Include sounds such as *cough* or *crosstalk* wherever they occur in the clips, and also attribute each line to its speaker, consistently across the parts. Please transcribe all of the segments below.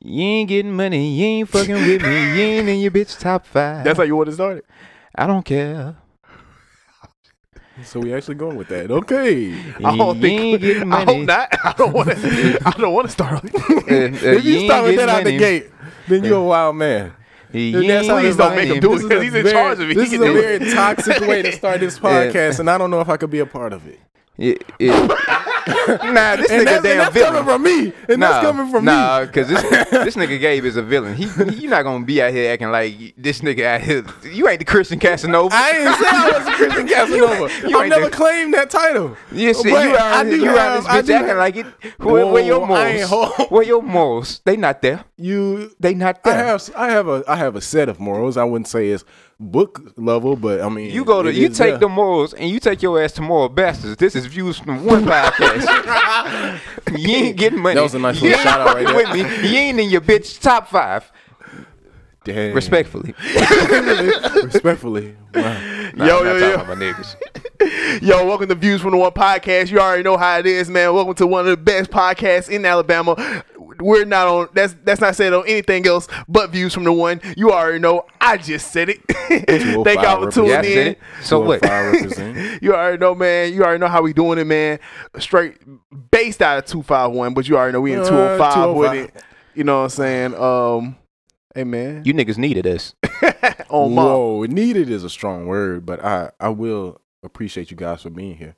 Speaker 1: You ain't getting money. You ain't fucking with me. You ain't in your bitch top five.
Speaker 2: That's how you want to start it.
Speaker 1: I don't care.
Speaker 2: So we actually going with that. Okay.
Speaker 1: Yeah,
Speaker 2: I don't
Speaker 1: you
Speaker 2: think
Speaker 1: ain't getting
Speaker 2: I
Speaker 1: money. Uh,
Speaker 2: hope
Speaker 3: *laughs*
Speaker 2: not. I don't
Speaker 1: *laughs*
Speaker 2: want to I don't want to start. if
Speaker 1: you
Speaker 2: you
Speaker 1: ain't
Speaker 2: start with
Speaker 1: getting
Speaker 2: that out the
Speaker 1: money.
Speaker 2: gate, then you're a
Speaker 1: *laughs*
Speaker 2: wild man.
Speaker 1: You ain't
Speaker 2: That's how
Speaker 1: getting
Speaker 2: Please don't make him
Speaker 1: money.
Speaker 2: do it.
Speaker 1: This is-
Speaker 2: because he's in very,
Speaker 3: charge of it. He
Speaker 2: This
Speaker 3: can
Speaker 2: is a
Speaker 3: do
Speaker 1: *laughs*
Speaker 2: very toxic way to start this podcast, and I don't know if I could be a part of it.
Speaker 1: it- *laughs* it- nah, this
Speaker 2: And
Speaker 1: nigga
Speaker 2: that's,
Speaker 1: damn
Speaker 2: and that's
Speaker 1: villain.
Speaker 2: coming from me. And
Speaker 1: Nah,
Speaker 2: that's coming from me.
Speaker 1: nah, because *laughs* this this nigga Gabe is a villain. He, he- you not gonna be out here acting like this nigga out here. You ain't the Christian Casanova.
Speaker 2: I didn't say I was a
Speaker 1: *laughs*
Speaker 2: Christian Casanova.
Speaker 1: you
Speaker 2: I've
Speaker 1: ain't
Speaker 2: never
Speaker 1: the-
Speaker 2: claimed that title.
Speaker 1: you see, you
Speaker 2: But
Speaker 1: out here- you out this
Speaker 2: I
Speaker 1: bitch
Speaker 2: do
Speaker 1: acting
Speaker 2: have-
Speaker 1: like it. Where, where your
Speaker 2: Whoa, I ain't
Speaker 1: morals?
Speaker 2: ho-
Speaker 1: Where your morals? They not there.
Speaker 2: you.
Speaker 1: They not
Speaker 2: I
Speaker 1: there.
Speaker 2: have I have a I have a set of morals. I wouldn't say it's book level, but I mean
Speaker 1: You go to
Speaker 2: it
Speaker 1: you
Speaker 2: is
Speaker 1: take the
Speaker 2: there.
Speaker 1: morals and you take your ass to moral bastards. This is views from one podcast. you ain't getting money.
Speaker 2: That was a nice
Speaker 1: You *laughs*
Speaker 2: little
Speaker 1: ain't
Speaker 2: shout out right
Speaker 1: fucking With me. You ain't in your bitch top five.
Speaker 2: Dang.
Speaker 1: Respectfully,
Speaker 3: *laughs*
Speaker 2: respectfully. Wow.
Speaker 1: Nah,
Speaker 3: Yo,
Speaker 1: I'm not
Speaker 3: yo,
Speaker 1: talking
Speaker 3: yo.
Speaker 1: about my
Speaker 3: *laughs*
Speaker 1: niggas.
Speaker 3: Yo, welcome to Views from the One podcast. You already know how it is, man. Welcome to one of the best podcasts in Alabama. We're not on that's that's not said on anything else but Views from the One. You already know. I just said it. *laughs* Thank y'all for tuning
Speaker 1: oh Yeah, I said
Speaker 3: in.
Speaker 1: it. So what?
Speaker 2: 205 represent.
Speaker 3: You already know, man. You already know how we doing it, man. Straight based out of two five one, but you already know *laughs* we in
Speaker 2: Uh,
Speaker 3: two oh five
Speaker 2: 205.
Speaker 3: with it. You know what I'm saying? Um, hey man,
Speaker 1: You niggas needed us.
Speaker 3: on my
Speaker 2: Whoa, needed is a strong word, but I I will appreciate you guys for being here.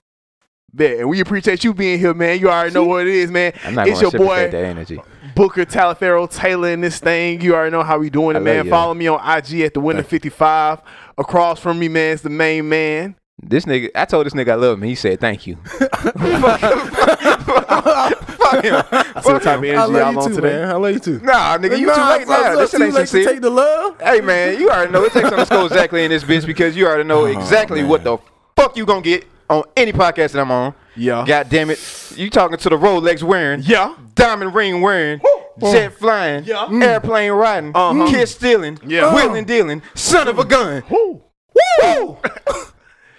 Speaker 3: bet, and we appreciate you being here, man. You already know what it is, man.
Speaker 1: I'm not
Speaker 3: It's
Speaker 1: gonna
Speaker 3: your boy.
Speaker 1: reciprocate that energy.
Speaker 3: Booker Talaferro Taylor in this thing. You already know how we doing
Speaker 1: I
Speaker 3: it,
Speaker 1: love
Speaker 3: man.
Speaker 1: you.
Speaker 3: Follow me on IG at the Winner Fifty Five. Across from me, man, is the main man.
Speaker 1: This nigga, I told this nigga I love him. He said thank
Speaker 2: *laughs*
Speaker 1: you. *laughs* Fuck him.
Speaker 3: See what type of energy
Speaker 2: I love
Speaker 3: y'all
Speaker 2: you
Speaker 3: on
Speaker 2: too,
Speaker 3: today.
Speaker 2: man. I love you too.
Speaker 1: Nah, nigga, you too
Speaker 2: Nah,
Speaker 1: late
Speaker 2: it's not-
Speaker 1: now.
Speaker 2: it's
Speaker 1: This
Speaker 2: too
Speaker 1: shit ain't
Speaker 2: late to
Speaker 1: sincere.
Speaker 2: Take the love.
Speaker 1: Hey man, you already know it takes underscore exactly in this bitch because you already
Speaker 3: Oh,
Speaker 1: know exactly what the fuck you gonna get on any podcast that I'm on.
Speaker 3: Yeah.
Speaker 1: God damn it. You talking to the Rolex wearing,
Speaker 3: Yeah.
Speaker 1: diamond ring wearing, jet flying,
Speaker 3: Yeah.
Speaker 1: airplane riding,
Speaker 3: Uh-huh.
Speaker 1: kid stealing,
Speaker 3: Yeah.
Speaker 1: wheeling dealing, son of a gun.
Speaker 3: Woo.
Speaker 1: Woo!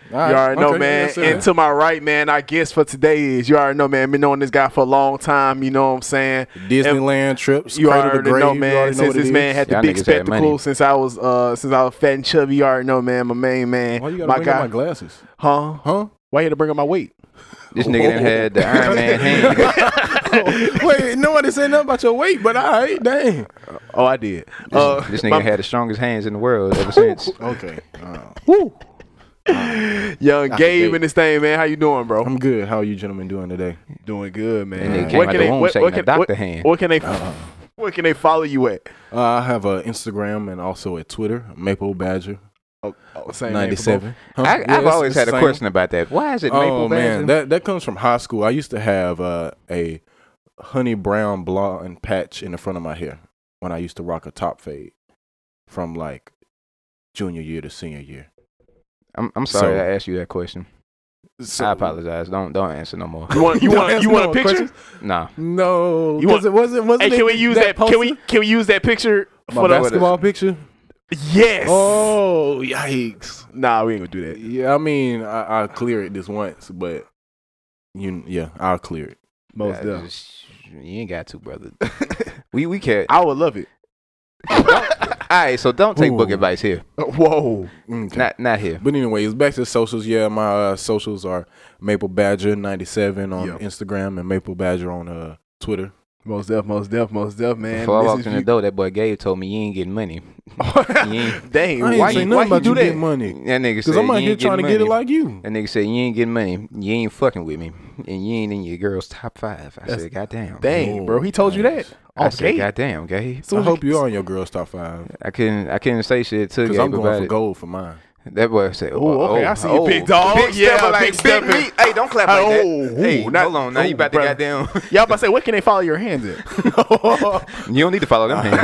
Speaker 3: You already know, man. and to my right, man, I guess for today is you already know, man. Been knowing this guy for a long time. You know what I'm saying? And
Speaker 2: Disneyland trips.
Speaker 3: You
Speaker 2: cradle to
Speaker 3: already
Speaker 2: grave,
Speaker 3: know,
Speaker 2: you
Speaker 3: man.
Speaker 2: already know
Speaker 3: since
Speaker 2: what it
Speaker 3: this
Speaker 2: is.
Speaker 3: man had the
Speaker 1: Y'all
Speaker 3: big
Speaker 1: niggas had money.
Speaker 3: spectacle, since I was uh since I was fat and chubby, you already know, man. My main man,
Speaker 2: Why you gotta
Speaker 3: my
Speaker 2: bring up my
Speaker 3: guy,
Speaker 2: glasses?
Speaker 3: huh? *laughs*
Speaker 2: Huh?
Speaker 3: Why you had to bring up my weight?
Speaker 1: This nigga done had the Iron
Speaker 3: *laughs*
Speaker 1: Man hand.
Speaker 2: Wait, nobody said nothing about your weight, but all right, dang.
Speaker 3: Oh, I did. Uh,
Speaker 1: This nigga
Speaker 3: my-
Speaker 1: had the strongest hands in the world ever since.
Speaker 2: Okay.
Speaker 3: Young Gabe
Speaker 2: date.
Speaker 3: in this thing, man. How you doing, bro?
Speaker 2: I'm good. How are you gentlemen doing today? Uh,
Speaker 3: doing good,
Speaker 1: nigga came out the womb shaking that doctor hand. Uh-huh.
Speaker 3: What can they? What can they follow you at?
Speaker 2: Uh, I have an Instagram and also a Twitter, Maple Badger
Speaker 3: Oh, oh, same name for both.
Speaker 2: 97. Huh?
Speaker 1: I,
Speaker 2: Yeah,
Speaker 1: I've
Speaker 2: it's-
Speaker 1: always
Speaker 2: it's
Speaker 1: had a
Speaker 2: the same.
Speaker 1: question about that. Why is it maple
Speaker 2: Oh man,
Speaker 1: Badger?
Speaker 2: that that comes from high school. I used to have uh, a honey brown blonde patch in the front of my hair when I used to rock a top fade from like junior year to senior year.
Speaker 1: I'm, I'm sorry
Speaker 2: So-
Speaker 1: I asked you that question.
Speaker 2: So,
Speaker 1: I
Speaker 2: *laughs*
Speaker 1: apologize. Don't don't answer no more.
Speaker 3: You
Speaker 1: *laughs*
Speaker 3: want? You
Speaker 2: Don't
Speaker 3: want?
Speaker 2: ask
Speaker 3: You want a
Speaker 2: no
Speaker 3: picture?
Speaker 2: questions.
Speaker 1: Nah.
Speaker 2: No,
Speaker 3: You
Speaker 2: because
Speaker 3: want-
Speaker 2: it wasn't. wasn't
Speaker 3: Hey,
Speaker 2: it
Speaker 3: can we use that?
Speaker 2: poster?
Speaker 3: can we? Can we use that picture
Speaker 2: My
Speaker 3: for the?
Speaker 2: basketball picture.
Speaker 3: *laughs* Yes.
Speaker 2: Oh yikes!
Speaker 3: Nah, we ain't gonna do that.
Speaker 2: Yeah, I mean, I, I'll clear it this once, but you, yeah, I'll clear it.
Speaker 3: Most
Speaker 1: Uh,
Speaker 3: definitely.
Speaker 1: sh- You ain't got to,
Speaker 3: *laughs*
Speaker 1: brother. we we can't.
Speaker 3: I
Speaker 1: *laughs*
Speaker 3: would love it.
Speaker 1: All right, so don't take book
Speaker 2: Ooh.
Speaker 1: advice here.
Speaker 3: *laughs* Whoa.
Speaker 2: Okay.
Speaker 1: Not not here.
Speaker 2: But anyways, back to the socials. Yeah, my uh, socials are Maple Badger ninety seven on
Speaker 3: Yeah.
Speaker 2: Instagram and Maple Badger on uh, Twitter.
Speaker 3: Most deaf, most deaf, most deaf, man.
Speaker 1: Before I
Speaker 3: This
Speaker 1: walked
Speaker 3: is
Speaker 1: in the
Speaker 3: you-
Speaker 1: door, that boy Gabe told me you ain't getting money. You ain't-
Speaker 3: Dang,
Speaker 2: I ain't
Speaker 3: why
Speaker 2: say
Speaker 3: you,
Speaker 2: nothing
Speaker 3: why you
Speaker 2: about
Speaker 3: do
Speaker 2: you
Speaker 3: that?
Speaker 2: getting money
Speaker 1: that nigga said
Speaker 2: because I'm
Speaker 1: you
Speaker 2: out here
Speaker 1: ain't getting
Speaker 2: trying to
Speaker 1: money.
Speaker 2: get it like you.
Speaker 1: that nigga said you ain't getting money. You ain't fucking with me, and you ain't in your girl's top five. I said, goddamn.
Speaker 3: Dang, bro, he told you that.
Speaker 1: I
Speaker 3: Oh,
Speaker 1: said,
Speaker 3: Gabe.
Speaker 1: goddamn, Gabe.
Speaker 3: So
Speaker 2: I hope you are in your girls top five
Speaker 1: I couldn't I couldn't say shit to
Speaker 2: because
Speaker 1: Gabe
Speaker 2: I'm
Speaker 1: about
Speaker 2: going for
Speaker 1: it.
Speaker 2: gold for mine.
Speaker 1: That boy said, "Oh,
Speaker 3: Ooh, okay,
Speaker 1: oh,
Speaker 3: I see you,
Speaker 1: oh,
Speaker 3: big dog.
Speaker 1: Big
Speaker 3: Yeah,
Speaker 1: stepper,
Speaker 3: big
Speaker 1: like
Speaker 3: stepper.
Speaker 1: big meat. Hey, don't clap like
Speaker 3: Oh,
Speaker 1: that.
Speaker 3: ooh,
Speaker 1: hey,
Speaker 3: not-
Speaker 1: hold on, now you
Speaker 3: ooh,
Speaker 1: about to
Speaker 3: bruh.
Speaker 1: goddamn.
Speaker 3: Y'all about to say, what can they follow your hands
Speaker 1: *laughs*
Speaker 3: at?
Speaker 1: you don't need to follow them hands.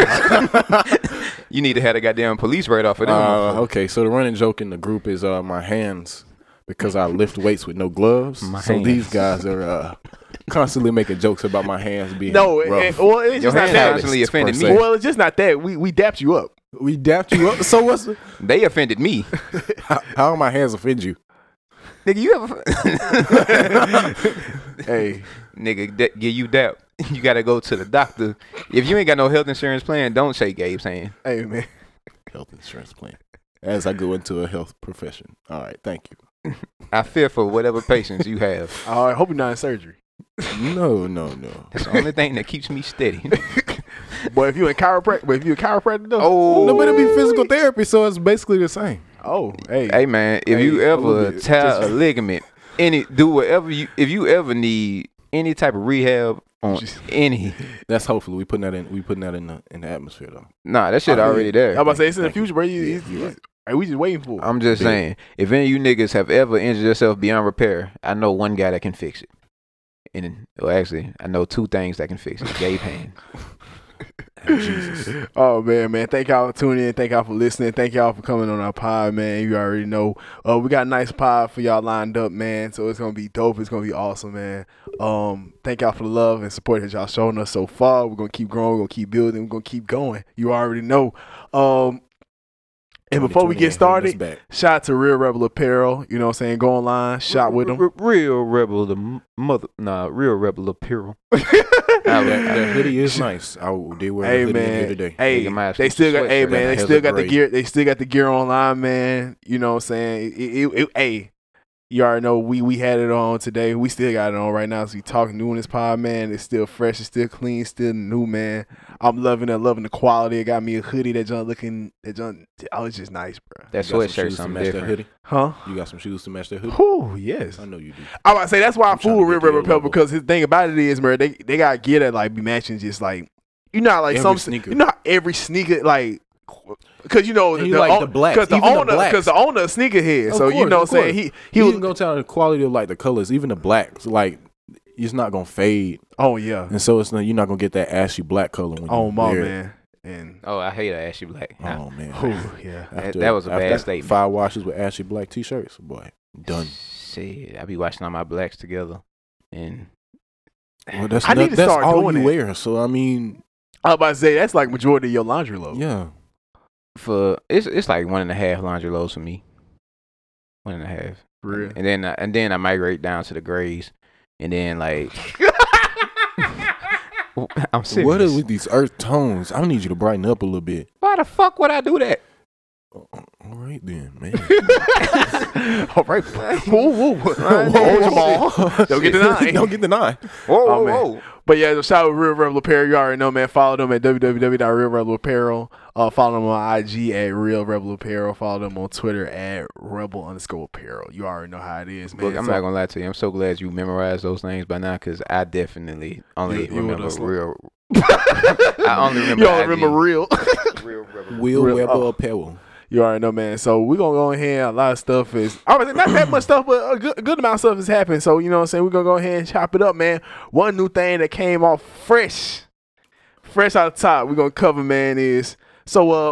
Speaker 3: Uh-huh.
Speaker 1: *laughs* you need to have a goddamn police right off of them.
Speaker 2: Uh, okay, so the running joke in the group is uh, my hands because I lift weights with no gloves.
Speaker 1: My
Speaker 2: so
Speaker 1: hands.
Speaker 2: these guys are uh, constantly making jokes about my hands being
Speaker 3: *laughs* no, it,
Speaker 2: rough.
Speaker 3: it- oh. well, it's
Speaker 1: Your
Speaker 3: just not
Speaker 1: hands
Speaker 3: that.
Speaker 1: constantly offended
Speaker 2: per
Speaker 1: me.
Speaker 2: se.
Speaker 3: Well, it's just not that. We we dapped you up.
Speaker 2: we dapped you up. So what's
Speaker 1: They offended
Speaker 3: *laughs*
Speaker 1: me,
Speaker 2: how, how my hands offend you?
Speaker 1: *laughs* nigga. You ever,
Speaker 3: Hey,
Speaker 1: nigga, that, give you dap. *laughs* you gotta go to the doctor. If you ain't got no health insurance plan, don't shake Gabe's hand.
Speaker 3: Hey man,
Speaker 2: health insurance plan. As I go into a health profession. All right, thank you.
Speaker 1: I fear for whatever patients you have.
Speaker 3: all right. Oh, Hope you're not in surgery,
Speaker 2: No, no, no.
Speaker 1: That's the only thing that keeps me
Speaker 3: *laughs*
Speaker 1: steady.
Speaker 3: boy. If you in chiropractor, but if you a chiropractor, though,
Speaker 1: Oh,
Speaker 2: No, but it'd be physical therapy, so it's basically the same.
Speaker 3: oh, hey,
Speaker 1: Hey man, if
Speaker 3: Hey,
Speaker 1: you
Speaker 3: a
Speaker 1: ever
Speaker 3: little bit.
Speaker 1: tear
Speaker 3: *laughs* Just-
Speaker 1: a ligament, any do whatever you if you ever need any type of rehab on
Speaker 3: Just-
Speaker 1: any
Speaker 2: That's hopefully we putting that in. We putting that in the in the atmosphere though.
Speaker 1: nah that shit
Speaker 3: I mean,
Speaker 1: already
Speaker 3: I'm
Speaker 1: there.
Speaker 3: about to say it's in the
Speaker 2: Thank you.
Speaker 3: future, bro. You,
Speaker 2: Yeah,
Speaker 3: it's-
Speaker 2: you're
Speaker 3: it's- hey, we just waiting for. it.
Speaker 1: I'm just
Speaker 2: Yeah.
Speaker 1: saying, if any of you niggas have ever injured yourself beyond repair, I know one guy that can fix it. And well, actually, I know two things that can fix it: Gabe
Speaker 3: *laughs*
Speaker 1: hand.
Speaker 2: Jesus.
Speaker 3: Oh man, man! Thank y'all for tuning in. Thank y'all for listening. Thank y'all for coming on our pod, man. You already know. Uh, we got a nice pod for y'all lined up, man. So it's gonna be dope. It's gonna be awesome, man. Um, thank y'all for the love and support that y'all showing us so far. We're gonna keep growing. We're gonna keep building. We're gonna keep going. You already know. Um, and before
Speaker 2: 2020
Speaker 3: we get
Speaker 2: ain't holding us
Speaker 3: started,
Speaker 2: back.
Speaker 3: shout out to Real Rebel Apparel. You know what I'm saying? Go online, shop
Speaker 2: *laughs*
Speaker 3: with them.
Speaker 1: R- real rebel, the m- mother, nah, real rebel apparel. I
Speaker 2: That, that
Speaker 1: would-
Speaker 2: hoodie is
Speaker 3: *laughs*
Speaker 2: nice. I will- did wear
Speaker 3: Hey
Speaker 2: a hoodie in here
Speaker 3: man,
Speaker 2: today.
Speaker 3: hey,
Speaker 1: Nigga might have
Speaker 3: they
Speaker 1: some
Speaker 3: still got, hey
Speaker 1: sweatshirt
Speaker 2: on.
Speaker 3: man, they
Speaker 2: Hella
Speaker 3: still got the
Speaker 2: great.
Speaker 3: gear, they still got the gear online, man. You know what I'm saying? It- it- it- hey, you already know we we had it on today. We still got it on right now. So we talking new in this pod, man. It's still fresh, it's still clean, still new, man. I'm loving it, loving the quality. It got me a hoodie that John looking that John. Oh, it's just nice, bro.
Speaker 1: that
Speaker 2: You got some
Speaker 1: sweatshirt
Speaker 2: shoes to
Speaker 1: something
Speaker 2: match that
Speaker 1: different.
Speaker 2: hoodie.
Speaker 3: Huh?
Speaker 2: You got some shoes to match that hoodie.
Speaker 3: Whew, yes.
Speaker 2: I know you do.
Speaker 3: I would say that's why i
Speaker 2: I'm trying
Speaker 3: fool
Speaker 2: to
Speaker 3: Red
Speaker 2: get to
Speaker 3: River
Speaker 2: your
Speaker 3: Pebble
Speaker 2: level.
Speaker 3: because his thing about it is, man, they they got gear that like be matching just like you know how, like
Speaker 2: Every
Speaker 3: some
Speaker 2: sneaker.
Speaker 3: you know how every sneaker like because you know
Speaker 2: And you like the blacks,
Speaker 3: because the
Speaker 2: even the
Speaker 3: owner
Speaker 2: blacks.
Speaker 3: because the, owner of sneakerhead
Speaker 2: Of
Speaker 3: so you
Speaker 2: course,
Speaker 3: know
Speaker 2: of
Speaker 3: what I'm saying
Speaker 2: course.
Speaker 3: he he
Speaker 2: He
Speaker 3: was
Speaker 2: even go tell the quality of like the colors, even the blacks. Like it's not gonna fade,
Speaker 3: oh yeah
Speaker 2: and so it's not, you're not gonna get that ashy black color. When
Speaker 3: oh
Speaker 2: you
Speaker 3: my
Speaker 2: wear it.
Speaker 3: man and
Speaker 1: Oh, I hate Ashy Black. I-
Speaker 2: Oh man,
Speaker 3: oh yeah
Speaker 1: that was a bad
Speaker 2: after
Speaker 1: statement.
Speaker 2: Five washes with ashy black t-shirts, boy, done.
Speaker 1: Shit, I be watching all my blacks together, and
Speaker 2: Well, that's
Speaker 3: I need
Speaker 2: not-
Speaker 3: to
Speaker 2: that's
Speaker 3: start
Speaker 2: all
Speaker 3: doing
Speaker 2: you
Speaker 3: it.
Speaker 2: wear. So I mean,
Speaker 3: I was about to say that's like majority of your laundry load
Speaker 2: yeah,
Speaker 1: for it's it's like one and a half laundry loads for me. One and a half,
Speaker 2: *laughs*
Speaker 3: for real
Speaker 1: and then I, and then I migrate down to the grays, and then
Speaker 3: *laughs*
Speaker 1: like I'm serious.
Speaker 2: what is with these earth tones? I need you to brighten up a little bit.
Speaker 1: Why the fuck would I do
Speaker 3: *laughs*
Speaker 1: that?
Speaker 2: Uh, uh, All right then, man.
Speaker 3: all *laughs* right whoa whoa whoa,
Speaker 1: Right.
Speaker 3: whoa Jamal. *laughs* Don't get denied.
Speaker 2: Don't get denied.
Speaker 1: *laughs* Whoa,
Speaker 3: Oh,
Speaker 1: whoa,
Speaker 3: man.
Speaker 1: whoa!
Speaker 3: But yeah, so shout out to Real Rebel Apparel. You already know, man. Follow them at www.realrebelapparel. Uh, follow them on IG at Real Rebel Apparel. Follow them on Twitter at Rebel underscore Apparel. You already know how it is, man.
Speaker 1: Look, I'm
Speaker 3: So-
Speaker 1: not gonna lie to you. I'm so glad you memorized those names by now, cause I definitely only
Speaker 3: You- you
Speaker 1: remember
Speaker 3: would've slipped. *laughs*
Speaker 1: real. I only remember.
Speaker 3: you all
Speaker 1: IG.
Speaker 3: remember Real.
Speaker 1: real. real-
Speaker 2: Will
Speaker 3: Real-
Speaker 2: Weber
Speaker 3: oh.
Speaker 2: apparel.
Speaker 3: you already know, man. So we're going to go ahead. A lot of stuff is, I was not that much stuff, but a good, a good amount of stuff has happened. So, you know what I'm saying? We're going to go ahead and chop it up, man. One new thing that came off fresh, fresh out the top, we're going to cover, man, is so, uh,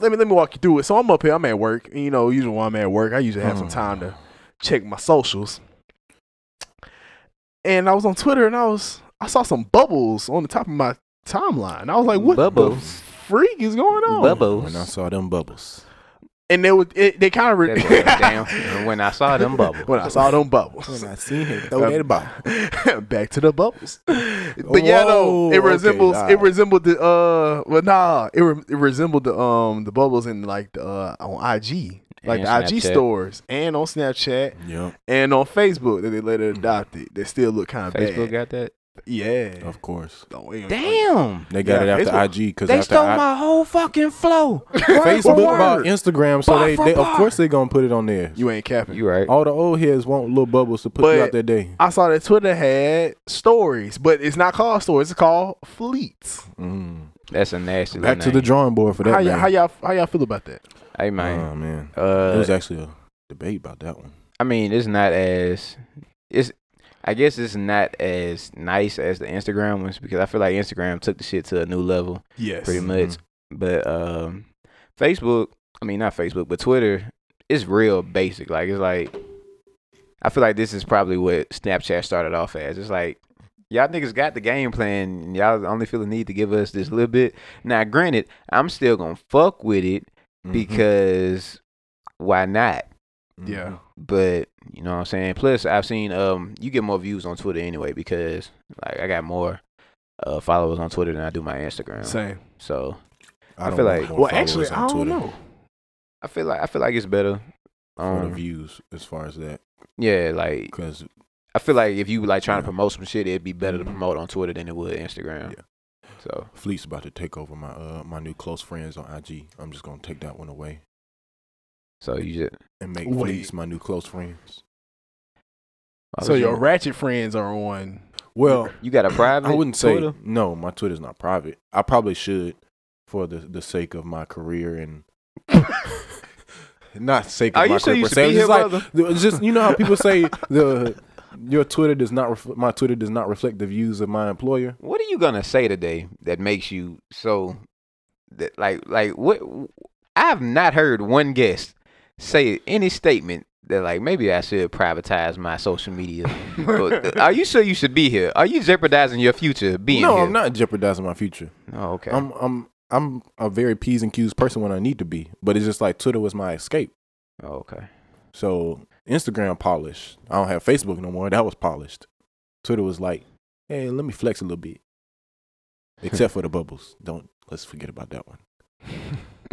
Speaker 3: let me let me walk you through it. So I'm up here. I'm at work. And, you know, usually when I'm at work, I usually have some time to check my socials. And I was on Twitter, and I was I saw some bubbles on the top of my timeline. I was like, "What
Speaker 1: Bubbles.
Speaker 3: the freak is going on?"
Speaker 1: Bubbles.
Speaker 2: When I saw them bubbles,
Speaker 3: And they would it, they kind of re-
Speaker 1: That's what I'm damn. When I saw them bubbles.
Speaker 3: *laughs* when I saw them bubbles.
Speaker 2: when I seen him throw that ball,
Speaker 3: *laughs* Back to the bubbles. But yeah,
Speaker 2: Whoa,
Speaker 3: no, it
Speaker 2: Oh, okay,
Speaker 3: resembles it
Speaker 2: alright.
Speaker 3: resembled the uh well nah it, re- it resembled the um the bubbles in like the uh on IG like
Speaker 1: And
Speaker 3: the IG
Speaker 1: Snapchat.
Speaker 3: stores and on Snapchat
Speaker 2: yep,
Speaker 3: and on Facebook that they later adopted that still look kind of
Speaker 1: Facebook
Speaker 3: bad.
Speaker 1: got that.
Speaker 3: yeah.
Speaker 2: of course.
Speaker 3: Don't- ain't-
Speaker 1: Damn.
Speaker 2: They got
Speaker 3: Yeah,
Speaker 2: it after
Speaker 3: Facebook-
Speaker 2: IG because
Speaker 1: They
Speaker 2: after
Speaker 1: stole
Speaker 2: I,
Speaker 1: my whole fucking
Speaker 3: *laughs*
Speaker 1: flow.
Speaker 2: *laughs* Facebook bought Instagram, so
Speaker 1: Bar
Speaker 2: they,
Speaker 1: for
Speaker 2: they of
Speaker 1: bar.
Speaker 2: course they gonna put it on there.
Speaker 3: You ain't capping.
Speaker 1: You right.
Speaker 2: All the old heads want little bubbles to put
Speaker 3: But-
Speaker 2: you out their day.
Speaker 3: I saw that Twitter had stories, but it's not called stories. It's called fleets.
Speaker 2: Mm.
Speaker 1: That's a nasty.
Speaker 2: Back to
Speaker 1: little
Speaker 2: the
Speaker 1: name.
Speaker 2: drawing board for that.
Speaker 3: How, y-
Speaker 2: man.
Speaker 3: how y'all how y'all feel about that?
Speaker 1: Hey man.
Speaker 2: Oh man,
Speaker 1: uh,
Speaker 2: it was actually a debate about that one.
Speaker 1: I mean, it's not as it's. I guess it's not as nice as the Instagram ones because I feel like Instagram took the shit to a new level,
Speaker 3: Yes.
Speaker 1: pretty much. But um, Facebook, I mean, not Facebook, but Twitter, it's real basic. Like it's like, I feel like this is probably what Snapchat started off as. It's like. Y'all niggas got the game plan. and Y'all only feel the need to give us this little bit. Now, granted, I'm still gonna fuck with it
Speaker 2: Mhm.
Speaker 1: because why not?
Speaker 2: Mhm.
Speaker 3: Yeah.
Speaker 1: But you know what I'm saying? Plus I've seen um you get more views on Twitter anyway because like I got more uh, followers on Twitter than I do my Instagram.
Speaker 3: Same.
Speaker 1: So
Speaker 2: I,
Speaker 1: feel
Speaker 2: want
Speaker 1: like-
Speaker 2: more
Speaker 3: Well,
Speaker 2: followers
Speaker 3: actually,
Speaker 2: on
Speaker 3: I don't
Speaker 2: Twitter
Speaker 3: know.
Speaker 1: I feel like I feel like it's better.
Speaker 2: for the
Speaker 1: Um,
Speaker 2: views as far as that
Speaker 1: yeah, like
Speaker 2: because
Speaker 1: I feel like if you like trying to
Speaker 2: Yeah.
Speaker 1: promote some shit, it'd be better to
Speaker 2: Mhm.
Speaker 1: promote on Twitter than it would Instagram. So
Speaker 2: Fleet's about to take over my uh my new close friends on IG. I'm just gonna take that one away
Speaker 1: so you just
Speaker 2: and make
Speaker 3: Wait.
Speaker 2: Fleet's my new close friends.
Speaker 1: why
Speaker 3: So
Speaker 1: would
Speaker 3: your
Speaker 1: you,
Speaker 3: ratchet friends are on.
Speaker 2: Well,
Speaker 1: oh, you got a private.
Speaker 2: I wouldn't say
Speaker 1: Twitter?
Speaker 2: no. My Twitter's not private. I probably should for the the sake of my career and *laughs* not sake of
Speaker 1: Are
Speaker 2: my
Speaker 1: Oh, you sure
Speaker 2: career.
Speaker 1: you
Speaker 2: per
Speaker 1: should
Speaker 2: se.
Speaker 1: be
Speaker 2: It's
Speaker 1: here,
Speaker 2: just like-
Speaker 1: brother?
Speaker 2: It's just you know how people say the your Twitter does not ref- my Twitter does not reflect the views of my employer.
Speaker 1: What are you gonna say today that makes you so that like like what I've not heard one guest say any statement that like maybe I should privatize my social media.
Speaker 3: *laughs*
Speaker 2: *laughs* uh,
Speaker 1: But are you sure you should be here? Are you jeopardizing your future being
Speaker 2: no,
Speaker 1: here?
Speaker 2: I'm not jeopardizing my future.
Speaker 1: Oh, okay.
Speaker 2: I'm I'm I'm a very p's and q's person when I need to be, but it's just like Twitter was my escape.
Speaker 1: oh, okay.
Speaker 2: So Instagram polished. I don't have Facebook no more. That was polished. Twitter was like, hey, let me flex a little bit. Except for the bubbles. Don't let's forget about that one.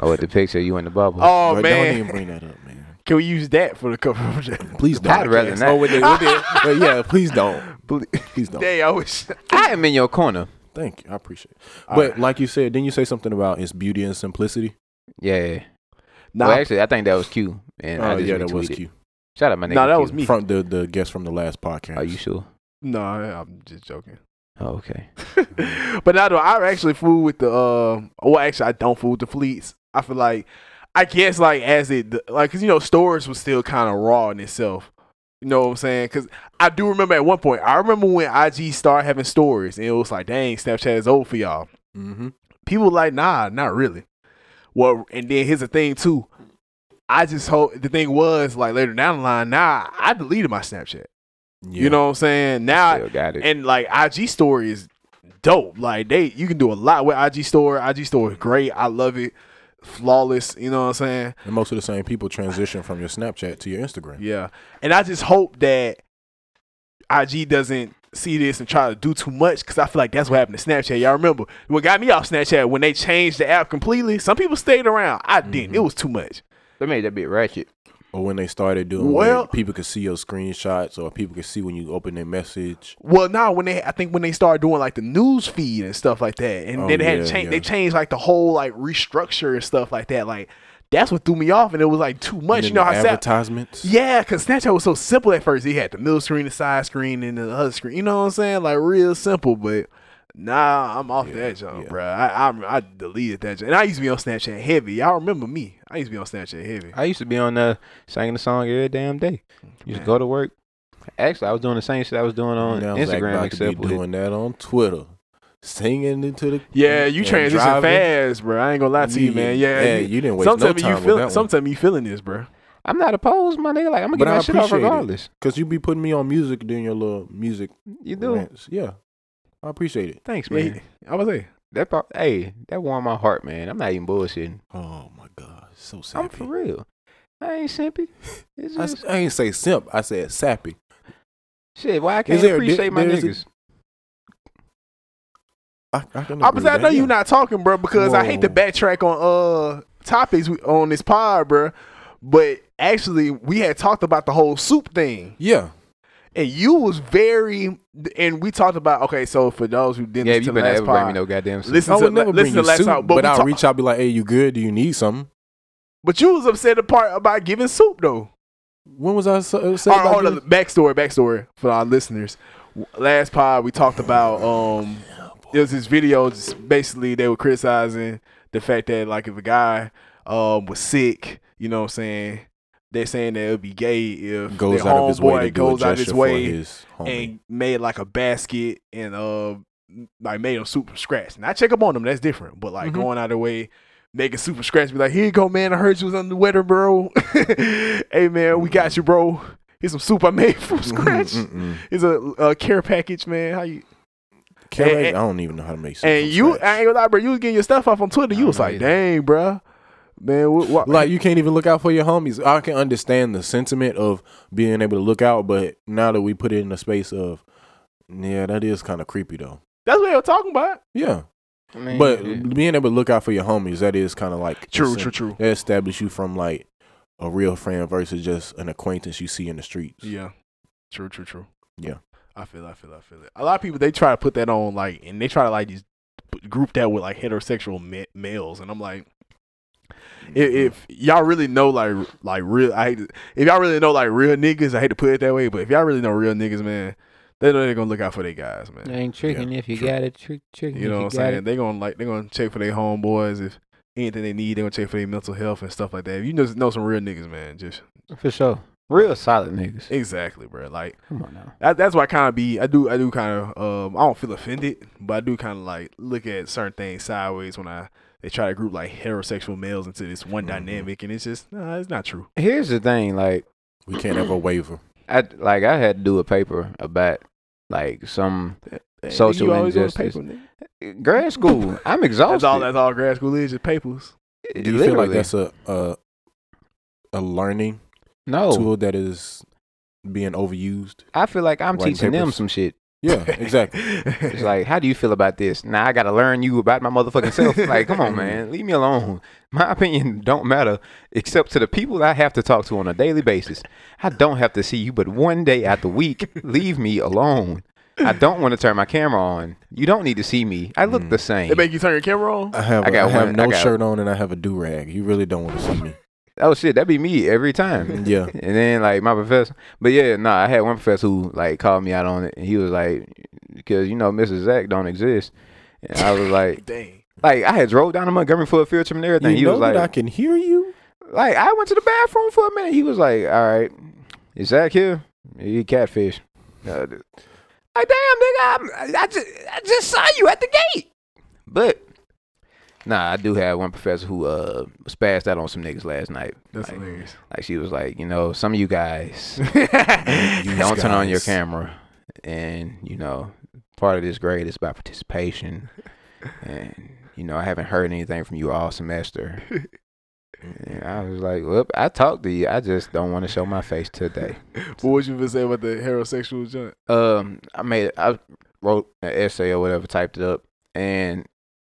Speaker 1: Oh, with the picture you in the bubble.
Speaker 3: Oh
Speaker 2: Like,
Speaker 3: man,
Speaker 2: don't even bring that up, man.
Speaker 3: can we use that for the *laughs* cover? of the-
Speaker 2: Please don't.
Speaker 1: I'd rather not.
Speaker 2: Oh, with the, with the, but yeah, please don't. Please don't.
Speaker 3: Day, I wish.
Speaker 1: I am in your corner.
Speaker 2: Thank you. I appreciate it.
Speaker 3: All
Speaker 2: but
Speaker 3: right.
Speaker 2: like you said, then you say something about it's beauty and simplicity.
Speaker 1: Yeah.
Speaker 3: Nah,
Speaker 1: Well, actually, I think that was Q. And I
Speaker 2: oh
Speaker 1: just
Speaker 2: yeah, that was
Speaker 1: retweeted.
Speaker 2: cute.
Speaker 1: Shout out my nigga.
Speaker 3: nah, that
Speaker 1: Q.
Speaker 3: was me.
Speaker 2: From the the guest from the last podcast.
Speaker 1: Are you sure?
Speaker 3: no, I'm just joking.
Speaker 1: Oh, okay.
Speaker 3: but now though, I actually fool with the. Uh, well, actually, I don't fool with the fleets. I feel like, I guess, like as it, like, cause you know, storage was still kind of raw in itself. You know what I'm saying? Cause I do remember at one point. I remember when IG started having stories, and it was like, dang, Snapchat is old for y'all.
Speaker 2: Mm-hmm.
Speaker 3: people were like, nah, not really. Well, and then here's the thing too. I just hope the thing was like later down the line. Now I deleted my Snapchat.
Speaker 2: Yeah.
Speaker 3: You know what I'm saying? Now
Speaker 1: Still got it.
Speaker 3: and like IG story is dope. Like they, you can do a lot with IG story. IG story is great. I love it. Flawless. You know what I'm saying?
Speaker 2: And most of the same people transition from your Snapchat to your Instagram.
Speaker 3: Yeah. And I just hope that IG doesn't see this and try to do too much because I feel like that's what happened to Snapchat. Y'all remember what got me off Snapchat when they changed the app completely? Some people stayed around. I didn't.
Speaker 2: Mhm.
Speaker 3: It was too much.
Speaker 1: they made that bit ratchet.
Speaker 2: Or when they started doing
Speaker 3: Well-
Speaker 2: well, people could see your screenshots or people could see when you open their message.
Speaker 3: Well, now when they, I think when they started doing like the news feed and stuff like that, and
Speaker 2: Oh,
Speaker 3: then they had
Speaker 2: yeah,
Speaker 3: changed,
Speaker 2: yeah.
Speaker 3: they changed like the whole like restructure and stuff like that. Like that's what threw me off, and it was like too much.
Speaker 2: and
Speaker 3: You know
Speaker 2: then the
Speaker 3: how Snap,
Speaker 2: advertisements.
Speaker 3: yeah, because Snapchat was so simple at first. He had the middle screen, the side screen, and the other screen. You know what I'm saying? Like real simple, but. Nah, I'm off
Speaker 2: Yeah,
Speaker 3: that junk,
Speaker 2: yeah.
Speaker 3: bro. I, I I deleted that junk, and I used to be on Snapchat heavy. Y'all remember me? I used to be on Snapchat heavy.
Speaker 1: I used to be on uh singing the song every damn day. Used
Speaker 3: Man.
Speaker 1: to go to work. Actually, I was doing the same shit I was doing on
Speaker 2: Now Zach
Speaker 1: Instagram,
Speaker 2: about to
Speaker 1: except
Speaker 2: be
Speaker 1: with
Speaker 2: doing that on Twitter, singing into the
Speaker 3: Yeah, you
Speaker 2: and
Speaker 3: transition
Speaker 2: driving.
Speaker 3: fast, bro. I ain't gonna lie to you,
Speaker 2: Yeah,
Speaker 3: man. Yeah,
Speaker 2: yeah,
Speaker 3: you-
Speaker 2: you didn't waste no
Speaker 3: Sometimes
Speaker 2: time
Speaker 3: you
Speaker 2: with
Speaker 3: feel,
Speaker 2: that one.
Speaker 3: sometimes you feeling this, bro.
Speaker 1: I'm not opposed, my nigga. Like I'm gonna
Speaker 2: But
Speaker 1: get
Speaker 2: I
Speaker 1: my shit off
Speaker 2: appreciate it.
Speaker 1: regardless.
Speaker 2: Cause you be putting me on music during your little music
Speaker 1: You do.
Speaker 2: rants. Yeah, I appreciate it.
Speaker 1: Thanks,
Speaker 3: Yeah,
Speaker 1: man.
Speaker 3: he- I was like,
Speaker 1: That part, hey, that warmed my heart, man. I'm not even bullshitting.
Speaker 2: Oh my god, so sappy.
Speaker 1: I'm for real. I ain't simpy. It's
Speaker 2: I,
Speaker 1: just,
Speaker 2: s- I ain't say simp. I said sappy.
Speaker 1: shit, why I can't
Speaker 2: there a di-
Speaker 1: appreciate my
Speaker 2: there is a-
Speaker 1: niggas?
Speaker 2: I, I can
Speaker 3: I
Speaker 2: agree
Speaker 3: was
Speaker 2: with
Speaker 3: like, I
Speaker 2: that,
Speaker 3: know
Speaker 2: yeah.
Speaker 3: you're not talking, bro, because I hate to
Speaker 2: Whoa.
Speaker 3: backtrack on uh topics we, on this pod, bro. But actually, we had talked about the whole soup thing,
Speaker 2: Yeah,
Speaker 3: and you was very, and we talked about okay. So for those who didn't
Speaker 1: Yeah,
Speaker 3: listen
Speaker 1: you
Speaker 3: to the
Speaker 1: better
Speaker 3: last
Speaker 1: ever bring me
Speaker 3: pod,
Speaker 1: no goddamn. Listen,
Speaker 3: listen
Speaker 2: I
Speaker 3: to
Speaker 2: would never bring
Speaker 3: listen to
Speaker 2: you
Speaker 3: the last
Speaker 2: soup, but,
Speaker 3: time, but, we
Speaker 2: I'll
Speaker 3: talk-
Speaker 2: reach out, be like, "Hey, you good? Do you need something?"
Speaker 3: but you was upset the part about giving soup though.
Speaker 2: When was I uh, so, saying?
Speaker 3: All right, hold on. Backstory, backstory for our listeners. W- Last pod we talked about um it was this video just basically they were criticizing the fact that like if a guy um was sick, you know what I'm saying, they're saying that it would be gay if
Speaker 2: Goes
Speaker 3: their
Speaker 2: out of his way to
Speaker 3: homeboy
Speaker 2: do a
Speaker 3: goes out of
Speaker 2: gesture
Speaker 3: his
Speaker 2: for
Speaker 3: way
Speaker 2: his homie.
Speaker 3: and made like a basket and uh like made them soup from scratch. Not check up on them, that's different. But like
Speaker 2: Mhm.
Speaker 3: going out of their way, making soup from scratch, be like, here you go, man. I heard you was under the weather, bro. *laughs* hey man, we got you, bro. Here's some soup I made *laughs* from
Speaker 2: Mm-hmm,
Speaker 3: scratch.
Speaker 2: Mm-mm.
Speaker 3: Here's a, a care package, man. How you
Speaker 2: Can't
Speaker 3: And-
Speaker 2: make- I don't even know how to make soup.
Speaker 3: and
Speaker 2: from
Speaker 3: you?
Speaker 2: scratch.
Speaker 3: I ain't gonna lie, bro. You was getting your stuff off on Twitter.
Speaker 1: I
Speaker 3: You was
Speaker 1: know
Speaker 3: like,
Speaker 1: either.
Speaker 3: dang, bro, man. What, what?
Speaker 2: like you can't even look out for your homies. I can understand the sentiment of being able to look out, but now that we put it in the space of, yeah, that is kind of creepy though.
Speaker 1: That's what they were talking about.
Speaker 2: Yeah.
Speaker 1: I mean,
Speaker 2: But
Speaker 1: yeah.
Speaker 2: being able to look out for your homies, that is kind of like
Speaker 3: True,
Speaker 2: it's-
Speaker 3: true, true.
Speaker 2: They establish you from like a real friend versus just an acquaintance you see in the streets.
Speaker 3: Yeah. True, true, true.
Speaker 2: Yeah.
Speaker 3: I feel I feel I feel it. A lot of people they try to put that on like and they try to like just p- group that with like heterosexual ma- males and I'm like
Speaker 2: Mm-hmm.
Speaker 3: if, if y'all really know like r- like real I hate to, if y'all really know like real niggas, I hate to put it that way, but if y'all really know real niggas, man, they know they're going to look out for their guys, man.
Speaker 4: They ain't tricking if you
Speaker 2: true.
Speaker 4: got it. Trick, tricking.
Speaker 3: You know what I'm
Speaker 4: if
Speaker 3: saying? They gonna like they gonna check for their homeboys if anything they need. They gonna check for their mental health and stuff like that. If you know know some real niggas, man, just
Speaker 4: For sure. Real solid niggas.
Speaker 3: exactly, bro. Like
Speaker 4: Come on now.
Speaker 3: that, that's why I kind of be I do I do kind of um I don't feel offended, but I do kind of like look at certain things sideways when I they try to group like heterosexual males into this one
Speaker 2: Mhm.
Speaker 3: dynamic, and it's just nah, it's not true.
Speaker 1: here's the thing, like
Speaker 2: We can't ever waver.
Speaker 1: I like I had to do a paper about like some
Speaker 3: Hey, nigga,
Speaker 1: Social
Speaker 3: you always on the
Speaker 1: injustice.
Speaker 3: paper, nigga.
Speaker 1: grad school. I'm exhausted.
Speaker 3: That's all that's all grad school is just papers.
Speaker 2: Do you feel like that's a a, a learning
Speaker 1: no?
Speaker 2: tool that is being overused?
Speaker 1: I feel like I'm
Speaker 2: Writing
Speaker 1: teaching them
Speaker 2: papers.
Speaker 1: some
Speaker 2: *laughs*
Speaker 1: shit. *laughs*
Speaker 3: *laughs*
Speaker 2: Yeah, exactly.
Speaker 1: It's like, how do you feel about this? Now I gotta learn you about my motherfucking self. Like, come on,
Speaker 2: *laughs*
Speaker 1: man, leave me alone. My opinion don't matter except to the people I have to talk to on a daily basis. I don't have to see you, but one day out the week, leave me alone. I don't want to turn my camera on. You don't need to see me. I look
Speaker 2: Mm.
Speaker 1: the same.
Speaker 3: they make you turn your camera on.
Speaker 2: I have
Speaker 1: I
Speaker 2: I
Speaker 1: got
Speaker 2: have
Speaker 1: one-
Speaker 2: no
Speaker 1: I got-
Speaker 2: shirt on and I have a do rag. You really don't want to see me.
Speaker 1: oh shit, that'd be me every time. *laughs*
Speaker 2: *laughs* Yeah.
Speaker 1: And then like my professor, but yeah, nah, I had one professor who like called me out on it, and he was like, "Because you know, Mrs. Zach don't exist." And I was
Speaker 2: *laughs*
Speaker 1: like,
Speaker 3: Dang.
Speaker 1: like I had drove down to Montgomery for a field trip and everything.
Speaker 2: You
Speaker 1: he
Speaker 2: know
Speaker 1: was like,
Speaker 2: that I can hear you.
Speaker 1: like I went to the bathroom for a minute. He was like, "All right, is Zach here? He eat catfish." Uh, th- like damn, nigga, I'm, I just I just saw you at the gate. But nah, I do have one professor who uh spazzed out on some niggas last night.
Speaker 3: That's
Speaker 1: Like,
Speaker 3: hilarious.
Speaker 1: like she was like, you know, some of you guys
Speaker 2: You
Speaker 1: don't turn on your
Speaker 2: guys.
Speaker 1: camera, and you know, part of this grade is about participation, and you know, I haven't heard anything from you all semester. And I was like, well, I talked to you. I just don't want to show my face today.
Speaker 3: But what you been saying about the heterosexual joint?
Speaker 1: Um, I made, I wrote an essay or whatever, typed it up, and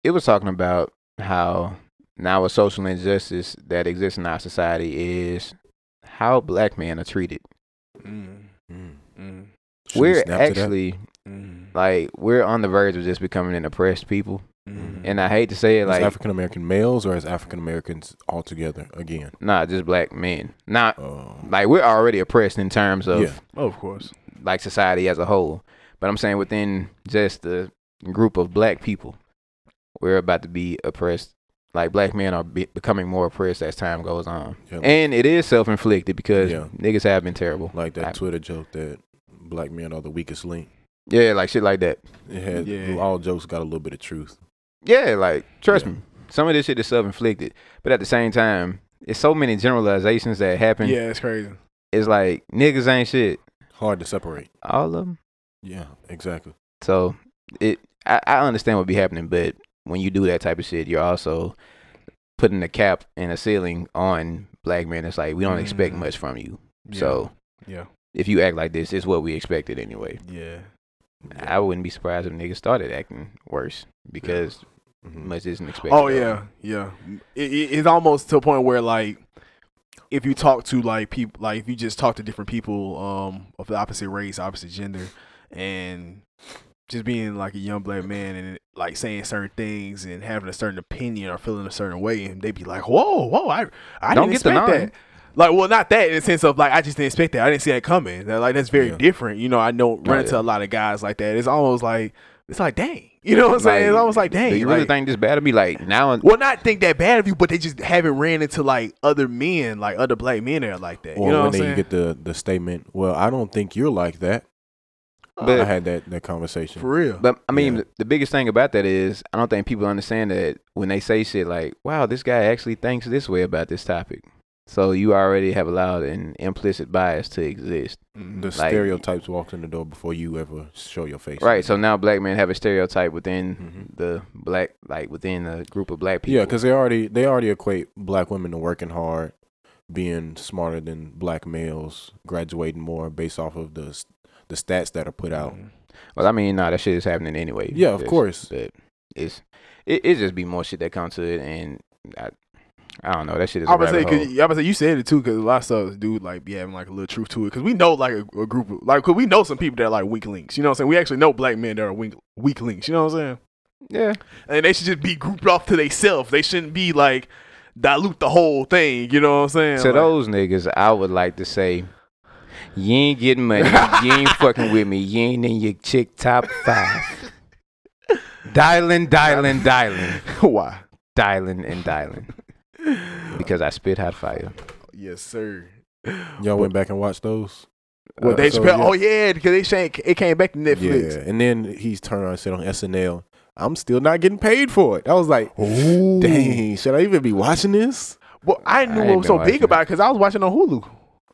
Speaker 1: it was talking about how now a social injustice that exists in our society is how black men are treated.
Speaker 3: Mm,
Speaker 2: Mm.
Speaker 3: mm,
Speaker 2: Should've
Speaker 1: we're
Speaker 2: snapped it up.
Speaker 1: actually
Speaker 3: mm,
Speaker 1: like we're on the verge of just becoming an oppressed people,
Speaker 2: Mm-hmm.
Speaker 3: mm.
Speaker 1: and I hate to say it, like
Speaker 2: as African American males or as African Americans altogether. Again,
Speaker 1: nah, just black men. Not
Speaker 2: uh,
Speaker 1: like we're already oppressed in terms of
Speaker 2: yeah,
Speaker 3: Oh, of course.
Speaker 1: like society as a whole, but I'm saying within just the group of black people, we're about to be oppressed. Like black men are be- becoming more oppressed as time goes on,
Speaker 2: Yeah.
Speaker 1: and it is self inflicted because
Speaker 2: Yeah.
Speaker 1: niggas have been terrible.
Speaker 2: like that
Speaker 1: I-
Speaker 2: Twitter joke that black men are the weakest link.
Speaker 1: Yeah, like shit like that.
Speaker 2: It had
Speaker 3: Yeah.
Speaker 2: all jokes got a little bit of truth.
Speaker 1: Yeah, like trust
Speaker 2: Yeah.
Speaker 1: me, some of this shit is self inflicted, but at the same time, it's so many generalizations that happen.
Speaker 3: Yeah, it's crazy.
Speaker 1: It's like niggas ain't shit,
Speaker 2: Hard to separate.
Speaker 1: all of them.
Speaker 2: Yeah, exactly.
Speaker 1: So it, I, I understand what be happening, but when you do that type of shit, you're also putting a cap and a ceiling on black men. It's like we don't expect
Speaker 3: Mm.
Speaker 1: much from you.
Speaker 3: Yeah.
Speaker 1: So
Speaker 3: yeah,
Speaker 1: if you act like this, it's what we expected anyway.
Speaker 3: yeah,
Speaker 1: I wouldn't be surprised if niggas started acting worse because
Speaker 2: Mhm.
Speaker 1: much isn't expected.
Speaker 3: Oh
Speaker 1: of
Speaker 3: yeah,
Speaker 1: them.
Speaker 3: yeah. It, it, it's almost to a point where like, if you talk to like people, like if you just talk to different people um of the opposite race, opposite gender, and just being like a young black man and like saying certain things and having a certain opinion or feeling a certain way, and they be like, "Whoa, whoa, I, I
Speaker 1: Don't get
Speaker 3: didn't
Speaker 1: the
Speaker 3: expect
Speaker 1: nine.
Speaker 3: that." Like, well, not that in the sense of like I just didn't expect that. I didn't see that coming. That, like that's very
Speaker 2: Yeah.
Speaker 3: different. You know, I know run
Speaker 1: Oh, yeah.
Speaker 3: into a lot of guys like that. It's almost like it's like dang. *laughs* You know what I'm saying? It's
Speaker 1: Like,
Speaker 3: almost like dang.
Speaker 1: Do you really
Speaker 3: like-
Speaker 1: think this bad to be like now?
Speaker 3: well, not think that bad of you, but they just haven't ran into like other men, like other black men that are like that.
Speaker 2: Or
Speaker 3: you know
Speaker 2: when
Speaker 3: what I'm
Speaker 2: they
Speaker 3: saying?
Speaker 2: get the the statement, well, I don't think you're like that.
Speaker 1: But-
Speaker 2: I had that that conversation.
Speaker 3: For real.
Speaker 1: But I mean,
Speaker 2: Yeah.
Speaker 1: the biggest thing about that is I don't think people understand that when they say shit like, "Wow, this guy actually thinks this way about this topic," so you already have allowed an implicit bias to exist,
Speaker 2: the
Speaker 1: like-
Speaker 2: stereotypes walked in the door before you ever show your face.
Speaker 1: right? So now black men have a stereotype within
Speaker 3: Mm-hmm.
Speaker 2: Mhm.
Speaker 1: the black, like within the group of black people.
Speaker 2: Yeah, because they already they already equate black women to working hard, being smarter
Speaker 3: Mm-hmm.
Speaker 2: than black males, graduating more based off of the s- the stats that are put out.
Speaker 1: Well, I mean, nah, that shit is happening anyway.
Speaker 2: Yeah, of
Speaker 1: That's-
Speaker 2: course.
Speaker 1: But it's it, it just be more shit that comes to it, and I, I don't know. That shit is.
Speaker 3: I'm
Speaker 1: a
Speaker 3: gonna say,
Speaker 1: rabbit
Speaker 3: cause,
Speaker 1: hole.
Speaker 3: I'm gonna say, you said it too, cause a lot of stuff, dude, like be having like a little truth to it, cause we know like a, a group of like, cause we know some people that are like weak links. You know what I'm saying? We actually know black men that are weak, weak links. You know what I'm saying?
Speaker 1: yeah,
Speaker 3: And they should just be grouped off to themselves. They shouldn't be like dilute the whole thing. You know what I'm
Speaker 1: *laughs*
Speaker 3: saying?
Speaker 1: to those niggas, I would like to say, you ain't getting money. you *laughs* ain't fucking with me. You ain't in your chick top five. dialing, dialing, dialing,
Speaker 3: like, *laughs* why?
Speaker 1: dialing, and dialing. Because I spit hot fire.
Speaker 3: Yes, sir.
Speaker 2: Y'all went back and watched those.
Speaker 3: Well,
Speaker 2: Uh,
Speaker 3: Dave
Speaker 2: so,
Speaker 3: Chappelle.
Speaker 2: yeah.
Speaker 3: Oh yeah, because they shank, it came back to Netflix.
Speaker 2: Yeah, and then he's turned around and said on SNL, "I'm still not getting paid for it." I was like,
Speaker 3: Ooh.
Speaker 2: "Dang, should I even be watching this?"
Speaker 3: Well, I knew
Speaker 1: I
Speaker 3: what
Speaker 1: ain't
Speaker 3: was so
Speaker 1: been
Speaker 3: big
Speaker 1: watching
Speaker 3: about it because I was watching on Hulu.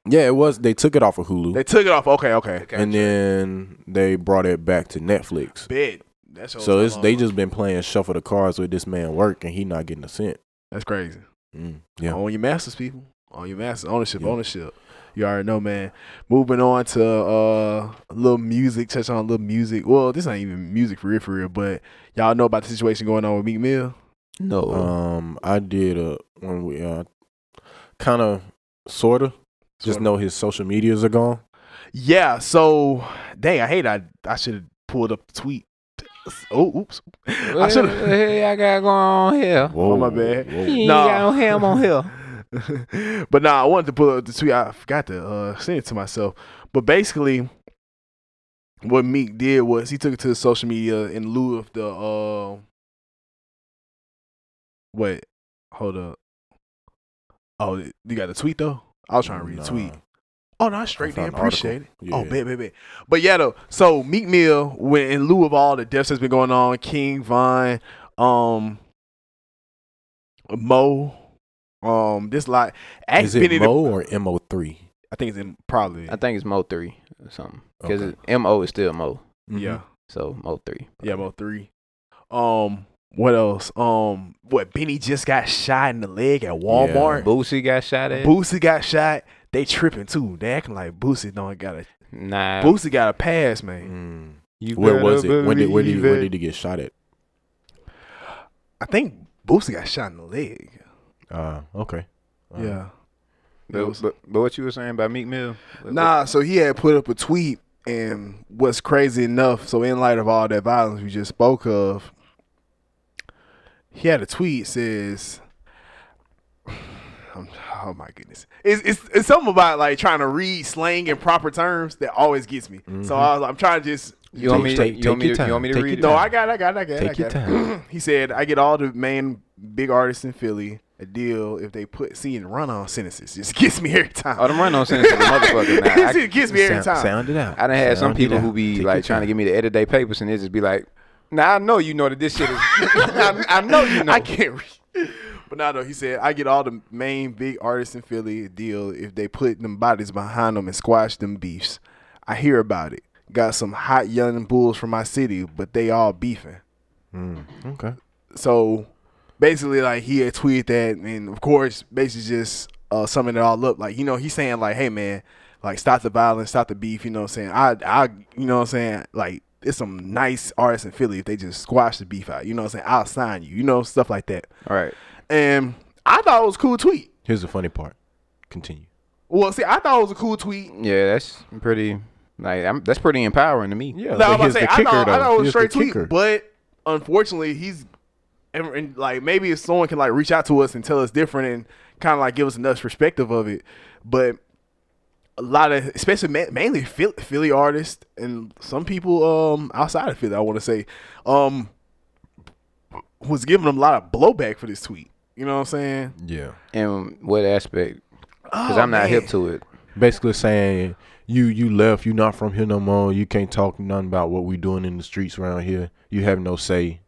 Speaker 2: Yeah, it was. They took it off of Hulu,
Speaker 3: They took it off. Okay, okay.
Speaker 2: and then they brought it back to Netflix.
Speaker 3: Bid. That's
Speaker 2: So it's they just been playing shuffle the cards with this man work, and he not getting a cent.
Speaker 3: that's crazy.
Speaker 2: Mm, yeah.
Speaker 3: Own your masters, people. Own your masters. Ownership,
Speaker 2: Yeah.
Speaker 3: ownership. You already know, man. Moving on to uh, a little music. Touch on a little music. Well, this ain't even music for real, for real. But y'all know about the situation going on with Meek Mill.
Speaker 1: No.
Speaker 2: Um, I did a when we uh, kind of sorta just
Speaker 3: Sorta.
Speaker 2: know his social medias are gone.
Speaker 3: Yeah. So, dang, I hate. I I should have pulled up the tweet. Oh, oops.
Speaker 1: Uh,
Speaker 3: I should
Speaker 4: What
Speaker 3: have.
Speaker 4: the hell y'all got going on here?
Speaker 2: Whoa,
Speaker 3: my bad.
Speaker 4: He ain't
Speaker 3: Nah.
Speaker 4: got no ham on here.
Speaker 3: *laughs* but nah, I wanted to pull up the tweet. I forgot to uh, send it to myself. But basically, what Meek did was he took it to his social media in lieu of the uh, wait, hold up. Oh, you got the tweet though? I was trying to read the tweet. Oh, no, I straight
Speaker 2: found
Speaker 3: did
Speaker 2: an article.
Speaker 3: appreciate it. Oh,
Speaker 2: Yeah.
Speaker 3: bet, bet, bet. But yeah, though. So Meek Mill, when in lieu of all the deaths that's been going on, King Vine, um, Mo, um, this lot. Axe
Speaker 2: Is it
Speaker 3: been in the-
Speaker 2: Mo or Mo three?
Speaker 3: I think it's in probably.
Speaker 1: I think it's Mo three or something. Because
Speaker 2: Okay.
Speaker 1: Mo is still Mo.
Speaker 2: mm-hmm.
Speaker 3: Yeah,
Speaker 1: So Mo three.
Speaker 3: yeah, Mo three. Um, what else? Um, what Benny just got shot in the leg at Walmart.
Speaker 1: Boosie got shot at.
Speaker 3: Boosie got shot. They tripping too. They acting like Boosie don't got a
Speaker 1: nah.
Speaker 3: Boosie got a pass, man.
Speaker 2: Mm.
Speaker 1: You
Speaker 2: Where
Speaker 1: better
Speaker 2: was it? When did where did, he,
Speaker 1: believe
Speaker 2: where
Speaker 1: it.
Speaker 2: did he get shot at?
Speaker 3: I think Boosie got shot in the leg.
Speaker 2: Uh, okay. Uh,
Speaker 3: Yeah.
Speaker 1: But, but, but what you were saying about Meek Mill? What-
Speaker 3: Nah, so he had put up a tweet, and what's crazy enough, so in light of all that violence we just spoke of, he had a tweet says, *sighs* um, "Oh my goodness, it's, it's it's something about like trying to read slang in proper terms that always gets me."
Speaker 1: Mm-hmm.
Speaker 3: So I was, I'm trying to just
Speaker 1: what- you want me? to-
Speaker 2: Take-
Speaker 1: you want me
Speaker 2: take
Speaker 1: to? You
Speaker 2: your
Speaker 1: want me to
Speaker 2: time.
Speaker 1: read?
Speaker 2: Take
Speaker 1: it?
Speaker 3: no, I got, it, I got, it, I got. it, I
Speaker 2: Take your
Speaker 3: got it. *clears throat* he said, "I get all the main big artists in Philly a deal if they put C in run-on sentences. Just gets me every time."
Speaker 1: Oh, them
Speaker 3: *laughs*
Speaker 1: run on sentences, *laughs* motherfucker. Nah,
Speaker 3: This
Speaker 1: I,
Speaker 3: shit gets me every
Speaker 2: Sound,
Speaker 3: time.
Speaker 2: sound it out.
Speaker 1: I done had some
Speaker 2: Sound it
Speaker 1: people
Speaker 2: out.
Speaker 1: who be
Speaker 2: Take your
Speaker 1: like trying to
Speaker 2: time.
Speaker 1: get me to edit their papers, and it just be like, "Nah, I know you know that this shit is. *laughs* I, I know you know."
Speaker 3: I can't read. But now though, he said, I get all the main big artists in Philly a deal if they put them bodies behind them and squash them beefs. I hear about it. Got some hot young bulls from my city, but they all beefing.
Speaker 2: Mm, okay.
Speaker 3: So basically, like he had tweeted that, and of course, basically just uh, summing it all up. Like you know, he's saying like, "Hey man, like stop the violence, stop the beef." You know what I'm saying? I, I, you know what I'm saying? Like it's some nice artists in Philly if they just squash the beef out. You know what I'm saying? I'll sign you. You know stuff like that.
Speaker 1: All right.
Speaker 3: And I thought it was a cool tweet.
Speaker 2: Here's the funny part. Continue.
Speaker 3: Well, see, I thought it was a cool tweet.
Speaker 1: Yeah, that's pretty. Like, I'm, that's pretty empowering to me.
Speaker 2: Yeah.
Speaker 3: No, I was about to say, I thought, I thought it was a
Speaker 2: Here's the
Speaker 3: straight tweet,
Speaker 2: kicker.
Speaker 3: but unfortunately, he's and, and, like maybe if someone can like reach out to us and tell us different and kind of like give us another perspective of it, but a lot of especially ma- mainly Philly, Philly artists and some people um outside of Philly, I want to say, um, was giving them a lot of blowback for this tweet. You know what I'm saying?
Speaker 2: yeah.
Speaker 1: And what aspect? Because
Speaker 3: Oh,
Speaker 1: I'm not
Speaker 3: man.
Speaker 1: hip to it.
Speaker 2: Basically saying you you left, you not from here no more. You can't talk nothing about what we doing in the streets around here. You have no say.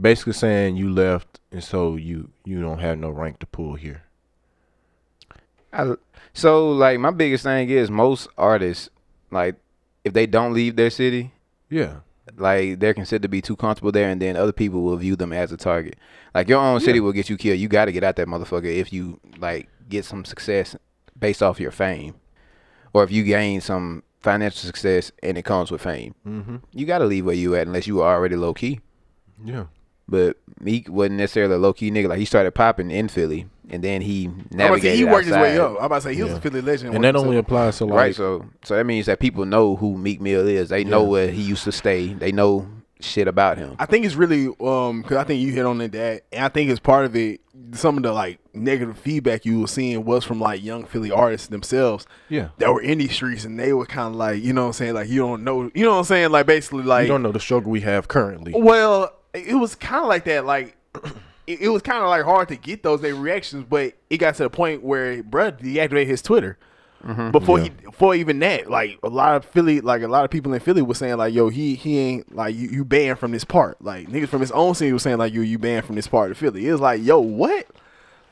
Speaker 2: Basically saying you left, and so you you don't have no rank to pull here.
Speaker 1: I, so like my biggest thing is most artists like if they don't leave their city
Speaker 2: Yeah.
Speaker 1: like they're considered to be too comfortable there and then other people will view them as a target like your own city will get you killed you got to get out that motherfucker if you like get some success based off your fame or if you gain some financial success and it comes with fame.
Speaker 2: Mm-hmm.
Speaker 1: You got to leave where you at unless you were already low key.
Speaker 2: Yeah.
Speaker 1: But Meek wasn't necessarily a low key nigga. Like he started popping in Philly, and then he
Speaker 3: I'm about to say he
Speaker 1: navigated
Speaker 3: worked
Speaker 1: outside.
Speaker 3: his way up. I'm about to say he was
Speaker 2: Yeah.
Speaker 3: a Philly legend.
Speaker 2: And that
Speaker 3: working
Speaker 2: only
Speaker 3: his-
Speaker 2: applies to like
Speaker 1: right. So so that means that people know who Meek Mill is. They know
Speaker 2: Yeah.
Speaker 1: where he used to stay. They know shit about him.
Speaker 3: I think it's really um because I think you hit on it that, and I think it's part of it. Some of the like negative feedback you were seeing was from like young Philly artists themselves
Speaker 2: yeah.
Speaker 3: that were in these streets, and they were kind of like, you know, what I'm saying like you don't know, you know, what I'm saying like basically
Speaker 2: You
Speaker 3: like
Speaker 2: don't know the struggle we have currently.
Speaker 3: Well, it was kind of like that. Like *clears throat* it, it was kind of like hard to get those their reactions, but it got to the point where bruh deactivated his Twitter. Before he, before even that, like a lot of Philly, like a lot of people in Philly was saying, like, yo, he he ain't like you, you banned from this part. Like niggas from his own city was saying, like, yo, you banned from this part of Philly. It was like, yo, what?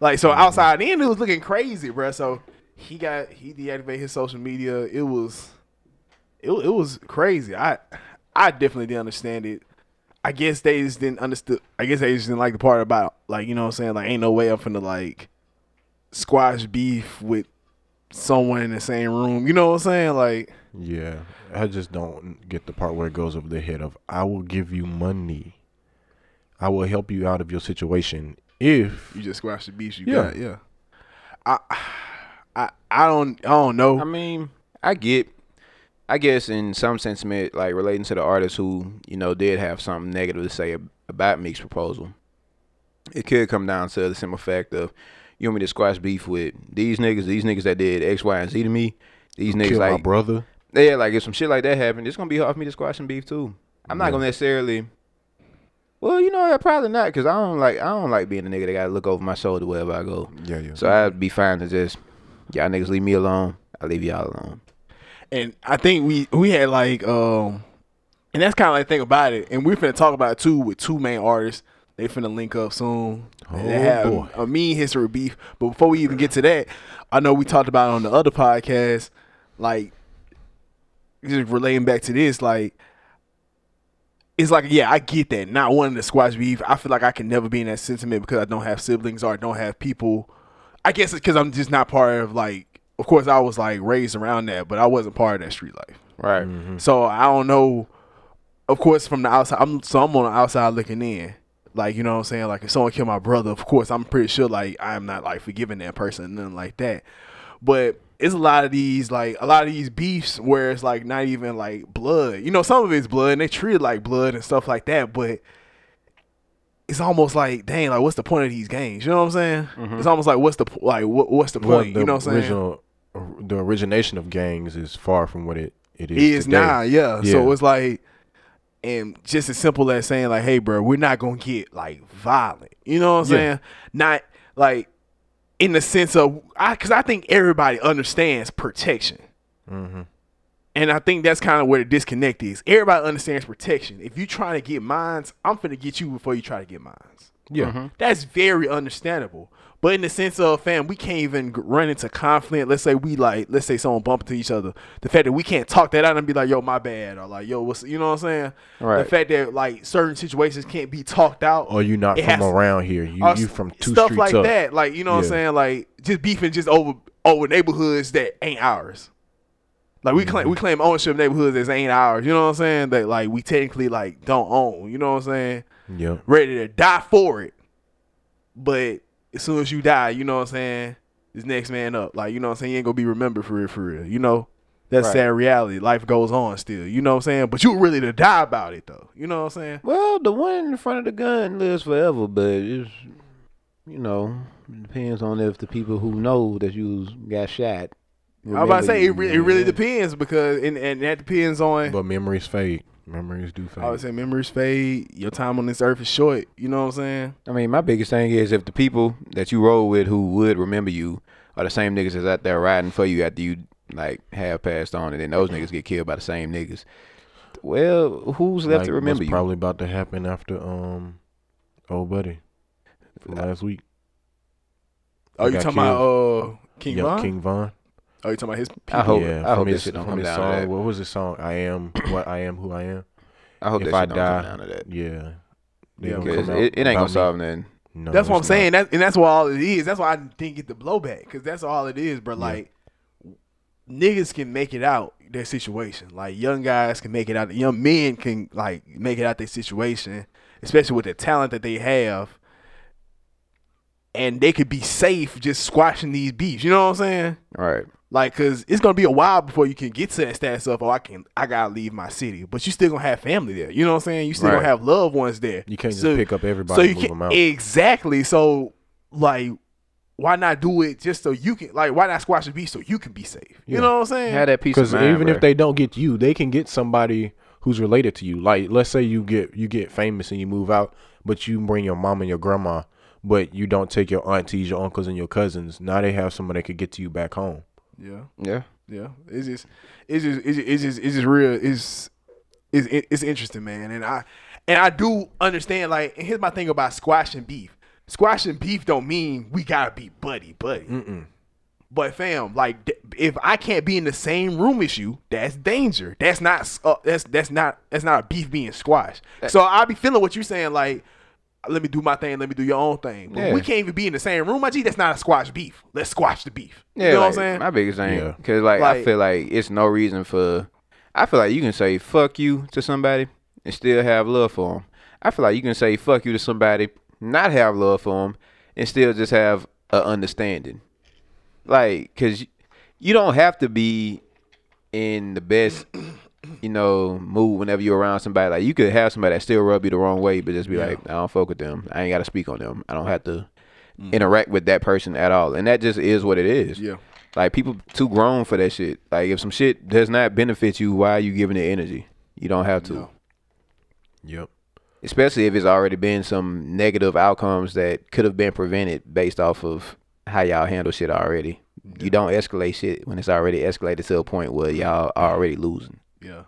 Speaker 3: Like so outside in, it was looking crazy, bruh. So he got he deactivated his social media. It was it, it was crazy. I I definitely didn't understand it. I guess they just didn't understood. I guess they just didn't like the part about like you know what I'm saying. Like ain't no way I'm finna like squash beef with someone in the same room. You know what I'm saying? Like
Speaker 2: Yeah, I just don't get the part where it goes over the head of I will give you money. I will help you out of your situation if
Speaker 3: you just squash the beef you
Speaker 2: Yeah.
Speaker 3: got. Yeah. I I I don't I don't know.
Speaker 1: I mean, I get, I guess in some sentiment, like relating to the artists who you know did have something negative to say ab- about Meek's proposal. It could come down to the simple fact of you want me to squash beef with these niggas, these niggas that did X, Y, and Z to me. These niggas
Speaker 2: kill my
Speaker 1: like
Speaker 2: brother.
Speaker 1: yeah, like if some shit like that happened, it's gonna be hard for me to squash some beef too. I'm not gonna necessarily. Well, you know, what, probably not, cause I don't like I don't like being a nigga that gotta look over my shoulder wherever I go.
Speaker 2: Yeah, yeah.
Speaker 1: So I'd be fine to just y'all niggas leave me alone. I leave y'all alone.
Speaker 3: and I think we we had like um and that's kind of like the thing about it. And we're finna talk about it too with two main artists. They finna link up soon.
Speaker 2: Oh,
Speaker 3: they have
Speaker 2: boy.
Speaker 3: a mean history of beef. But before we even get to that, I know we talked about it on the other podcast, like just relating back to this, like it's like yeah, I get that. Not wanting to squash beef. I feel like I can never be in that sentiment because I don't have siblings or I don't have people. I guess it's because I'm just not part of like. Of course, I was like raised around that, but I wasn't part of that street life.
Speaker 1: Right.
Speaker 2: Mm-hmm.
Speaker 3: So I don't know. Of course, from the outside, I'm so I'm on the outside looking in. Like you know what I'm saying. Like if someone killed my brother, of course I'm pretty sure like I'm not like forgiving that person, nothing like that. But it's a lot of these like a lot of these beefs where it's like not even like blood. You know, some of it's blood and they treat it like blood and stuff like that. But it's almost like dang, like what's the point of these games? You know what I'm saying? It's almost like what's the po- like what, what's the
Speaker 2: Well,
Speaker 3: point? you know Mm-hmm. what I'm saying?
Speaker 2: original, or- the origination of gangs is far from what it, it is.
Speaker 3: He is
Speaker 2: today.
Speaker 3: now, yeah. So
Speaker 2: Yeah.
Speaker 3: it's like, and just as simple as saying like, "Hey, bro, we're not gonna get like violent." You know what I'm
Speaker 2: Yeah.
Speaker 3: saying? Not like in the sense of, I because I think everybody understands protection.
Speaker 2: Mm-hmm.
Speaker 3: And I think that's kind of where the disconnect is. Everybody understands protection. If you trying to get mines, I'm finna get you before you try to get mines.
Speaker 2: Yeah.
Speaker 3: That's very understandable. But in the sense of fam, we can't even g- run into conflict. Let's say we like, let's say someone bump into each other. The fact that we can't talk that out and be like, "Yo, my bad," or like, "Yo, what's," you know what I'm saying? The
Speaker 1: Right.
Speaker 3: fact that like certain situations can't be talked out,
Speaker 2: Or you not
Speaker 3: It
Speaker 2: from
Speaker 3: has-
Speaker 2: around here. Oh, You
Speaker 3: or
Speaker 2: you
Speaker 3: s-
Speaker 2: from two
Speaker 3: stuff
Speaker 2: streets
Speaker 3: like
Speaker 2: up.
Speaker 3: that. Like you know what I'm
Speaker 2: Yeah.
Speaker 3: saying? Like just beefing just over over neighborhoods that ain't ours. Like we
Speaker 2: Mm-hmm.
Speaker 3: claim we claim ownership of neighborhoods that ain't ours. You know what I'm saying? That like we technically like don't own. You know what I'm saying?
Speaker 2: Yep.
Speaker 3: ready to die for it. But as soon as you die, you know what I'm saying? This next man up. Like, you know what I'm saying? You ain't gonna be remembered for real, for real. You know? That's
Speaker 1: Right.
Speaker 3: sad reality. Life goes on still. You know what I'm saying? But you really to die about it though. You know what I'm saying?
Speaker 1: Well, the one in front of the gun lives forever, but it's you know it depends on if the people who know that you got shot.
Speaker 3: I was about to say it,
Speaker 1: remember
Speaker 3: re-
Speaker 1: you.
Speaker 3: it really depends because and, and that depends on
Speaker 2: But memories fade. Memories do fade.
Speaker 3: I would say memories fade. Your time on this earth is short. You know what I'm saying?
Speaker 1: I mean, my biggest thing is if the people that you roll with who would remember you are the same niggas that's out there riding for you after you like have passed on, and then those niggas get killed by the same niggas. Well, who's left
Speaker 2: Like,
Speaker 1: to
Speaker 2: what's
Speaker 1: remember you?
Speaker 2: Probably about to happen after um, old buddy, from last week.
Speaker 3: Oh, you
Speaker 2: got
Speaker 3: talking about uh King
Speaker 2: Young
Speaker 3: Von?
Speaker 2: King Von.
Speaker 3: Oh, you talking about his people?
Speaker 1: I hope. I
Speaker 2: from
Speaker 1: hope
Speaker 2: his-
Speaker 1: this shit don't
Speaker 2: from
Speaker 1: come
Speaker 2: his
Speaker 1: down
Speaker 2: song,
Speaker 1: to that.
Speaker 2: What was his song? I am what I am, who I am.
Speaker 1: I hope
Speaker 2: if
Speaker 1: that
Speaker 2: I
Speaker 1: shit don't come
Speaker 2: die,
Speaker 1: down to that.
Speaker 2: Yeah, They
Speaker 3: Yeah,
Speaker 2: gonna
Speaker 1: 'Cause
Speaker 2: come out
Speaker 1: it, it ain't
Speaker 2: about
Speaker 1: gonna
Speaker 2: me.
Speaker 1: solve nothing.
Speaker 2: No,
Speaker 3: That's what I'm
Speaker 2: it's not.
Speaker 3: saying. That, and that's what all it is. That's why I didn't get the blowback because that's all it is, bro. Like, niggas can make it out their situation. Like young guys can make it out. Young men can like make it out their situation, especially with the talent that they have. And they could be safe just squashing these beefs. You know what I'm saying?
Speaker 1: All right.
Speaker 3: Like, cause it's gonna be a while before you can get to that status of, oh, I can, I gotta leave my city. But you still gonna have family there. You know what I'm saying? You still
Speaker 1: Right.
Speaker 3: gonna have loved ones there.
Speaker 2: You can't just
Speaker 3: So-
Speaker 2: pick up everybody
Speaker 3: So
Speaker 2: and
Speaker 3: you
Speaker 2: move
Speaker 3: can
Speaker 2: them out.
Speaker 3: not exactly. So like, why not do it just so you can like? Why not squash the beef so you can be safe? You
Speaker 2: Yeah.
Speaker 3: know what I'm saying?
Speaker 1: Have that piece of
Speaker 2: Because
Speaker 1: mind,
Speaker 2: even
Speaker 1: bruh.
Speaker 2: if they don't get you, they can get somebody who's related to you. Like let's say you get you get famous and you move out, but you bring your mom and your grandma, but you don't take your aunties, your uncles, and your cousins. Now they have someone that could get to you back home.
Speaker 3: yeah,
Speaker 1: yeah.
Speaker 3: yeah. It's just, it's just, it's just, it's just, it's just real. It's, it's, it's interesting, man. And I, and I do understand. Like, and here's my thing about squashing beef. Squashing beef don't mean we gotta be buddy buddy. But fam, like d- if I can't be in the same room as you, that's danger. That's not s- uh, that's that's not that's not a beef being squashed. So I be feeling what you're saying, like let me do my thing, let me do your own thing. But
Speaker 1: Yeah.
Speaker 3: we can't even be in the same room, my G. That's not a squash beef. Let's squash the beef.
Speaker 1: Yeah,
Speaker 3: you know
Speaker 1: like,
Speaker 3: what I'm saying?
Speaker 1: My biggest thing,
Speaker 2: Yeah.
Speaker 1: because like,
Speaker 3: Like-
Speaker 1: I feel like it's no reason for. I feel like you can say fuck you to somebody and still have love for them. I feel like you can say fuck you to somebody, not have love for them, and still just have a understanding. Like, cause you don't have to be in the best, you know, mood whenever you're around somebody. Like, you could have somebody that still rub you the wrong way, but just be like, I don't fuck with them. I ain't got to speak on them. I don't have to interact with that person at all. And that just is what it is.
Speaker 3: Mm. Yeah.
Speaker 1: Like people too grown for that shit. Like if some shit does not benefit you, why are you giving it energy? You don't have to.
Speaker 3: No.
Speaker 2: Yep.
Speaker 1: Especially if it's already been some negative outcomes that could have been prevented based off of how y'all handle shit already. You don't escalate shit when it's already escalated to a point where y'all are already losing.
Speaker 3: Yeah.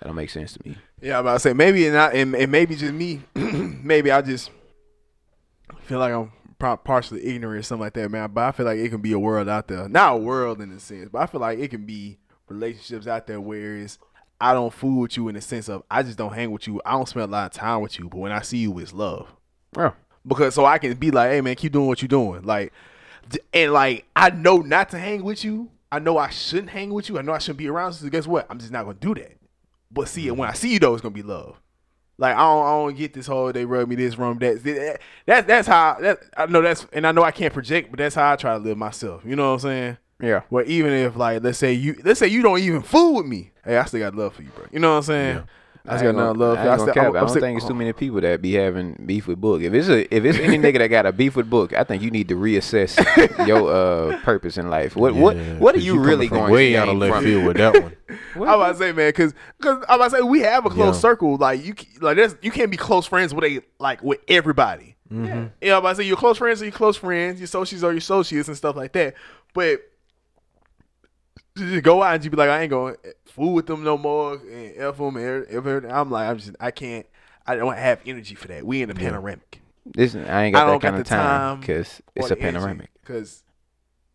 Speaker 1: That don't make sense to me.
Speaker 3: Yeah, I'm about to say maybe and I and, and maybe just me. *clears throat* maybe I just feel like I'm pro- partially ignorant or something like that, man. But I feel like it can be a world out there, not a world in a sense, but I feel like it can be relationships out there where it's I don't fool with you in the sense of I just don't hang with you. I don't spend a lot of time with you, but when I see you, it's love
Speaker 1: Bro.
Speaker 3: because so I can be like, hey man, keep doing what you're doing. Like, d- and like I know not to hang with you. I know I shouldn't hang with you. I know I shouldn't be around. So guess what? I'm just not gonna do that. But see, when I see you though, it's gonna be love. Like I don't, I don't get this whole they rub me this rub me that. that. That's that's how that I know that's and I know I can't project, but that's how I try to live myself. You know what I'm saying?
Speaker 1: Yeah.
Speaker 3: Where even if like let's say you let's say you don't even fool with me, hey, I still got love for you, bro. You know what I'm saying? I still got nothing love.
Speaker 1: I
Speaker 3: for you.
Speaker 1: ain't gonna
Speaker 3: still-
Speaker 1: cap.
Speaker 3: I'm-
Speaker 1: I
Speaker 3: I'm
Speaker 1: don't
Speaker 3: still-
Speaker 1: think it's too many people that be having beef with Book. If it's a, if it's any nigga that got a beef with Book, I think you need to reassess your uh, purpose in life. What what
Speaker 2: Yeah,
Speaker 1: what are
Speaker 2: 'cause
Speaker 1: you,
Speaker 2: coming
Speaker 1: really
Speaker 2: from
Speaker 1: going
Speaker 2: way
Speaker 1: to
Speaker 2: out of
Speaker 1: gain
Speaker 2: left
Speaker 1: from
Speaker 2: field
Speaker 1: it?
Speaker 2: with that one?
Speaker 3: I was about to say, man, because because I was about to say we have a close
Speaker 2: Yeah.
Speaker 3: circle. Like you, c- like there's you can't be close friends with a like with everybody.
Speaker 1: Mm-hmm.
Speaker 3: Yeah, you know, I'm about to say your close friends are your close friends, your associates are your associates, and stuff like that. But you just go out and you be like, I ain't going to fool with them no more, and f them, and ev- everything. I'm like, I'm just, I can't, I don't have energy for that. We in a panoramic.
Speaker 1: This I ain't
Speaker 3: I
Speaker 1: got that
Speaker 3: don't got
Speaker 1: kind
Speaker 3: the
Speaker 1: of time
Speaker 3: time
Speaker 1: because it's a panoramic.
Speaker 3: because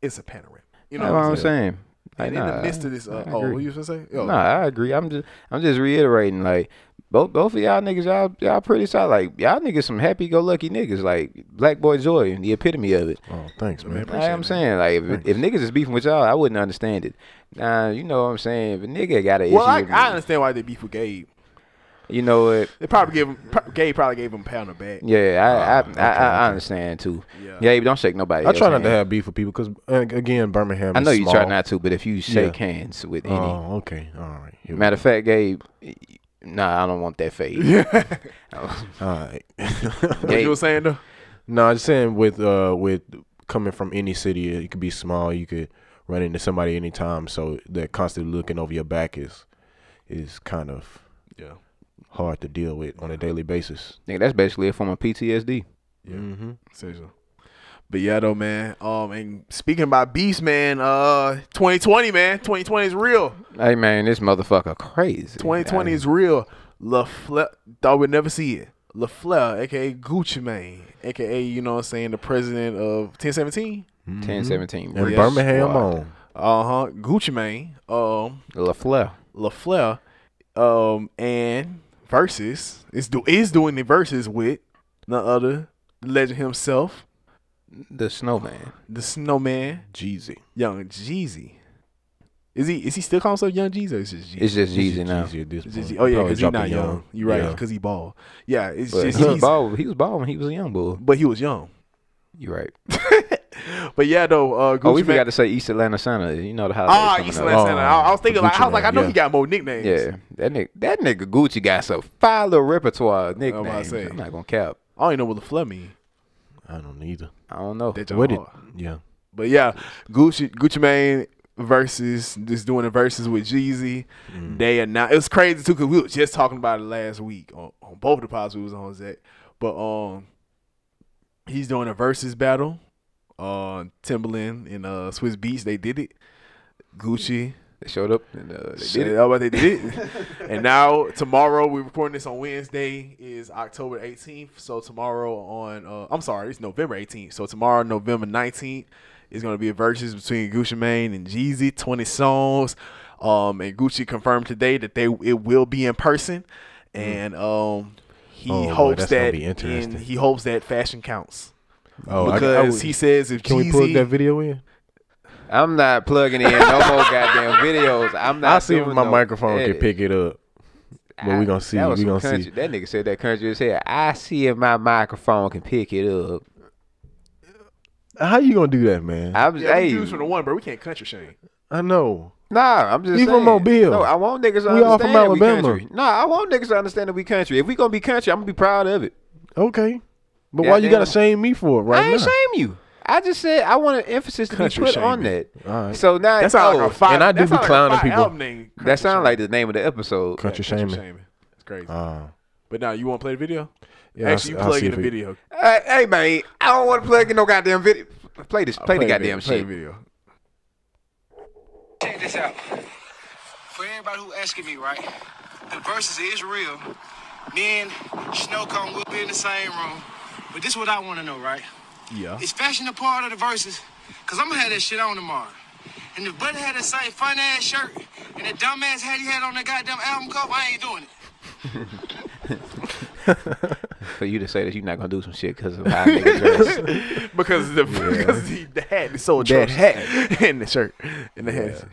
Speaker 3: it's a panoramic. You
Speaker 1: That's
Speaker 3: know
Speaker 1: what
Speaker 3: what I'm
Speaker 1: I'm
Speaker 3: saying?
Speaker 1: saying. Like,
Speaker 3: And in
Speaker 1: nah,
Speaker 3: the midst of this, uh,
Speaker 1: I
Speaker 3: oh, what
Speaker 1: agree.
Speaker 3: you was gonna say? Yo,
Speaker 1: No, I agree. I'm just I'm just reiterating like both both of y'all niggas y'all y'all pretty solid. Like y'all niggas some happy go lucky niggas like Black Boy Joy, the epitome of it.
Speaker 2: Oh, thanks, man.
Speaker 1: Like I'm saying like if, if niggas is beefing with y'all, I wouldn't understand it. Nah, you know what I'm saying. If a nigga got an
Speaker 3: well,
Speaker 1: issue,
Speaker 3: I,
Speaker 1: with
Speaker 3: I
Speaker 1: me,
Speaker 3: understand why they beef with Gabe.
Speaker 1: you know what?
Speaker 3: They probably gave him. Pro- Gabe probably gave him a pound of back.
Speaker 2: Ah,
Speaker 1: Yeah, I I, I, I, I understand too.
Speaker 3: Yeah.
Speaker 1: Yeah, but don't shake nobody.
Speaker 2: I try
Speaker 1: else's
Speaker 2: not to
Speaker 1: hand.
Speaker 2: have beef with people because again, Birmingham.
Speaker 1: I know
Speaker 2: is
Speaker 1: you
Speaker 2: small.
Speaker 1: try not to, but if you shake hands with any,
Speaker 2: Oh, okay, all right. Here we
Speaker 1: matter of fact, Gabe, nah, I don't want that
Speaker 2: *laughs*
Speaker 1: fade. *laughs* Oh,
Speaker 2: go. all right. *laughs*
Speaker 3: What
Speaker 1: Gabe-
Speaker 3: you were saying though?
Speaker 2: No, I'm just saying with uh with coming from any city, it could be small. You could run into somebody anytime, so they're constantly looking over your back is is kind of
Speaker 3: Yeah.
Speaker 2: hard to deal with on a daily basis. Mm-hmm.
Speaker 1: Nigga, that's basically a form of PTSD.
Speaker 3: Yeah. Seriously. But yeah, though, man. Um, and speaking about beast, man. Uh, 2020, man. 2020 is real.
Speaker 1: Hey man, this motherfucker crazy.
Speaker 3: 2020
Speaker 1: I-
Speaker 3: is real. LaFleur thought we'd never see it. LaFleur, aka Gucci Mane, aka you know what I'm saying, the president of 1017.
Speaker 1: 1017.
Speaker 2: Mm-hmm. And
Speaker 1: Real
Speaker 2: Birmingham
Speaker 1: squad.
Speaker 2: on.
Speaker 3: Uh huh. Gucci Mane. Um,
Speaker 1: LaFleur.
Speaker 3: LaFleur, um, and versus is do is doing the verses with the other legend himself,
Speaker 1: The snowman.
Speaker 3: the snowman,
Speaker 2: Jeezy.
Speaker 3: Young Jeezy. Is he is he still calling himself Young Jeezy? Or is it Jeezy?
Speaker 1: It's just Jeezy now.
Speaker 2: Jeezy at this
Speaker 3: It's just-
Speaker 2: point.
Speaker 3: oh yeah,
Speaker 2: Probably
Speaker 3: because he's not
Speaker 2: dropping
Speaker 3: young. You're right,
Speaker 2: Yeah.
Speaker 3: because he bald. Yeah, it's
Speaker 1: But
Speaker 3: just
Speaker 1: he was
Speaker 3: he's,
Speaker 1: *laughs* bald. He was bald when he was a young bull.
Speaker 3: but he was young.
Speaker 1: You right.
Speaker 3: But yeah, though. Uh, Gucci
Speaker 1: Oh, we
Speaker 3: Mane-
Speaker 1: forgot to say East Atlanta Santa. You know the holiday.
Speaker 3: Ah,
Speaker 1: coming
Speaker 3: East
Speaker 1: up. Oh,
Speaker 3: Atlanta. Santa. I, I was thinking, like,
Speaker 2: Gucci
Speaker 3: I was like, I
Speaker 2: Mane,
Speaker 3: know
Speaker 2: yeah.
Speaker 3: he got more nicknames.
Speaker 1: Yeah, that nigga, that nigga Gucci got some fire little repertoire of
Speaker 3: about to
Speaker 1: nicknames.
Speaker 3: say.
Speaker 1: I'm not gonna cap.
Speaker 3: I don't even know what the flood mean.
Speaker 2: I don't either.
Speaker 1: I don't know.
Speaker 3: That
Speaker 2: What did?
Speaker 3: y'all are.
Speaker 2: Yeah.
Speaker 3: But yeah, Gucci Gucci Mane versus just doing the verses with Jeezy. They are not. It was crazy too because we were just talking about it last week on, on both the pods we was on Zach. But um, he's doing a versus battle. Uh, Timberland and uh Swiss Beats they did it. Gucci.
Speaker 1: They showed up and uh, they
Speaker 3: Shit,
Speaker 1: did it.
Speaker 3: how about they did it? and now tomorrow we're recording this on Wednesday is October 18th. So tomorrow on uh, I'm sorry, it's November 18th. So tomorrow November 19th is going to be a versus between Gucci Mane and Jeezy, 20 songs. Um, and Gucci confirmed today that they it will be in person, and um, he
Speaker 2: Hmm. Oh, boy,
Speaker 3: hopes
Speaker 2: that's gonna
Speaker 3: that
Speaker 2: be interesting.
Speaker 3: and he hopes that fashion counts
Speaker 2: Oh, I- I
Speaker 3: because
Speaker 2: would-
Speaker 3: he says if
Speaker 2: can
Speaker 3: Jeezy,
Speaker 2: we plug that video in?
Speaker 1: I'm not plugging in no more goddamn videos. I'm not.
Speaker 2: I'll see if
Speaker 1: doing
Speaker 2: my
Speaker 1: no
Speaker 2: microphone
Speaker 1: edit.
Speaker 2: can pick it up. But we gonna see.
Speaker 1: Ah, That was
Speaker 2: We
Speaker 1: some
Speaker 2: gonna
Speaker 1: country.
Speaker 2: see.
Speaker 1: That nigga said that country as hell. I see if my microphone can pick it up.
Speaker 2: How you gonna do that, man? I,
Speaker 1: I'm
Speaker 3: yeah,
Speaker 1: hey,
Speaker 3: we choose from the one, bro. We can't country shame.
Speaker 2: know.
Speaker 1: nah. I'm just
Speaker 2: You from
Speaker 1: saying.
Speaker 2: Mobile.
Speaker 1: No, I want niggas to
Speaker 2: We all
Speaker 1: understand
Speaker 2: from
Speaker 1: that we
Speaker 2: Alabama.
Speaker 1: country. Nah, I want niggas to understand that we country. If we gonna be country, I'm gonna be proud of it.
Speaker 2: Okay, but why you
Speaker 1: Goddamn.
Speaker 2: gotta shame me for it right
Speaker 1: I ain't
Speaker 2: now?
Speaker 1: shame you. I just said I want an emphasis to
Speaker 3: Country
Speaker 1: be put
Speaker 3: shaming.
Speaker 1: on that.
Speaker 2: All right.
Speaker 1: So now
Speaker 3: That sounds like a five.
Speaker 2: oh, and I do
Speaker 3: that
Speaker 2: be
Speaker 3: sound like a
Speaker 2: clowning
Speaker 3: five
Speaker 2: people.
Speaker 3: album name, country
Speaker 1: That sounds
Speaker 3: shaming.
Speaker 1: like the name of the episode.
Speaker 2: country
Speaker 3: Country
Speaker 2: shaming.
Speaker 3: It's crazy.
Speaker 2: Uh,
Speaker 3: but now you want to play the video?
Speaker 2: yeah,
Speaker 3: Actually, you
Speaker 2: I'll- I'll
Speaker 3: plug
Speaker 2: see
Speaker 3: in
Speaker 2: if
Speaker 3: the
Speaker 2: it-
Speaker 3: video.
Speaker 1: Hey, hey, man, I don't want to plug in no goddamn video. Play this, play, the
Speaker 3: video,
Speaker 1: goddamn
Speaker 3: play
Speaker 1: shit.
Speaker 3: the video.
Speaker 5: Check this out. For everybody who asking me, right? The verses is real. Me and Snow Cone will be in the same room. But this is what I want to know, right?
Speaker 3: Yeah.
Speaker 5: Is fashion a part of the verses? Cause I'm gonna have that shit on tomorrow. And if Buddy had that same fun ass shirt and that dumb ass hat he had on that goddamn album cover, I ain't doing it.
Speaker 1: For you to say that you're not gonna do some shit because of how *laughs* niggas dress.
Speaker 3: *laughs* Because the because he, the hat is so
Speaker 1: That
Speaker 3: atrocious. *laughs*
Speaker 1: hat.
Speaker 3: and the shirt and the hat.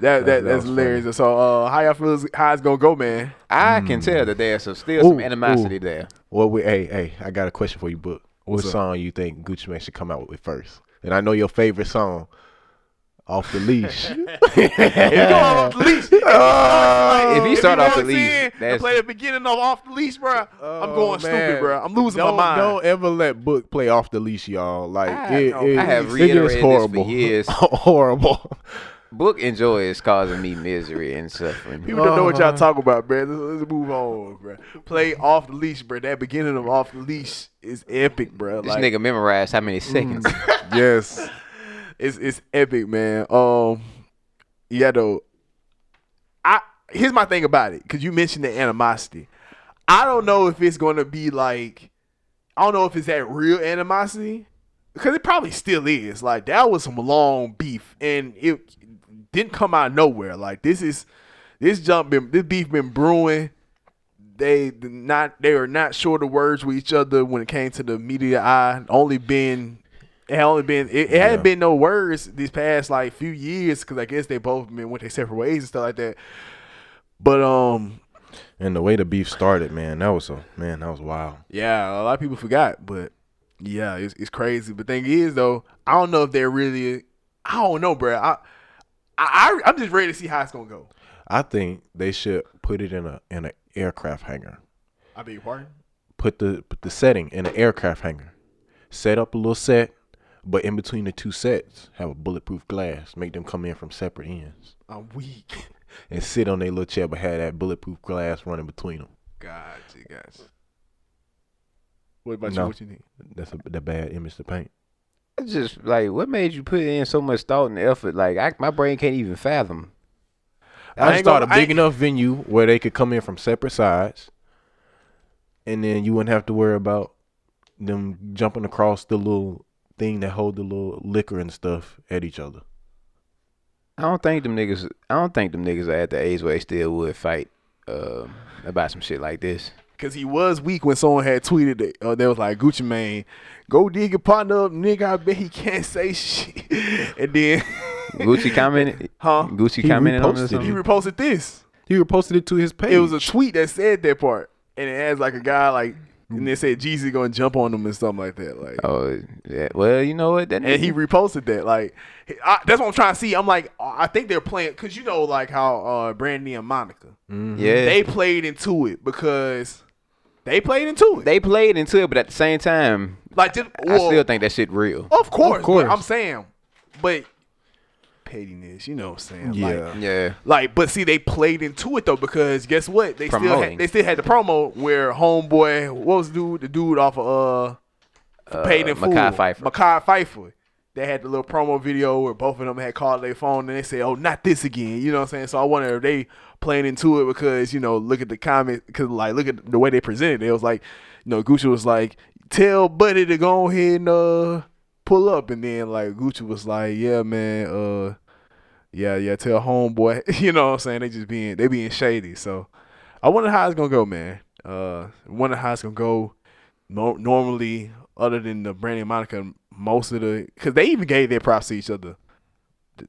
Speaker 3: That, that,
Speaker 2: that
Speaker 3: that's
Speaker 2: was funny.
Speaker 3: hilarious. So uh, how y'all feel? How it's gonna go, man?
Speaker 1: I can tell that there's some, still some
Speaker 2: Ooh,
Speaker 1: animosity
Speaker 2: ooh.
Speaker 1: there.
Speaker 2: Well, wait, hey, hey, I got a question for you, Book. What
Speaker 3: up?
Speaker 2: song you think Gucci Mane should come out with first? And I know your favorite song, "Off
Speaker 1: *laughs*
Speaker 2: the Leash."
Speaker 3: Off the leash.
Speaker 1: if he start off the
Speaker 3: walks in
Speaker 1: leash,
Speaker 3: and
Speaker 1: that's
Speaker 3: play the beginning of off the leash, bro. I'm going stupid, bro. I'm losing
Speaker 2: Oh, don't,
Speaker 3: my mind.
Speaker 2: Don't ever let Book play off the leash, y'all. Like
Speaker 1: I-
Speaker 2: it,
Speaker 1: no,
Speaker 2: it-
Speaker 1: I have
Speaker 2: it
Speaker 1: reiterated this
Speaker 2: is
Speaker 1: for
Speaker 2: horrible. *laughs*
Speaker 1: years.
Speaker 2: horrible.
Speaker 1: book and joy is causing me misery and suffering.
Speaker 3: People don't know what y'all talking about, bro. Let's, let's move on, bro. Play off the leash, bro. That beginning of off the leash is epic, bro.
Speaker 1: This
Speaker 3: Like, Mm.
Speaker 1: nigga memorized how many seconds.
Speaker 3: *laughs* yes, it's it's epic, man. Um, yeah, though. I here's my thing about it, cause you mentioned the animosity. I don't know if it's gonna be like, I don't know if it's that real animosity, cause it probably still is. Like that was some long beef, and it didn't come out of nowhere. Like this is this jump been this beef been brewing. They did not they were not short of words with each other when it came to the media eye. Only been it had only been it, it hadn't been no words these past like few years because I guess they both been went their separate ways and stuff like that. But um
Speaker 2: And the way the beef started, man, that was a man, that was wild.
Speaker 3: yeah, a lot of people forgot, but yeah, it's it's crazy. But thing is though, I don't know if they're really I don't know, bruh. I I I- I'm just ready to see how it's gonna go.
Speaker 2: I think they should put it in a in an aircraft hangar.
Speaker 3: I beg your pardon.
Speaker 2: Put the put the setting in an aircraft hangar. Set up a little set, but in between the two sets, have a bulletproof glass. Make them come in from separate ends
Speaker 3: I'm weak. *laughs*
Speaker 2: and sit on their little chair, but have that bulletproof glass running between them.
Speaker 3: Gotcha, gotcha. What about you?
Speaker 2: No.
Speaker 3: What you think?
Speaker 2: That's a the bad image to paint.
Speaker 1: It's just like what made you put in so much thought and effort? Like I, my brain can't even fathom.
Speaker 2: I,
Speaker 3: ain't
Speaker 2: just thought a
Speaker 3: gonna- I
Speaker 2: big
Speaker 3: ain't-
Speaker 2: enough venue where they could come in from separate sides, and then you wouldn't have to worry about them jumping across the little thing that hold the little liquor and stuff at each other.
Speaker 1: I don't think them niggas. I don't think them niggas are at the age where they still would fight um, about some shit like this.
Speaker 3: Because he was weak when someone had tweeted that. Uh, they was like, Gucci Mane, go dig your partner up, nigga. I bet he can't say shit. *laughs* And then
Speaker 1: Gucci *laughs* commented.
Speaker 3: Huh?
Speaker 1: Gucci
Speaker 2: He
Speaker 1: commented on this.
Speaker 2: reposted
Speaker 3: He
Speaker 1: Something?
Speaker 3: reposted this.
Speaker 2: He posted it to his page.
Speaker 3: It was a tweet that said that part, and it has like a guy like, and they said Jeezy gonna jump on him and something like that. Like,
Speaker 1: Oh, yeah. Well, you know what? That
Speaker 3: and he reposted that. Like, I, that's what I'm trying to see. I'm like, uh, I think they're playing because you know, like how uh, Brandy and Monica
Speaker 1: yeah.
Speaker 3: Mm-hmm. they
Speaker 1: They,
Speaker 3: played into it because they played into it.
Speaker 1: they played into it, but at the same time,
Speaker 3: like, just,
Speaker 1: I
Speaker 3: well,
Speaker 1: still think that shit real.
Speaker 3: of course,
Speaker 2: Of course.
Speaker 3: but I'm saying, but pettiness, you know what I'm saying? Like,
Speaker 2: yeah.
Speaker 1: Yeah.
Speaker 3: Like, but see, they played into it though because guess what? They still
Speaker 1: Promoting.
Speaker 3: had, they still had the promo where homeboy, what was the dude? The dude off of uh, paid in full,
Speaker 1: Mekhi Phifer.
Speaker 3: Makai Pfeiffer. They had the little promo video where both of them had called their phone and they said, "Oh, not this again." You know what I'm saying? So I wonder if they playing into it because you know, look at the comment, because like look at the way they presented. It It was like, you know, Gucci was like, "Tell Buddy to go ahead and uh, pull up," and then like Gucci was like, "Yeah, man, uh." yeah, yeah, tell homeboy. *laughs* You know what I'm saying? They just being they being shady. So I wonder how it's gonna go, man. Uh wonder how it's gonna go. No, normally, other than the Brandy and Monica, most of the because they even gave their props to each other.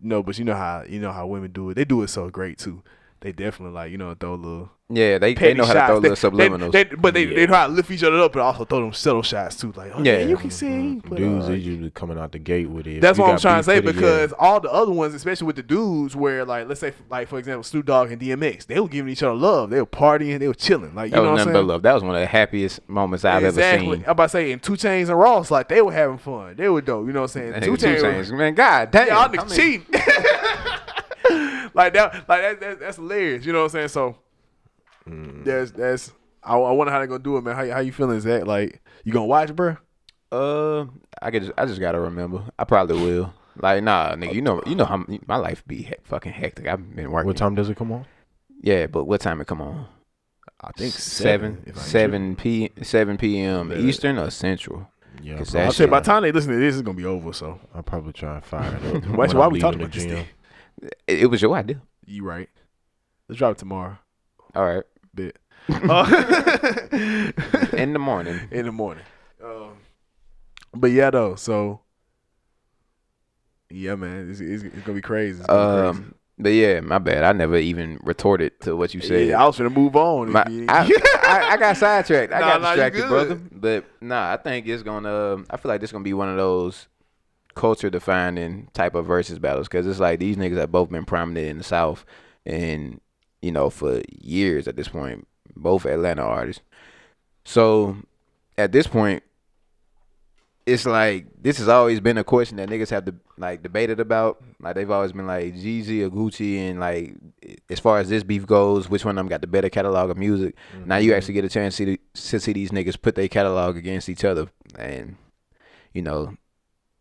Speaker 3: No, but you know how you know how women do it. They do it so great too. They definitely like you know throw a little
Speaker 1: Yeah. They,
Speaker 3: petty
Speaker 1: they know how
Speaker 3: shots.
Speaker 1: to throw
Speaker 3: They-
Speaker 1: little
Speaker 3: they-
Speaker 1: subliminals.
Speaker 3: They, but they, they know how to lift each other up, but also throw them subtle shots too. Like oh, yeah,
Speaker 1: Yeah. Mm-hmm.
Speaker 3: you can see. but,
Speaker 2: Dudes
Speaker 3: uh,
Speaker 2: are usually coming out the gate with it. If
Speaker 3: that's
Speaker 2: you
Speaker 3: what I'm
Speaker 2: got
Speaker 3: trying to
Speaker 2: beef
Speaker 3: say
Speaker 2: with it, yeah.
Speaker 3: because all the other ones, especially with the dudes, where like let's say like for example Snoop Dogg and DMX, they were giving each other love, they were partying, they were chilling, like you
Speaker 1: that
Speaker 3: know
Speaker 1: was
Speaker 3: what
Speaker 1: nothing
Speaker 3: I'm
Speaker 1: but
Speaker 3: saying.
Speaker 1: love. That was one of the happiest moments I've
Speaker 3: exactly. Oh,
Speaker 1: ever seen.
Speaker 3: I'm about to say in Two Chains and Ross, like they were having fun, they were dope. You know what I'm saying?
Speaker 1: That nigga Two Chains,
Speaker 3: *laughs*
Speaker 1: man. God damn.
Speaker 3: y'all
Speaker 1: I mean,
Speaker 3: niggas cheating. *laughs* like that, like that, that, that's hilarious. You know what I'm saying? So
Speaker 1: Mm.
Speaker 3: that's that's. I, I wonder how they gonna do it, man. How, you- how you feeling, Zach? Like you gonna watch, bro?
Speaker 1: Uh, I could. I just gotta remember. I probably will. Like, nah, nigga. You know. You know how m- my life be he- fucking hectic. I've been working.
Speaker 2: What time does it come on?
Speaker 1: Yeah, but what time it come on?
Speaker 2: I
Speaker 1: seven. Seven, p. Seven p.m. Eastern or Central.
Speaker 2: Yeah,
Speaker 1: 'Cause
Speaker 2: I'll
Speaker 1: that
Speaker 3: I said
Speaker 1: shit-
Speaker 3: by the time they listen to this, it's gonna be over. So
Speaker 2: I'll probably try and fire it up.
Speaker 3: *laughs* Why-
Speaker 2: when
Speaker 3: why
Speaker 2: I'm
Speaker 3: we talking
Speaker 2: leaving
Speaker 3: about
Speaker 2: the
Speaker 3: this
Speaker 2: gym.
Speaker 3: thing?
Speaker 1: It, it was your idea.
Speaker 3: you right. Let's drop it
Speaker 1: *laughs*
Speaker 3: tomorrow. *laughs*
Speaker 1: All right.
Speaker 3: bit. Uh,
Speaker 1: In the morning.
Speaker 3: in the morning. Um, but yeah, though. So yeah, man, it's, it's, it's gonna be crazy. It's gonna be
Speaker 1: Um. But yeah, my bad. I never even retorted to what you said.
Speaker 3: crazy. yeah, I was gonna move on.
Speaker 1: My-
Speaker 3: If you-
Speaker 1: I, *laughs* I, I got sidetracked. I
Speaker 3: Nah,
Speaker 1: got
Speaker 3: nah, you
Speaker 1: distracted,
Speaker 3: good.
Speaker 1: brother. But nah, I think it's gonna. um, I feel like this gonna be one of those culture defining type of versus battles because it's like these niggas have both been prominent in the South, and you know for years at this point, both Atlanta artists. So at this point, it's like this has always been a question that niggas have to like debated about. Like they've always been like Jeezy or Gucci, and like as far as this beef goes, which one of them got the better catalog of music?
Speaker 3: Mm-hmm.
Speaker 1: Now you actually get a chance to see, to see these niggas put their catalog against each other, and you know,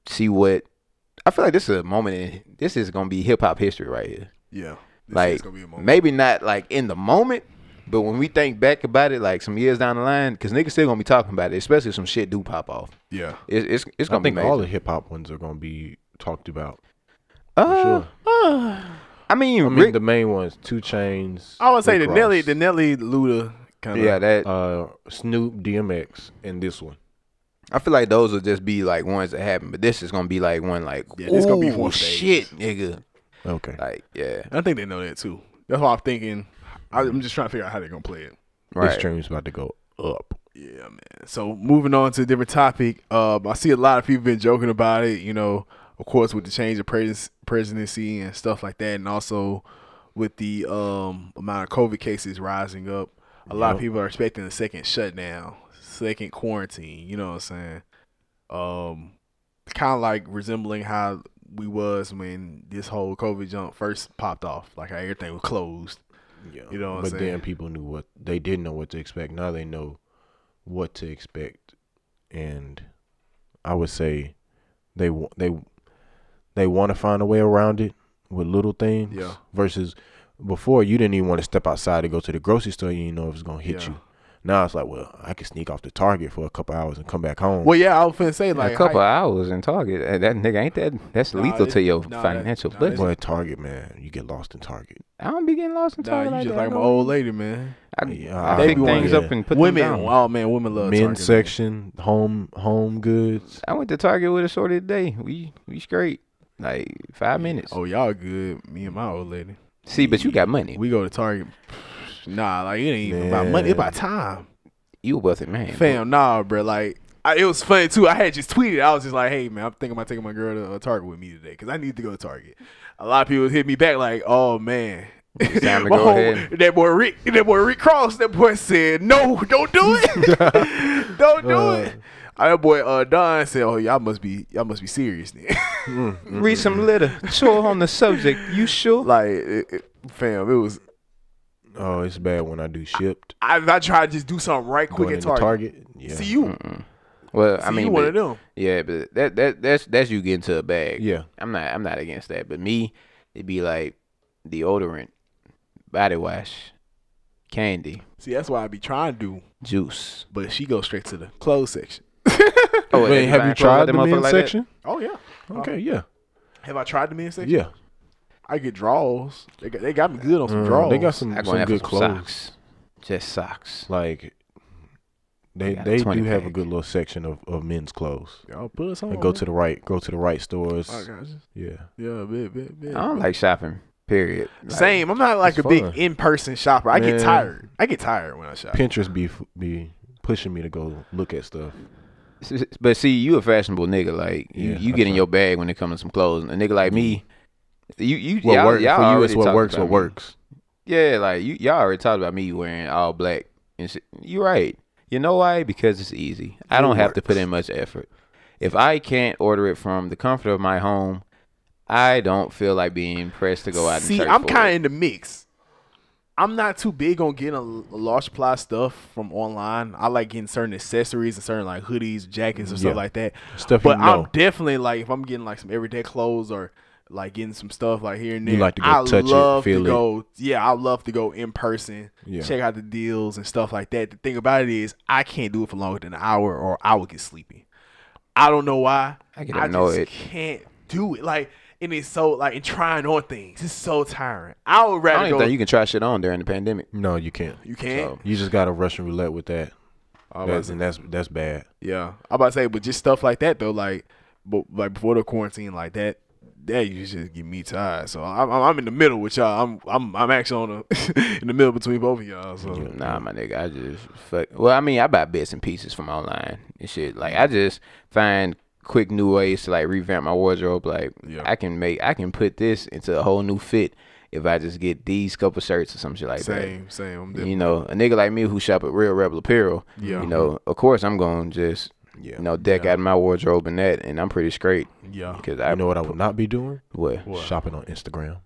Speaker 1: see what. I feel like this is a moment. In, this is gonna be hip hop history right here.
Speaker 3: yeah, this
Speaker 1: like
Speaker 3: is gonna be a moment.
Speaker 1: maybe not like in the moment, but when we think back about it, like some years down the line, because niggas still gonna be talking about it, especially if some shit do pop off.
Speaker 3: yeah,
Speaker 1: It's it's, it's
Speaker 2: I
Speaker 1: gonna
Speaker 2: think
Speaker 1: be
Speaker 2: all
Speaker 1: major.
Speaker 2: the hip hop ones are gonna be talked about.
Speaker 1: Uh,
Speaker 2: sure.
Speaker 1: uh, I mean,
Speaker 2: I mean,
Speaker 1: Rick,
Speaker 2: the main ones: Two Chains.
Speaker 3: I would say the
Speaker 2: Rick
Speaker 3: Nelly,
Speaker 2: Ross,
Speaker 3: the Nelly Luda kind of.
Speaker 1: yeah, that
Speaker 2: uh, Snoop, DMX, and this one.
Speaker 1: I feel like those will just be like ones that happen, but this is gonna be like one like,
Speaker 3: Yeah, this gonna be
Speaker 1: "Ooh,
Speaker 3: one
Speaker 1: shit,
Speaker 3: phase."
Speaker 1: nigga.
Speaker 2: Okay.
Speaker 1: Like, yeah,
Speaker 3: I think they know that too. That's why I'm thinking. I, I'm just trying to figure out how they're gonna play it.
Speaker 1: right.
Speaker 2: This stream's about to go up.
Speaker 3: Yeah, man. So moving on to a different topic. Um, I see a lot of people been joking about it. You know, of course, with the change of pres- presidency and stuff like that, and also with the um, amount of COVID cases rising up, a lot of
Speaker 2: Yep.
Speaker 3: people are expecting a second shutdown, second quarantine. You know what I'm saying? Um, kind of like resembling how we was when this whole COVID jump first popped off, like how everything was closed.
Speaker 2: Yeah.
Speaker 3: You know what I'm
Speaker 2: but
Speaker 3: saying?
Speaker 2: then people knew what they didn't know what to expect. Now they know what to expect, and I would say they wa- they they want to find a way around it with little things.
Speaker 3: Yeah.
Speaker 2: Versus before, you didn't even want to step outside to go to the grocery store. You didn't know if it's gonna hit
Speaker 3: Yeah.
Speaker 2: you. Now it's like, well, I can sneak off to Target for a couple hours and come back home.
Speaker 3: Well, yeah, I was finna say like
Speaker 1: a
Speaker 3: how-
Speaker 1: couple hours in Target, eh, that nigga ain't that. That's
Speaker 3: Nah,
Speaker 1: lethal
Speaker 3: it-
Speaker 1: to your
Speaker 3: nah, that-
Speaker 1: financial
Speaker 3: nah,
Speaker 1: blessing.
Speaker 2: Boy, Target, man, you get lost in Target.
Speaker 1: I don't be getting lost in
Speaker 3: Nah,
Speaker 1: Target
Speaker 3: you
Speaker 1: like
Speaker 3: just
Speaker 1: that.
Speaker 3: like my
Speaker 1: no.
Speaker 3: old lady, man.
Speaker 1: I,
Speaker 2: Yeah,
Speaker 1: I
Speaker 2: I
Speaker 1: pick
Speaker 2: be wanting
Speaker 1: things
Speaker 2: to-
Speaker 1: up and put
Speaker 3: women,
Speaker 1: them down.
Speaker 3: oh man, women love
Speaker 2: Men's
Speaker 3: Target, man.
Speaker 2: section, home home goods.
Speaker 1: I went to Target with a shorty today. We we straight. Like five minutes.
Speaker 3: Oh, y'all good. Me and my old lady.
Speaker 1: See, but you got money.
Speaker 3: We go to Target. Nah, like it ain't even about money. It's about time.
Speaker 1: You a wealthy man.
Speaker 3: Fam, nah, bro. Like I, it was funny too. I had just tweeted. I was just like, "Hey, man, I'm thinking about taking my girl to uh, Target with me today because I need to go to Target." A lot of people hit me back like, "Oh man."
Speaker 1: time
Speaker 3: *laughs*
Speaker 1: to
Speaker 3: My
Speaker 1: go
Speaker 3: whole-
Speaker 1: ahead.
Speaker 3: That boy Rick, that boy Rick Cross, that boy said, "No, don't do
Speaker 1: *laughs*
Speaker 3: it, *laughs* don't do it." Uh, that boy uh, Don said, "Oh, y'all must be, y'all must be serious." Then. *laughs*
Speaker 1: Read some literature on the subject. You sure?
Speaker 3: like, it, it- fam, it was.
Speaker 2: Oh, it's bad when I do shipped.
Speaker 3: I, I tried to just do something right quick
Speaker 2: Going
Speaker 3: at
Speaker 2: into
Speaker 3: Target.
Speaker 2: Target. Yeah. Mm,
Speaker 3: See you,
Speaker 1: Well, I
Speaker 3: See,
Speaker 1: mean,
Speaker 3: you one
Speaker 1: but-
Speaker 3: of them.
Speaker 1: Yeah, but that that that's that's you getting to a bag.
Speaker 2: Yeah.
Speaker 1: I'm not I'm not against that. But me, it'd be like deodorant, body wash, candy,
Speaker 3: See, that's why I be trying to do,
Speaker 1: juice.
Speaker 3: but she goes straight to the clothes section.
Speaker 1: Oh,
Speaker 2: Wait,
Speaker 1: everybody
Speaker 2: have you
Speaker 1: close out
Speaker 2: tried
Speaker 1: that
Speaker 2: the
Speaker 1: motherfucker
Speaker 2: men's
Speaker 1: like that?
Speaker 2: section?
Speaker 3: Oh yeah.
Speaker 2: Okay, yeah,
Speaker 3: Have I tried the men's section?
Speaker 2: yeah.
Speaker 3: I get draws. They got, they got me good on some
Speaker 2: Uh,
Speaker 3: draws.
Speaker 2: they got some,
Speaker 1: I go
Speaker 2: some
Speaker 1: in there for
Speaker 2: good
Speaker 1: some
Speaker 2: clothes.
Speaker 1: socks. Just socks.
Speaker 2: Like they
Speaker 1: got a
Speaker 2: they do
Speaker 1: 20
Speaker 2: have a
Speaker 1: pack.
Speaker 2: good little section of, of men's clothes.
Speaker 3: Y'all put us on.
Speaker 2: And go to the right, go to the right stores.
Speaker 3: I got you.
Speaker 2: Yeah,
Speaker 3: Yeah, bit, bit, bit.
Speaker 1: I don't like shopping. Period. Like,
Speaker 3: Same. I'm not like
Speaker 2: It's
Speaker 3: a big
Speaker 2: fun.
Speaker 3: in-person shopper. I get
Speaker 2: Man.
Speaker 3: tired. I get tired when I shop.
Speaker 2: Pinterest be f- be pushing me to go look at stuff.
Speaker 1: S- s- But see, you a fashionable nigga. Like you,
Speaker 2: Yeah,
Speaker 1: you
Speaker 2: I
Speaker 1: get in
Speaker 2: try.
Speaker 1: your bag when it comes to some clothes. And a nigga like me, you you
Speaker 2: What
Speaker 1: y'all,
Speaker 2: works
Speaker 1: y'all
Speaker 2: for you
Speaker 1: already
Speaker 2: is what
Speaker 1: talked
Speaker 2: works.
Speaker 1: about
Speaker 2: What
Speaker 1: me.
Speaker 2: works.
Speaker 1: Yeah, like you y'all already talked about me wearing all black and shit. You right. You know why? Because it's easy. I don't have to put in much effort. If I can't order it from the comfort of my home, I don't feel like being pressed to go out
Speaker 3: See,
Speaker 1: and search
Speaker 3: I'm
Speaker 1: for it.
Speaker 3: kind of in the mix. I'm not too big on getting a, a large supply of stuff from online. I like getting certain accessories and certain like hoodies, jackets, or
Speaker 2: Yeah.
Speaker 3: stuff like that.
Speaker 2: Stuff you
Speaker 3: but
Speaker 2: know.
Speaker 3: I'm definitely like if I'm getting like some everyday clothes or like getting some stuff like here and
Speaker 2: You
Speaker 3: there.
Speaker 2: like to go
Speaker 3: I
Speaker 2: touch it,
Speaker 3: love
Speaker 2: feel
Speaker 3: to
Speaker 2: it.
Speaker 3: go. Yeah, I love to go in person,
Speaker 2: Yeah.
Speaker 3: check out the deals and stuff like that. The thing about it is, I can't do it for longer than an hour, or I will get sleepy. I don't know why.
Speaker 1: I get
Speaker 3: just
Speaker 1: annoyed.
Speaker 3: can't do it. Like, and it's so like and trying on things. It's so tiring. I would
Speaker 1: I don't
Speaker 3: rather
Speaker 1: even
Speaker 3: go.
Speaker 1: think
Speaker 3: You,
Speaker 1: you can try shit on during the pandemic.
Speaker 2: No, you can't.
Speaker 3: can't.
Speaker 1: So,
Speaker 2: You just got a Russian roulette with that.
Speaker 3: I'm about
Speaker 2: That's,
Speaker 3: to-
Speaker 2: and that's that's bad.
Speaker 3: yeah, I'm about to say, but just stuff like that though, like, but like before the quarantine, like that. That you just get me tired, so I'm I'm- I'm in the middle with y'all. I'm I'm I'm actually on the *laughs* in the middle between both of y'all. So
Speaker 1: Nah, my nigga, I just fuck. Well, I mean, I buy bits and pieces from online and shit. Like, I just find quick new ways to like revamp my wardrobe. Like,
Speaker 3: Yeah.
Speaker 1: I can make, I can put this into a whole new fit if I just get these couple shirts or some shit like that.
Speaker 3: same, same. I'm different.
Speaker 1: You know, a nigga like me who shop at Real Rebel Apparel,
Speaker 3: Yeah.
Speaker 1: you know, of course I'm going to just,
Speaker 2: Yeah.
Speaker 1: you know, deck out my wardrobe and that, and I'm pretty straight
Speaker 3: Yeah,
Speaker 1: because
Speaker 2: You
Speaker 1: I
Speaker 2: know what I would not be doing?
Speaker 1: *laughs* what,
Speaker 2: Shopping on Instagram.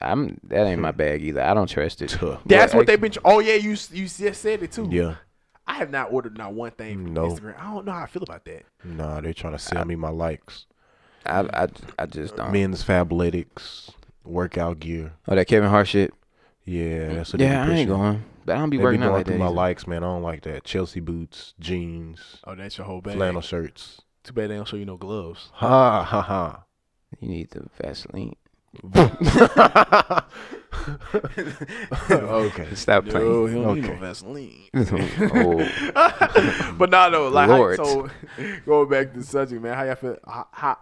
Speaker 1: I'm that ain't my bag either. I don't trust it.
Speaker 2: Tuh.
Speaker 3: that's
Speaker 1: Well,
Speaker 3: what they've been. Oh yeah, you you just said it too.
Speaker 2: Yeah.
Speaker 3: I have not ordered not one thing from
Speaker 2: No.
Speaker 3: Instagram. I don't know how I feel about that.
Speaker 2: Nah, they're trying to sell me my likes.
Speaker 1: I I, I just don't.
Speaker 2: Men's fabletics, workout gear.
Speaker 1: oh, that Kevin Hart shit.
Speaker 2: Yeah, that's what
Speaker 1: Mm, Yeah, I
Speaker 2: they be
Speaker 1: ain't
Speaker 2: pushing.
Speaker 1: going. But I don't be
Speaker 2: They be
Speaker 1: working
Speaker 2: going
Speaker 1: out like
Speaker 2: through
Speaker 1: that.
Speaker 2: my
Speaker 1: either.
Speaker 2: likes, man. I don't like that. Chelsea boots, jeans,
Speaker 3: Oh, that's your whole bag.
Speaker 2: flannel shirts.
Speaker 3: Too bad they don't show you no gloves.
Speaker 2: Ha
Speaker 1: *laughs*
Speaker 2: ha ha. *laughs*
Speaker 1: You need the Vaseline.
Speaker 2: okay.
Speaker 1: Stop playing.
Speaker 3: No, he don't need no
Speaker 2: Okay.
Speaker 3: Vaseline.
Speaker 1: *laughs* oh,
Speaker 3: *laughs* but no, no, like
Speaker 1: Lord.
Speaker 3: How, so *laughs* going back to the subject, man, how y'all feel? How, how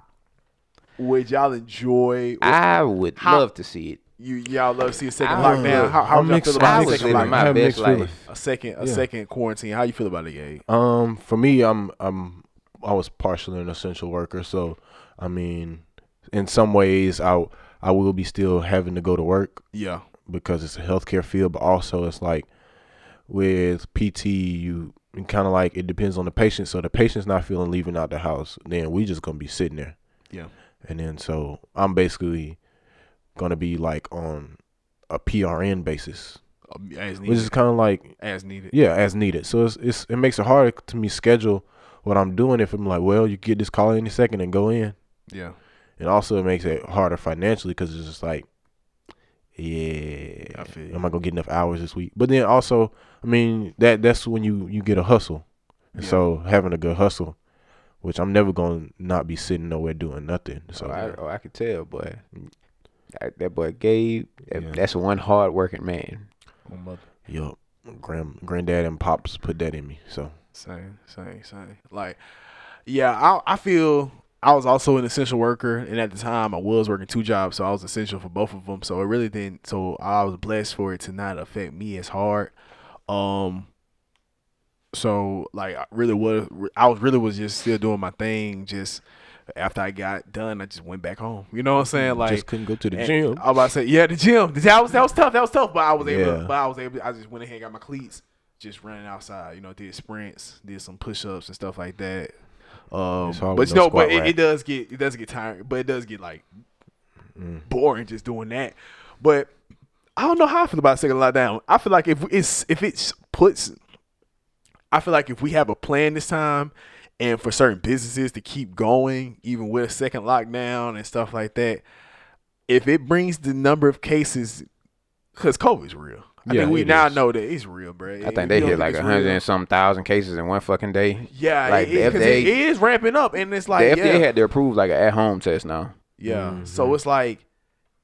Speaker 3: would y'all enjoy?
Speaker 1: I would
Speaker 3: How-
Speaker 1: love to see it.
Speaker 3: you y'all love to see a second
Speaker 1: I-
Speaker 3: lockdown. How, how
Speaker 2: I'm
Speaker 3: would y'all
Speaker 2: mixed-
Speaker 3: feel about
Speaker 1: I
Speaker 2: I'm
Speaker 3: a
Speaker 1: was
Speaker 2: mixed
Speaker 1: living
Speaker 2: feelings.
Speaker 3: second
Speaker 2: I
Speaker 3: lockdown?
Speaker 1: my
Speaker 2: have
Speaker 1: best
Speaker 2: mixed
Speaker 1: life.
Speaker 2: feelings.
Speaker 3: A second, a
Speaker 2: Yeah.
Speaker 3: second quarantine. How you feel about it, Gabe?
Speaker 2: Um, for me, I'm I'm I was partially an essential worker, so I mean, in some ways, I I will be still having to go to work
Speaker 3: Yeah,
Speaker 2: because it's a healthcare field, but also it's like with PT, you kind of like it depends on the patient. So the patient's not feeling leaving out the house, then we just gonna be sitting there.
Speaker 3: Yeah.
Speaker 2: And then so I'm basically gonna be like on a PRN basis,
Speaker 3: Um, as needed.
Speaker 2: which is kind of like
Speaker 3: as needed.
Speaker 2: yeah, as needed. So it's, it's it makes it harder to me schedule what I'm doing if I'm like, well, you get this call any second and go in,
Speaker 3: Yeah.
Speaker 2: and also it makes it harder financially because it's just like, yeah,
Speaker 3: I feel you.
Speaker 2: am I gonna get enough hours this week? But then also, I mean that that's when you you get a hustle, and
Speaker 3: Yeah.
Speaker 2: so having a good hustle, which I'm never gonna not be sitting nowhere doing nothing. So
Speaker 1: oh, I, oh, I could tell, boy. That, that boy Gabe, that,
Speaker 2: Yeah.
Speaker 1: that's one hard working man.
Speaker 3: Oh,
Speaker 2: yup, grand granddad and pops put that in me. So
Speaker 3: Same, same, same. Like, yeah, I I feel I was also an essential worker, and at the time I was working two jobs, so I was essential for both of them. So it really didn't. So I was blessed for it to not affect me as hard. Um, so like I really was I was really was just still doing my thing. Just after I got done, I just went back home. You know what I'm saying? Like
Speaker 2: Mm-hmm. Just couldn't go to the
Speaker 3: and-
Speaker 2: gym.
Speaker 3: I was about to say, yeah, the gym. That was that was tough. That was tough. But I was able.
Speaker 2: Yeah.
Speaker 3: To, but I was able. I just went ahead, and got my cleats, just running outside. You know, did sprints, did some push ups and stuff like that. Um,
Speaker 2: It's hard
Speaker 3: but
Speaker 2: with
Speaker 3: you
Speaker 2: no
Speaker 3: know, but
Speaker 2: squat
Speaker 3: it,
Speaker 2: rack.
Speaker 3: it does get it does get tiring. But it does get like
Speaker 2: Mm.
Speaker 3: boring just doing that. But I don't know how I feel about second lockdown. I feel like if it's if it's puts, I feel like if we have a plan this time, and for certain businesses to keep going even with a second lockdown and stuff like that, if it brings the number of cases, because COVID's real. I
Speaker 2: Yeah,
Speaker 3: think we
Speaker 2: it
Speaker 3: now
Speaker 2: is.
Speaker 3: know that it's real, bro.
Speaker 1: I think they hit like a hundred and
Speaker 3: hundred.
Speaker 1: some thousand cases in one fucking day.
Speaker 3: Yeah,
Speaker 1: like,
Speaker 3: like
Speaker 1: the
Speaker 3: it, 'cause
Speaker 1: FDA
Speaker 3: it is ramping up, and it's like
Speaker 1: the
Speaker 3: yeah.
Speaker 1: FDA had to approve like an at-home test now.
Speaker 3: Yeah.
Speaker 2: Mm-hmm.
Speaker 3: So it's like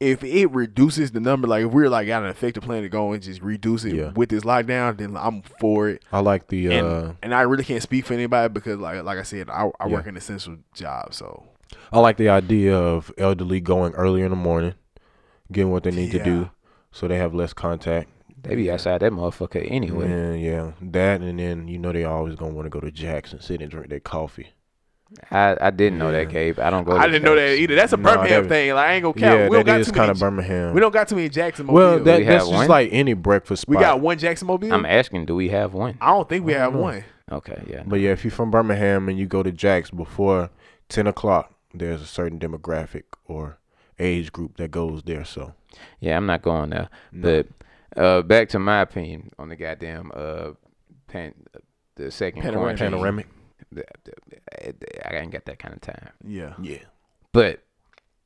Speaker 3: if it reduces the number, like if we're like got an effective plan to go and just reduce it
Speaker 2: Yeah.
Speaker 3: with this lockdown, then I'm for it.
Speaker 2: I like the
Speaker 3: And,
Speaker 2: uh,
Speaker 3: and I really can't speak for anybody because like like I said, I, I work
Speaker 2: Yeah.
Speaker 3: an essential job, so
Speaker 2: I like the idea of elderly going early in the morning, getting what they need to
Speaker 3: Yeah.
Speaker 2: do, so they have less contact.
Speaker 1: They be outside that motherfucker anyway.
Speaker 2: And yeah, that and then you know they always gonna want to go to Jack's and sit and drink their coffee.
Speaker 1: I, I didn't know that, Gabe. I don't go. To
Speaker 3: I didn't know that
Speaker 1: Jack's.
Speaker 3: either. That's a
Speaker 2: No,
Speaker 3: Birmingham
Speaker 2: that-
Speaker 3: thing. Like I ain't gonna count.
Speaker 2: Yeah,
Speaker 3: we don't
Speaker 2: that
Speaker 3: got
Speaker 2: is
Speaker 3: too many
Speaker 2: kind of
Speaker 3: J-
Speaker 2: Birmingham.
Speaker 3: We don't got too many Jackson Mobile.
Speaker 2: well, that,
Speaker 1: We have
Speaker 2: that's just
Speaker 1: one?
Speaker 2: like any breakfast spot.
Speaker 3: we got one Jackson Mobile.
Speaker 1: I'm
Speaker 3: I
Speaker 1: asking, do we have one?
Speaker 3: don't think we have one.
Speaker 1: Okay, yeah.
Speaker 2: But yeah, if you're from Birmingham and you go to Jack's before ten o'clock, there's a certain demographic or age group that goes there. So
Speaker 1: Yeah, I'm not going there. But uh, back to my opinion on the goddamn uh, pan, the second
Speaker 3: Panoramic.
Speaker 1: quarantine.
Speaker 2: panoramic.
Speaker 1: The- the- I ain't got that kind of time.
Speaker 3: Yeah.
Speaker 2: Yeah.
Speaker 1: But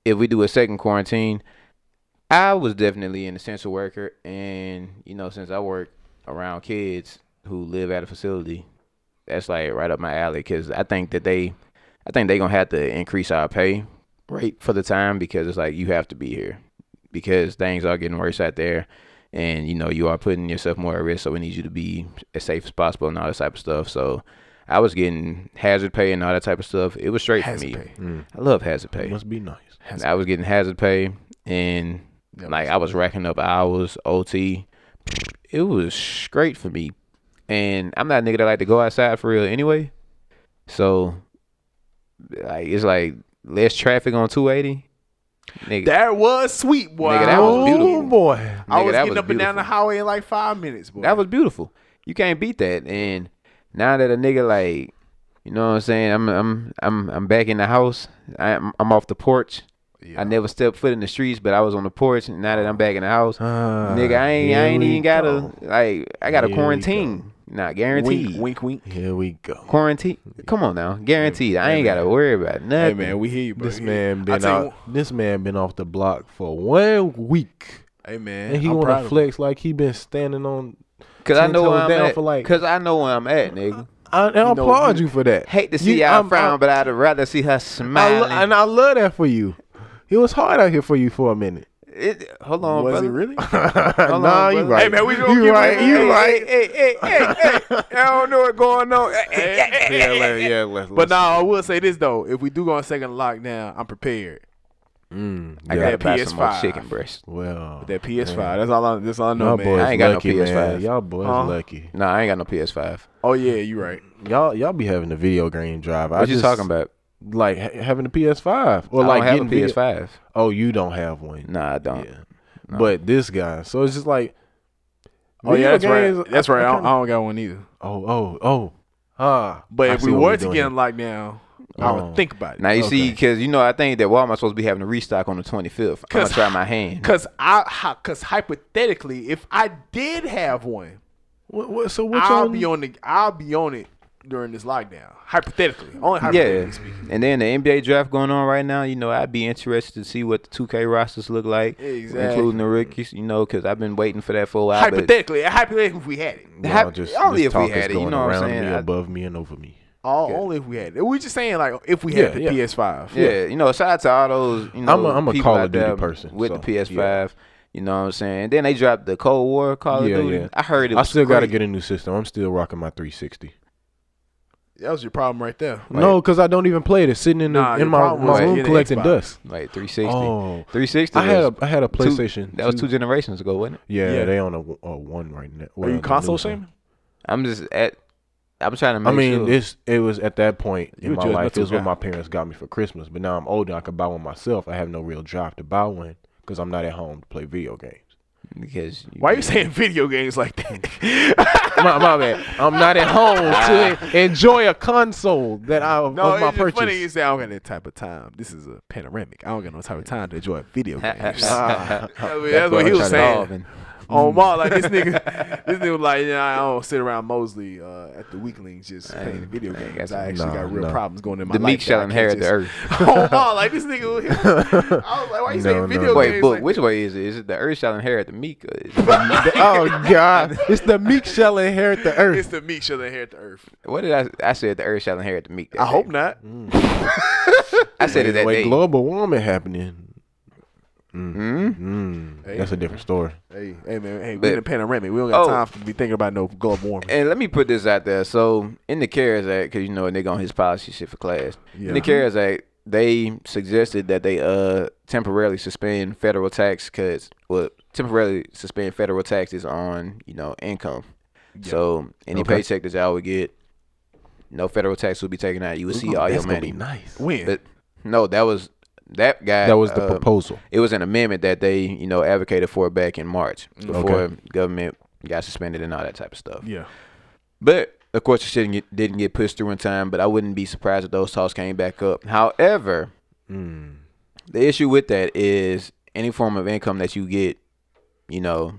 Speaker 1: if we do a second quarantine, I was definitely an essential worker, and you know, since I work around kids who live at a facility, that's like right up my alley. Because I think that they, I think they gonna have to increase our pay rate for the time because it's like you have to be here because things are getting worse out there. And you know you are putting yourself more at risk, so we need you to be as safe as possible and all that type of stuff. So, I was getting hazard pay and all that type of stuff. It was straight
Speaker 3: Hazard
Speaker 1: for me. Mm.
Speaker 3: pay.
Speaker 1: I love hazard pay.
Speaker 2: Must be nice.
Speaker 1: I was getting hazard pay and like I was racking up hours, OT. It was straight for me. And I'm not a nigga that like to go outside for real anyway. So like it's like less traffic on 280. Nigga,
Speaker 3: That was sweet, boy.
Speaker 1: Nigga, that was beautiful.
Speaker 2: Oh boy.
Speaker 3: I
Speaker 1: nigga,
Speaker 3: was
Speaker 1: that
Speaker 3: getting
Speaker 1: was
Speaker 3: up and down the
Speaker 1: beautiful.
Speaker 3: highway in like five minutes, boy.
Speaker 1: that was beautiful. You can't beat that. And now that a nigga like you know what I'm saying? I'm I'm I'm I'm back in the house. I'm I'm off the porch. I never stepped foot in the streets, but I was on the porch. And now that I'm back in the house,
Speaker 3: Uh,
Speaker 2: Ah,
Speaker 1: Nigga, I ain't,
Speaker 2: here
Speaker 1: I ain't
Speaker 2: we
Speaker 1: even got to
Speaker 2: go.
Speaker 1: like, I got to
Speaker 2: Here we
Speaker 1: quarantine. Not guaranteed.
Speaker 3: wink, wink, wink.
Speaker 2: Here we go.
Speaker 1: Quarantine. Come on now, guaranteed. I ain't got to worry about
Speaker 3: Hey
Speaker 1: nothing.
Speaker 3: man, we hear you, bro.
Speaker 2: This
Speaker 3: Yeah.
Speaker 2: man
Speaker 3: I
Speaker 2: been
Speaker 3: tell you
Speaker 2: out. This man been off the block for one week,
Speaker 3: Hey man,
Speaker 2: and he
Speaker 3: I'm proud
Speaker 2: want
Speaker 3: of
Speaker 2: to
Speaker 3: him.
Speaker 2: flex like he been standing on.
Speaker 1: Cause I
Speaker 2: ten
Speaker 1: know where
Speaker 2: toes
Speaker 1: I'm
Speaker 2: down
Speaker 1: at.
Speaker 2: for like-
Speaker 1: Cause I know where I'm at, nigga.
Speaker 2: I, and I applaud you for that.
Speaker 1: Hate to see
Speaker 2: You-
Speaker 1: you, all
Speaker 2: I'm-
Speaker 1: frown,
Speaker 2: I'm-
Speaker 1: but I'd rather see her
Speaker 2: I
Speaker 1: smiling.
Speaker 2: lo- and I love that for you. It was hard out here for you for a minute.
Speaker 1: *laughs* It- hold on,
Speaker 3: Was
Speaker 1: brother.
Speaker 3: he really?
Speaker 2: nah, you
Speaker 1: brother.
Speaker 2: right.
Speaker 3: Hey, man, we gonna
Speaker 2: you
Speaker 3: give
Speaker 2: right.
Speaker 3: it-
Speaker 2: You
Speaker 3: hey,
Speaker 2: right.
Speaker 1: Hey, hey, hey, hey, hey. I don't know what's going on. Hey, hey, hey.
Speaker 2: Yeah, let, yeah. Let's.
Speaker 3: But now I will say this though: if we do go on second lockdown, I'm prepared.
Speaker 2: Mm,
Speaker 1: I
Speaker 2: yeah.
Speaker 1: gotta
Speaker 3: that
Speaker 1: buy some more
Speaker 3: PS5.
Speaker 1: chicken breast.
Speaker 2: well,
Speaker 3: That PS5. That's all. I, that's all I know,
Speaker 2: y'all
Speaker 3: man.
Speaker 2: boys
Speaker 1: I ain't got no
Speaker 2: lucky, man.
Speaker 1: PS5.
Speaker 2: Y'all boys
Speaker 3: Huh?
Speaker 2: lucky.
Speaker 1: No, I ain't got no PS5.
Speaker 3: Oh yeah, you right.
Speaker 2: Y'all y'all be having a video game drive. I
Speaker 1: What you
Speaker 2: just,
Speaker 1: talking about?
Speaker 2: Like ha- having a PS5 or
Speaker 1: I
Speaker 2: like
Speaker 1: don't have a
Speaker 2: getting video-
Speaker 1: PS5.
Speaker 2: Oh, you don't have one.
Speaker 1: Nah, I don't.
Speaker 2: Yeah. But this guy, so it's just like.
Speaker 3: Oh yeah, that's
Speaker 2: video
Speaker 3: right.
Speaker 2: games,
Speaker 3: That's
Speaker 2: I-
Speaker 3: right.
Speaker 2: I
Speaker 3: I don't, I
Speaker 2: kinda-
Speaker 3: don't got one either.
Speaker 2: oh, oh, oh. Ah.
Speaker 3: But
Speaker 2: I
Speaker 3: if
Speaker 2: see
Speaker 3: we
Speaker 2: what
Speaker 3: were
Speaker 2: doing
Speaker 3: to
Speaker 2: here.
Speaker 3: get on lockdown, I
Speaker 2: Oh.
Speaker 3: would think about it.
Speaker 1: Now you see,
Speaker 2: Okay.
Speaker 1: because you know, I think that Walmart's supposed to be having a restock on the 25th. I'm gonna
Speaker 3: Cause-
Speaker 1: try my hand.
Speaker 3: Cause I, hi- cause hypothetically, if I did have one,
Speaker 2: What, what, so what
Speaker 3: I'll
Speaker 2: y'all
Speaker 3: be on the, I'll be on it during this lockdown. Hypothetically, only hypothetically
Speaker 1: Yeah,
Speaker 3: speaking.
Speaker 1: and then the NBA draft going on right now. You know, I'd be interested to see what the 2K rosters look like,
Speaker 3: Exactly.
Speaker 1: including the rookies. You know, because I've been waiting for that for a while. but
Speaker 3: Hypothetically, hypothetically, if we had it,
Speaker 1: hap-
Speaker 2: Y'all just,
Speaker 1: only if
Speaker 2: this
Speaker 1: we
Speaker 2: talk is
Speaker 1: had it, you
Speaker 2: going
Speaker 1: know what I'm
Speaker 2: around
Speaker 1: saying?
Speaker 2: me,
Speaker 1: I-
Speaker 2: above me and over me.
Speaker 3: all only if we had it. We're just saying like if we
Speaker 2: Yeah,
Speaker 3: had the
Speaker 2: yeah.
Speaker 3: PS5.
Speaker 1: yeah, you know, shout out to all those. You know,
Speaker 2: I'm a- I'm a
Speaker 1: people
Speaker 2: Call
Speaker 1: out
Speaker 2: of Duty
Speaker 1: there
Speaker 2: person,
Speaker 1: with
Speaker 2: so,
Speaker 1: the PS5. You know what I'm saying? then they dropped the Cold War Call
Speaker 2: Yeah,
Speaker 1: of Duty.
Speaker 2: yeah.
Speaker 1: I heard it.
Speaker 2: I
Speaker 1: Was
Speaker 2: still got to
Speaker 1: great.
Speaker 2: get a new system. I'm still rocking my 360.
Speaker 3: That was your problem right there.
Speaker 1: Like-
Speaker 2: no, because I don't even play it. It's sitting in the,
Speaker 3: Nah, your
Speaker 2: in my,
Speaker 3: problem was
Speaker 2: my
Speaker 3: you
Speaker 2: room
Speaker 3: had an
Speaker 2: collecting
Speaker 3: Xbox.
Speaker 2: dust.
Speaker 1: Like 360.
Speaker 2: Oh,
Speaker 1: 360.
Speaker 2: I had a
Speaker 1: was
Speaker 2: I had a
Speaker 1: two-
Speaker 2: PlayStation.
Speaker 1: that was two generations ago, wasn't it?
Speaker 2: Yeah,
Speaker 3: Yeah.
Speaker 2: they on a, a one right now.
Speaker 3: Are
Speaker 2: Well,
Speaker 3: you
Speaker 2: the
Speaker 3: console
Speaker 2: newest one.
Speaker 3: shaming?
Speaker 1: I'm just at. I'm trying to make
Speaker 2: I mean,
Speaker 1: sure.
Speaker 2: this it was at that point
Speaker 3: You
Speaker 2: in my
Speaker 3: judgmental
Speaker 2: life. It was
Speaker 3: guy.
Speaker 2: what my parents got me for Christmas. But now I'm older. I can buy one myself. I have no real drive to buy one because I'm not at home to play video games.
Speaker 1: because you
Speaker 3: Why are you saying video games like that? *laughs*
Speaker 2: my, my bad. I'm not at home to enjoy a console that I
Speaker 3: No,
Speaker 2: of my
Speaker 3: it's just
Speaker 2: purchase.
Speaker 3: funny *laughs* you say I don't got that type of time. This is a panoramic. I don't got no type of time to enjoy video
Speaker 1: *laughs*
Speaker 3: *laughs* games. I mean, that's what he was saying.
Speaker 2: Mm.
Speaker 3: On my like
Speaker 2: *laughs*
Speaker 3: this nigga, this nigga was like, yeah, I don't sit around Mosley uh, at the weaklings just playing video
Speaker 1: I
Speaker 3: games.
Speaker 1: guess-
Speaker 3: I actually
Speaker 2: nah,
Speaker 3: got real
Speaker 2: nah.
Speaker 3: problems going in my
Speaker 1: The
Speaker 3: life.
Speaker 1: meek shall inherit the earth.
Speaker 3: *laughs* On my like this nigga,
Speaker 1: *laughs*
Speaker 3: was- I was like, why you
Speaker 2: No, no.
Speaker 3: saying video
Speaker 1: Wait,
Speaker 3: games?
Speaker 1: but
Speaker 3: like
Speaker 1: which way is it? Is it the earth shall inherit the
Speaker 3: *laughs*
Speaker 1: meek? or is it-
Speaker 2: oh God! It's the meek shall inherit the
Speaker 3: that?
Speaker 2: earth.
Speaker 3: It's the meek shall inherit
Speaker 1: *laughs*
Speaker 3: the earth.
Speaker 1: what did I? I said the earth shall inherit the meek. that
Speaker 3: I hope
Speaker 1: day.
Speaker 3: not.
Speaker 2: Mm.
Speaker 1: I said it that day.
Speaker 2: Wait, global warming happening.
Speaker 1: Hmm?
Speaker 2: Mm,
Speaker 3: Hey.
Speaker 2: that's a different story.
Speaker 3: Hey, hey man, hey, we
Speaker 1: But-
Speaker 3: in the panoramic. We don't got
Speaker 1: Oh. Eh,
Speaker 3: time to be thinking about no global warming.
Speaker 1: And let me put this out there. So in the CARES Act, because you know a nigga on his policy shit for class. In
Speaker 3: Yeah.
Speaker 1: the CARES Act, they suggested that they uh temporarily suspend federal tax cuts. Well, temporarily suspend federal taxes on you know income. So any
Speaker 2: Okay.
Speaker 1: paycheck that y'all would get, no federal tax will be taken out. You would see all your
Speaker 2: that's gonna
Speaker 1: money.
Speaker 2: be nice.
Speaker 3: When?
Speaker 1: But no, that was that guy.
Speaker 2: That was the
Speaker 1: uh,
Speaker 2: proposal.
Speaker 1: It was an amendment that they you know advocated for back in March
Speaker 2: Mm.
Speaker 1: before government got suspended and all that type of stuff.
Speaker 3: yeah.
Speaker 1: But of course, it didn't get, didn't get pushed through in time. But I wouldn't be surprised if those talks came back up. However,
Speaker 2: Mm.
Speaker 1: the issue with that is any form of income that you get, you know,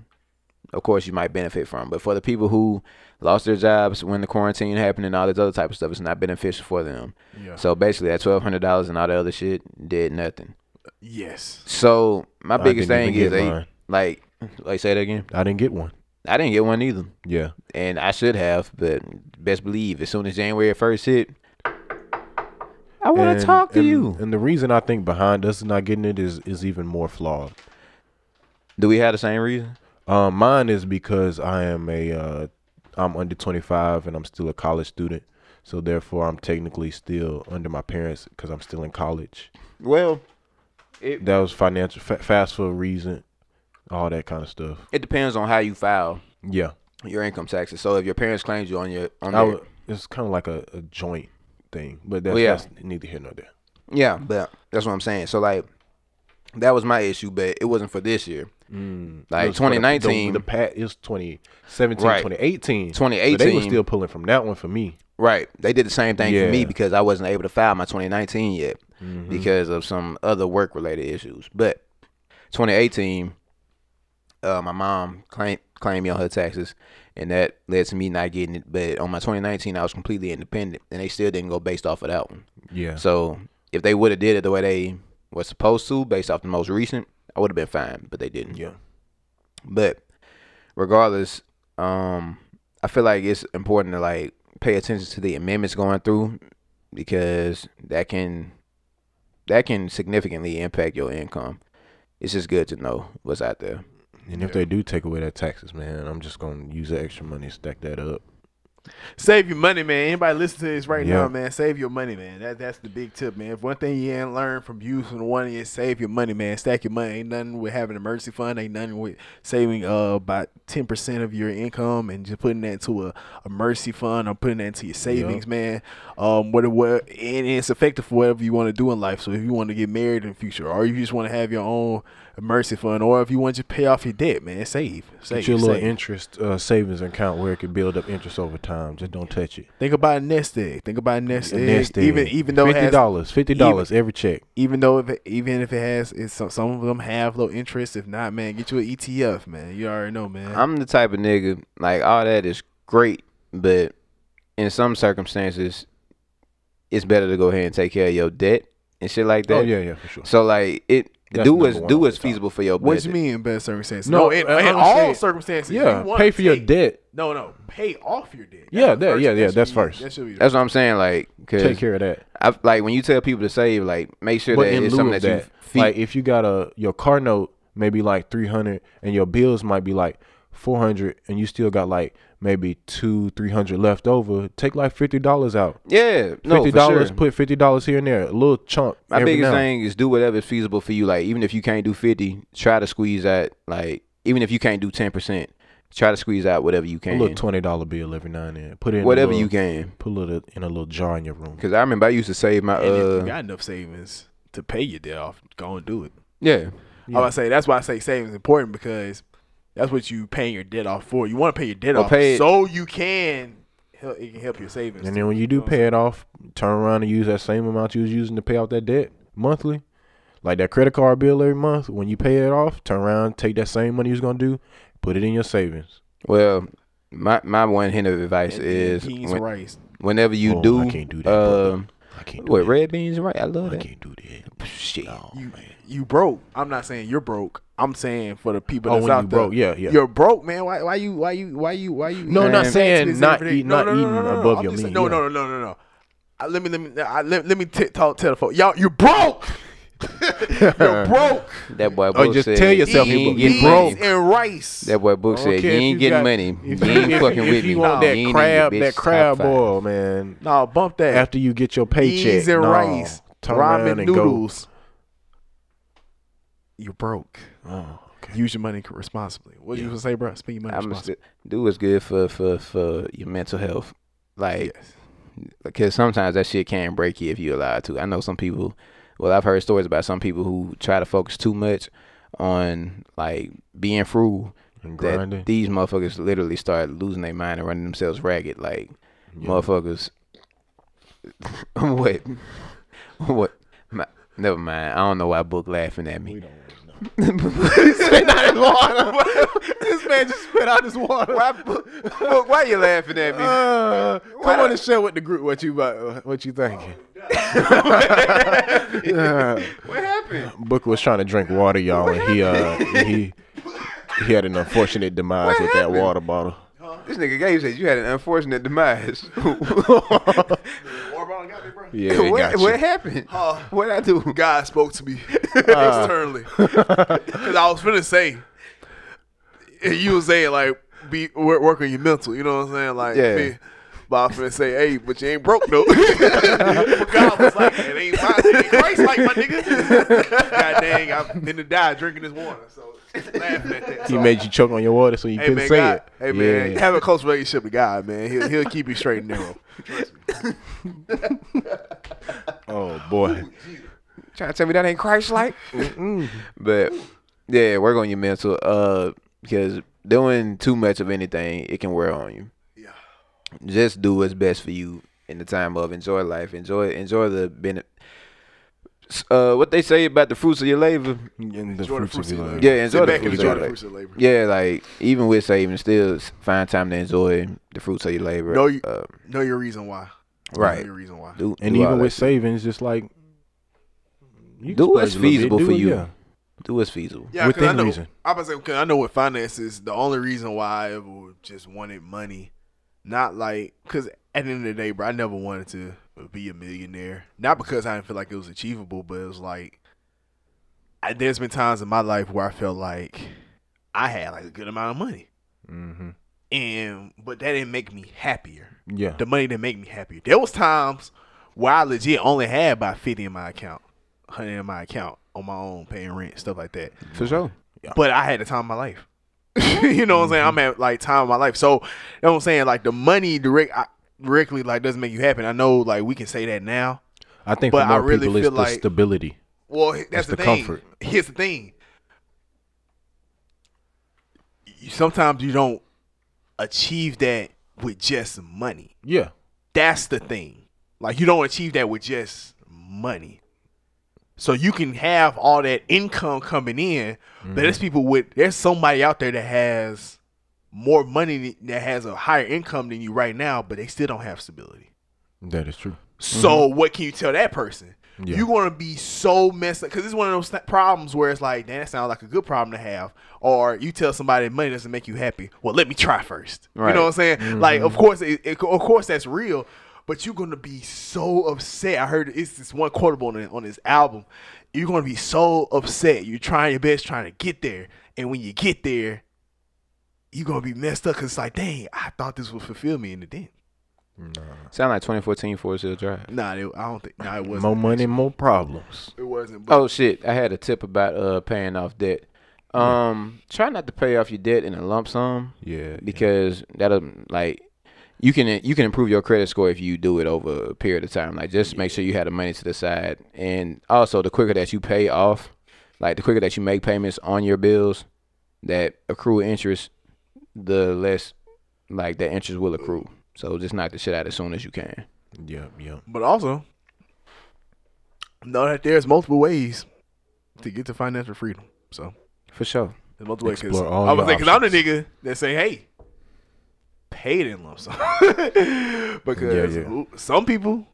Speaker 1: of course you might benefit from. But for the people who lost their jobs when the quarantine happened and all this other type of stuff, it's not beneficial for them.
Speaker 3: Yeah.
Speaker 1: So basically, that twelve hundred dollars and all the other shit did nothing.
Speaker 3: Yes.
Speaker 1: So my
Speaker 2: I
Speaker 1: biggest
Speaker 2: didn't
Speaker 1: thing
Speaker 2: even
Speaker 1: is
Speaker 2: get
Speaker 1: they,
Speaker 2: mine.
Speaker 1: like, like say that again.
Speaker 2: I didn't get one.
Speaker 1: I didn't get one either,
Speaker 2: Yeah.
Speaker 1: and I should have. But best believe, as soon as January first hit, I want
Speaker 2: And-
Speaker 1: to talk to
Speaker 2: and-
Speaker 1: you.
Speaker 2: And the reason I think behind us not getting it is is even more flawed.
Speaker 1: Do we have the same reason?
Speaker 2: Um, mine is because I am a uh, I'm under 25 and I'm still a college student, so therefore I'm technically still under my parents because I'm still in college.
Speaker 1: Well, it
Speaker 2: That was financial fa- fast for a reason, all that kind of stuff.
Speaker 1: it depends on how you file
Speaker 2: Yeah,
Speaker 1: your income taxes. So if your parents claimed you on your on
Speaker 2: I
Speaker 1: their,
Speaker 2: would, it's kind of like a, a joint thing, but that's,
Speaker 1: Well, yeah.
Speaker 2: that's neither here nor there.
Speaker 1: yeah, but that's what I'm saying. So like that was my issue, but it wasn't for this year.
Speaker 2: Mm, It
Speaker 1: Like
Speaker 2: was for the-
Speaker 1: 2019,
Speaker 2: the, the pat is 2017,
Speaker 1: Right.
Speaker 2: 2018. So they were
Speaker 1: 2018
Speaker 2: still pulling from that one for me.
Speaker 1: Right. They did the same thing for me
Speaker 2: Yeah.
Speaker 1: because I wasn't able to file my 2019 yet because of some other work related issues. But 2018, uh, my mom claimed claimed me on her taxes, and that led to me not getting it. But on my 2019, I was completely independent, and they still didn't go based off of that one.
Speaker 2: Yeah.
Speaker 1: So if they would have did it the way they were supposed to, based off the most recent, I would have been fine. But they didn't.
Speaker 2: Yeah.
Speaker 1: But regardless, um, I feel like it's important to like pay attention to the amendments going through because that can that can significantly impact your income. It's just good to know what's out there.
Speaker 2: And if they do take away that taxes, man, I'm just gonna use the extra money, stack that up.
Speaker 3: Save your money, man. Anybody listen to this right
Speaker 2: Yeah.
Speaker 3: now, man? Save your money, man. That that's the big tip, man. If one thing you ain't learn from views from the one is save your money, man. Stack your money. Ain't nothing with having an emergency fund. Ain't nothing with saving uh about ten percent of your income and just putting that into a emergency fund or putting that into your savings, man. Um, what what and it's effective for whatever you want to do in life. So if you want to get married in the future, or you just want to have your own emergency fund, or if you want to pay off your debt, man, save, save,
Speaker 2: Get your little
Speaker 3: save.
Speaker 2: interest uh, savings account where it could build up interest over time. Just don't touch it.
Speaker 3: Think about nest egg. Think about nest egg.
Speaker 2: Nest egg.
Speaker 3: Even even though it
Speaker 2: fifty
Speaker 3: has
Speaker 2: dollars, fifty dollars every check.
Speaker 3: even though if it, even if it has it's some, some of them have low interest. If not, man, get you an ETF, man. You already know, man.
Speaker 1: I'm the type of nigga like all that is great, but in some circumstances, it's better to go ahead and take care of your debt and shit like that.
Speaker 2: Oh yeah, yeah, for sure.
Speaker 1: So like it
Speaker 2: That's
Speaker 1: do
Speaker 2: number
Speaker 1: what's
Speaker 2: one
Speaker 1: do
Speaker 2: off
Speaker 1: what's
Speaker 2: the top.
Speaker 1: feasible for your budget.
Speaker 3: what you mean in best circumstances?
Speaker 2: No,
Speaker 3: No, in,
Speaker 2: I- I
Speaker 3: in all
Speaker 2: understand.
Speaker 3: circumstances.
Speaker 2: yeah,
Speaker 3: you wanna
Speaker 2: pay for your
Speaker 3: take-
Speaker 2: debt.
Speaker 3: No, no, pay off your debt.
Speaker 2: Yeah,
Speaker 3: the
Speaker 2: that- yeah, yeah,
Speaker 3: should
Speaker 2: that's
Speaker 3: be-
Speaker 2: first.
Speaker 3: That should be the
Speaker 1: That's what I'm saying. Like,
Speaker 2: Take
Speaker 1: cause
Speaker 2: care of that.
Speaker 1: I, like when you tell people to save, like make sure
Speaker 2: But
Speaker 1: that
Speaker 2: in
Speaker 1: it's
Speaker 2: lieu
Speaker 1: something
Speaker 2: of
Speaker 1: that,
Speaker 2: that,
Speaker 1: you feel.
Speaker 2: like if you got a your car note maybe like three hundred, and your bills might be like four hundred and you still got like maybe two, three hundred left over, take like fifty dollars out.
Speaker 1: Yeah, no,
Speaker 2: Fifty
Speaker 1: for
Speaker 2: dollars,
Speaker 1: sure.
Speaker 2: put fifty dollars here and there, a little chunk.
Speaker 1: My
Speaker 2: every
Speaker 1: biggest
Speaker 2: now.
Speaker 1: thing is do whatever is feasible for you. Like even if you can't do fifty, try to squeeze out. Like even if you can't do ten percent, try to squeeze out whatever you
Speaker 2: a
Speaker 1: can.
Speaker 2: little twenty dollar bill every now and then. Put it in a
Speaker 1: whatever
Speaker 2: little-
Speaker 1: you can.
Speaker 2: Put a little in a little jar in your room.
Speaker 1: Because I remember I used to save my.
Speaker 5: And if
Speaker 1: Uh,
Speaker 5: you got enough savings to pay your debt off, go and do it.
Speaker 1: yeah,
Speaker 5: I would say that's why I say savings important because that's what you paying your debt off for. You want to pay your debt
Speaker 1: Or
Speaker 5: off
Speaker 1: pay it-
Speaker 5: so you can hel- it can help your savings.
Speaker 2: And
Speaker 5: too.
Speaker 2: then when you do pay it off, turn around and use that same amount you was using to pay off that debt monthly. Like that credit card bill every month, when you pay it off, turn around, take that same money you was gonna do, put it in your savings.
Speaker 1: well, my my one hint of advice
Speaker 5: And then
Speaker 1: is
Speaker 5: beans
Speaker 1: when-
Speaker 5: rice.
Speaker 1: whenever you
Speaker 2: Oh,
Speaker 1: do.
Speaker 2: I can't do that, brother.
Speaker 1: Um,
Speaker 2: I can't do
Speaker 1: what
Speaker 2: that.
Speaker 1: red beans and rice? I love
Speaker 2: I
Speaker 1: that.
Speaker 2: can't do that.
Speaker 1: Shit.
Speaker 2: No,
Speaker 5: You
Speaker 2: man.
Speaker 5: you broke. I'm not saying you're broke. I'm saying for the people
Speaker 2: Oh,
Speaker 5: that's
Speaker 2: when
Speaker 5: out
Speaker 2: you
Speaker 5: there.
Speaker 2: broke, yeah, yeah.
Speaker 5: You're broke, man. Why why you why you why you why you?
Speaker 2: No,
Speaker 5: eating
Speaker 2: not
Speaker 5: fast
Speaker 2: saying
Speaker 5: foods
Speaker 2: not
Speaker 5: every day?
Speaker 2: eat- not eating above
Speaker 5: I'm
Speaker 2: your
Speaker 5: just
Speaker 2: mean,
Speaker 5: No,
Speaker 2: yeah.
Speaker 5: no, no, no, no, no. I, let me let me I, let, let me t- talk tell the folk. Y'all, you're broke. *laughs*
Speaker 2: *laughs*
Speaker 5: you're broke.
Speaker 1: That boy.
Speaker 2: Oh,
Speaker 1: Book
Speaker 2: just
Speaker 1: said,
Speaker 2: tell yourself
Speaker 1: "You
Speaker 2: you
Speaker 1: ain't
Speaker 2: broke. You
Speaker 1: getting
Speaker 2: broke."
Speaker 1: money."
Speaker 5: and rice.
Speaker 1: That boy Book
Speaker 2: I don't
Speaker 1: said, "You
Speaker 2: care if
Speaker 1: ain't
Speaker 2: you
Speaker 1: getting
Speaker 2: got-
Speaker 1: money. You
Speaker 2: If
Speaker 1: ain't
Speaker 2: *laughs* if-
Speaker 1: fucking
Speaker 2: if
Speaker 1: with me."
Speaker 2: you want
Speaker 1: You
Speaker 2: that
Speaker 1: ain't
Speaker 2: crab,
Speaker 1: even
Speaker 2: that
Speaker 1: bitch top
Speaker 2: crab
Speaker 1: five.
Speaker 2: boil, man.
Speaker 5: No, bump that.
Speaker 2: After you get your paycheck,
Speaker 5: Beans and
Speaker 2: no.
Speaker 5: rice,
Speaker 2: Turn
Speaker 5: ramen
Speaker 2: around and go.
Speaker 5: noodles. You're broke.
Speaker 2: Oh, okay.
Speaker 5: Use your money responsibly. What you gonna say, bro? Spend your money
Speaker 1: I'm
Speaker 5: responsibly.
Speaker 1: still, do what's good for for for your mental health. Like,
Speaker 5: Yes.
Speaker 1: because sometimes that shit can break you if you allow it to. I know some people. Well, I've heard stories about some people who try to focus too much on like being frugal.
Speaker 2: And grinding.
Speaker 1: That these motherfuckers literally start losing their mind and running themselves ragged. Like,
Speaker 2: Yeah.
Speaker 1: motherfuckers. *laughs* what? What? My, never mind. I don't know why Book laughing at me. *laughs*
Speaker 2: this man just spit out his water.
Speaker 1: Book, why you laughing at me?
Speaker 2: Uh, come on and share with the group what you about, what you
Speaker 3: *laughs*
Speaker 2: thinking. what happened? Book was trying to drink water, y'all, and he uh he he had an unfortunate demise with that water bottle.
Speaker 1: This nigga Gabe says you had an unfortunate demise.
Speaker 2: *laughs* Yeah, it
Speaker 1: what,
Speaker 2: got you.
Speaker 1: what happened? what I do?
Speaker 3: God spoke to
Speaker 5: *laughs*
Speaker 3: me externally because I was finna say you was saying like be work, work on your mental. You know what I'm saying? Like
Speaker 1: Yeah.
Speaker 3: me- But I was finna say, hey, but you ain't broke though. *laughs* but God was like, it ain't my it ain't Christ like my nigga. *laughs* God dang, I'm gonna die drinking this water. So laughing at that.
Speaker 2: He
Speaker 3: So,
Speaker 2: made you choke on your water so you
Speaker 3: hey
Speaker 2: couldn't
Speaker 3: man,
Speaker 2: say
Speaker 3: God,
Speaker 2: it.
Speaker 3: hey man, *laughs*
Speaker 2: Yeah.
Speaker 3: have a close relationship with God, man. He'll he'll keep you straight and
Speaker 2: *laughs*
Speaker 3: narrow.
Speaker 2: Oh boy.
Speaker 1: Trying to tell me that ain't Christ like? but yeah, work on your mental. Uh, because doing too much of anything, it can wear on you.
Speaker 3: Yeah.
Speaker 1: Just do what's best for you in the time of enjoy life. Enjoy enjoy the benefit. Uh, what they say about the fruits of your labor.
Speaker 2: And the
Speaker 3: Enjoy
Speaker 2: fruits
Speaker 3: the
Speaker 2: of
Speaker 3: fruits of
Speaker 2: your
Speaker 3: your
Speaker 2: labor.
Speaker 1: Yeah, enjoy
Speaker 3: Sit
Speaker 1: the
Speaker 3: back and
Speaker 1: fruits of
Speaker 3: enjoy
Speaker 1: your
Speaker 3: the
Speaker 1: labor.
Speaker 3: fruits of labor.
Speaker 1: Yeah, like even with saving, still s- find time to enjoy the fruits of your labor.
Speaker 3: Know you-
Speaker 1: Uh,
Speaker 3: Know your reason why. Know
Speaker 1: right.
Speaker 3: your reason why.
Speaker 1: Do,
Speaker 2: And
Speaker 1: do all
Speaker 2: even
Speaker 1: that
Speaker 2: with
Speaker 1: shit.
Speaker 2: savings, just like you can
Speaker 1: Do what's
Speaker 2: splurge a little bit,
Speaker 1: feasible
Speaker 2: do
Speaker 1: for
Speaker 2: it,
Speaker 1: you.
Speaker 2: yeah.
Speaker 1: do what's feasible.
Speaker 3: Yeah, 'cause I
Speaker 2: Within
Speaker 3: know,
Speaker 2: reason.
Speaker 3: I was saying, cause I know with finances, the only reason why I ever just wanted money, not like, cause at the end of the day, bro, I never wanted to be a millionaire. Not because I didn't feel like it was achievable, but it was like, I, there's been times in my life where I felt like I had like a good amount of money,
Speaker 2: Mm-hmm.
Speaker 3: and but that didn't make me happier.
Speaker 2: Yeah.
Speaker 3: The money didn't make me happier. There was times where I legit only had about fifty in my account, hundred in my account on my own, paying rent, stuff like that
Speaker 1: For sure.
Speaker 3: but I had the time of my life. *laughs* you know what I'm saying? I'm at like time of my life. So you know what I'm saying? Like the money direct I, directly like doesn't make you happy. And I know like we can say that now.
Speaker 2: I think
Speaker 3: But
Speaker 2: for more
Speaker 3: I really
Speaker 2: people it's
Speaker 3: feel
Speaker 2: the
Speaker 3: like-
Speaker 2: stability.
Speaker 3: Well, h- that's
Speaker 2: It's
Speaker 3: the,
Speaker 2: the
Speaker 3: thing.
Speaker 2: comfort.
Speaker 3: Here's the thing. You, sometimes you don't achieve that with just money.
Speaker 2: Yeah.
Speaker 3: That's the thing. Like you don't achieve that with just money. So you can have all that income coming in, but there's people with there's somebody out there that has more money th- that has a higher income than you right now, but they still don't have stability.
Speaker 2: That is true.
Speaker 3: So what can you tell that person?
Speaker 2: Mm-hmm. Yeah.
Speaker 3: You're gonna be so messed up because it's one of those th- problems where it's like, damn, that sounds like a good problem to have. Or you tell somebody money doesn't make you happy. Well, let me try first. You
Speaker 1: Right.
Speaker 3: know what I'm saying?
Speaker 2: Mm-hmm.
Speaker 3: Like, of course, it, it- of course, that's real. But you're gonna be so upset. I heard it's this one quotable on, on this album. You're gonna be so upset. You're trying your best, trying to get there, and when you get there, you gonna be messed up because it's like, dang, I thought this would fulfill me, and it didn't.
Speaker 1: Sound like 2014 Forest Hill Drive.
Speaker 3: Nah, it, I don't think. Nah, it wasn't.
Speaker 2: More money, more problems.
Speaker 3: It wasn't. But
Speaker 1: Oh shit! I had a tip about uh paying off debt. Um, try not to pay off your debt in a lump sum
Speaker 2: Yeah.
Speaker 1: because that'll like you can you can improve your credit score if you do it over a period of time. Like just make sure you have the money to the side, and also the quicker that you pay off, like the quicker that you make payments on your bills that accrue interest, the less like that interest will accrue. So just knock the shit out as soon as you can.
Speaker 2: Yep, yep.
Speaker 3: but also know that there's multiple ways to get to financial freedom. So
Speaker 1: For sure.
Speaker 3: there's multiple ways. 'cause
Speaker 2: Explore all
Speaker 3: I was
Speaker 2: your
Speaker 3: thinking I'm the nigga that say, hey, paid in lump *laughs* sum because
Speaker 2: Yeah, yeah.
Speaker 3: ooh, some people.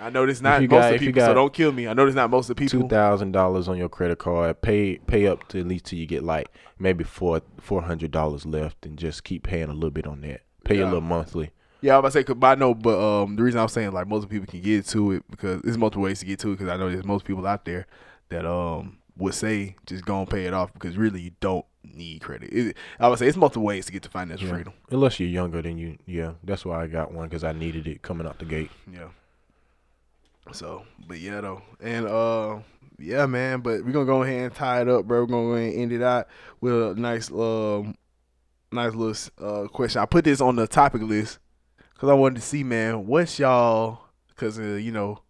Speaker 3: I know this not
Speaker 2: you
Speaker 3: most
Speaker 2: got-
Speaker 3: of
Speaker 2: if you
Speaker 3: people, so
Speaker 2: got
Speaker 3: don't kill me. I know this not most of the
Speaker 2: Two
Speaker 3: people.
Speaker 2: thousand dollars on your credit card. Pay pay up to at least till you get like maybe four four hundred dollars left, and just keep paying a little bit on that. Pay a
Speaker 3: Yeah.
Speaker 2: little monthly.
Speaker 3: Yeah, I was about to say, 'cause- but I know, but um, the reason I'm saying like most people can get to it because there's multiple ways to get to it because I know there's most people out there that um would say just go and pay it off because really you don't need credit. It, I would say it's multiple ways to get to financial
Speaker 2: Yeah.
Speaker 3: freedom.
Speaker 2: Unless you're younger than you, yeah. That's why I got one because I needed it coming out the gate.
Speaker 3: Yeah. So, but yeah though, and uh, yeah, man. But we're gonna go ahead and tie it up, bro. We're gonna go ahead and end it out with a nice um, nice little uh question. I put this on the topic list because I wanted to see, man, what's y'all? Because uh, you know,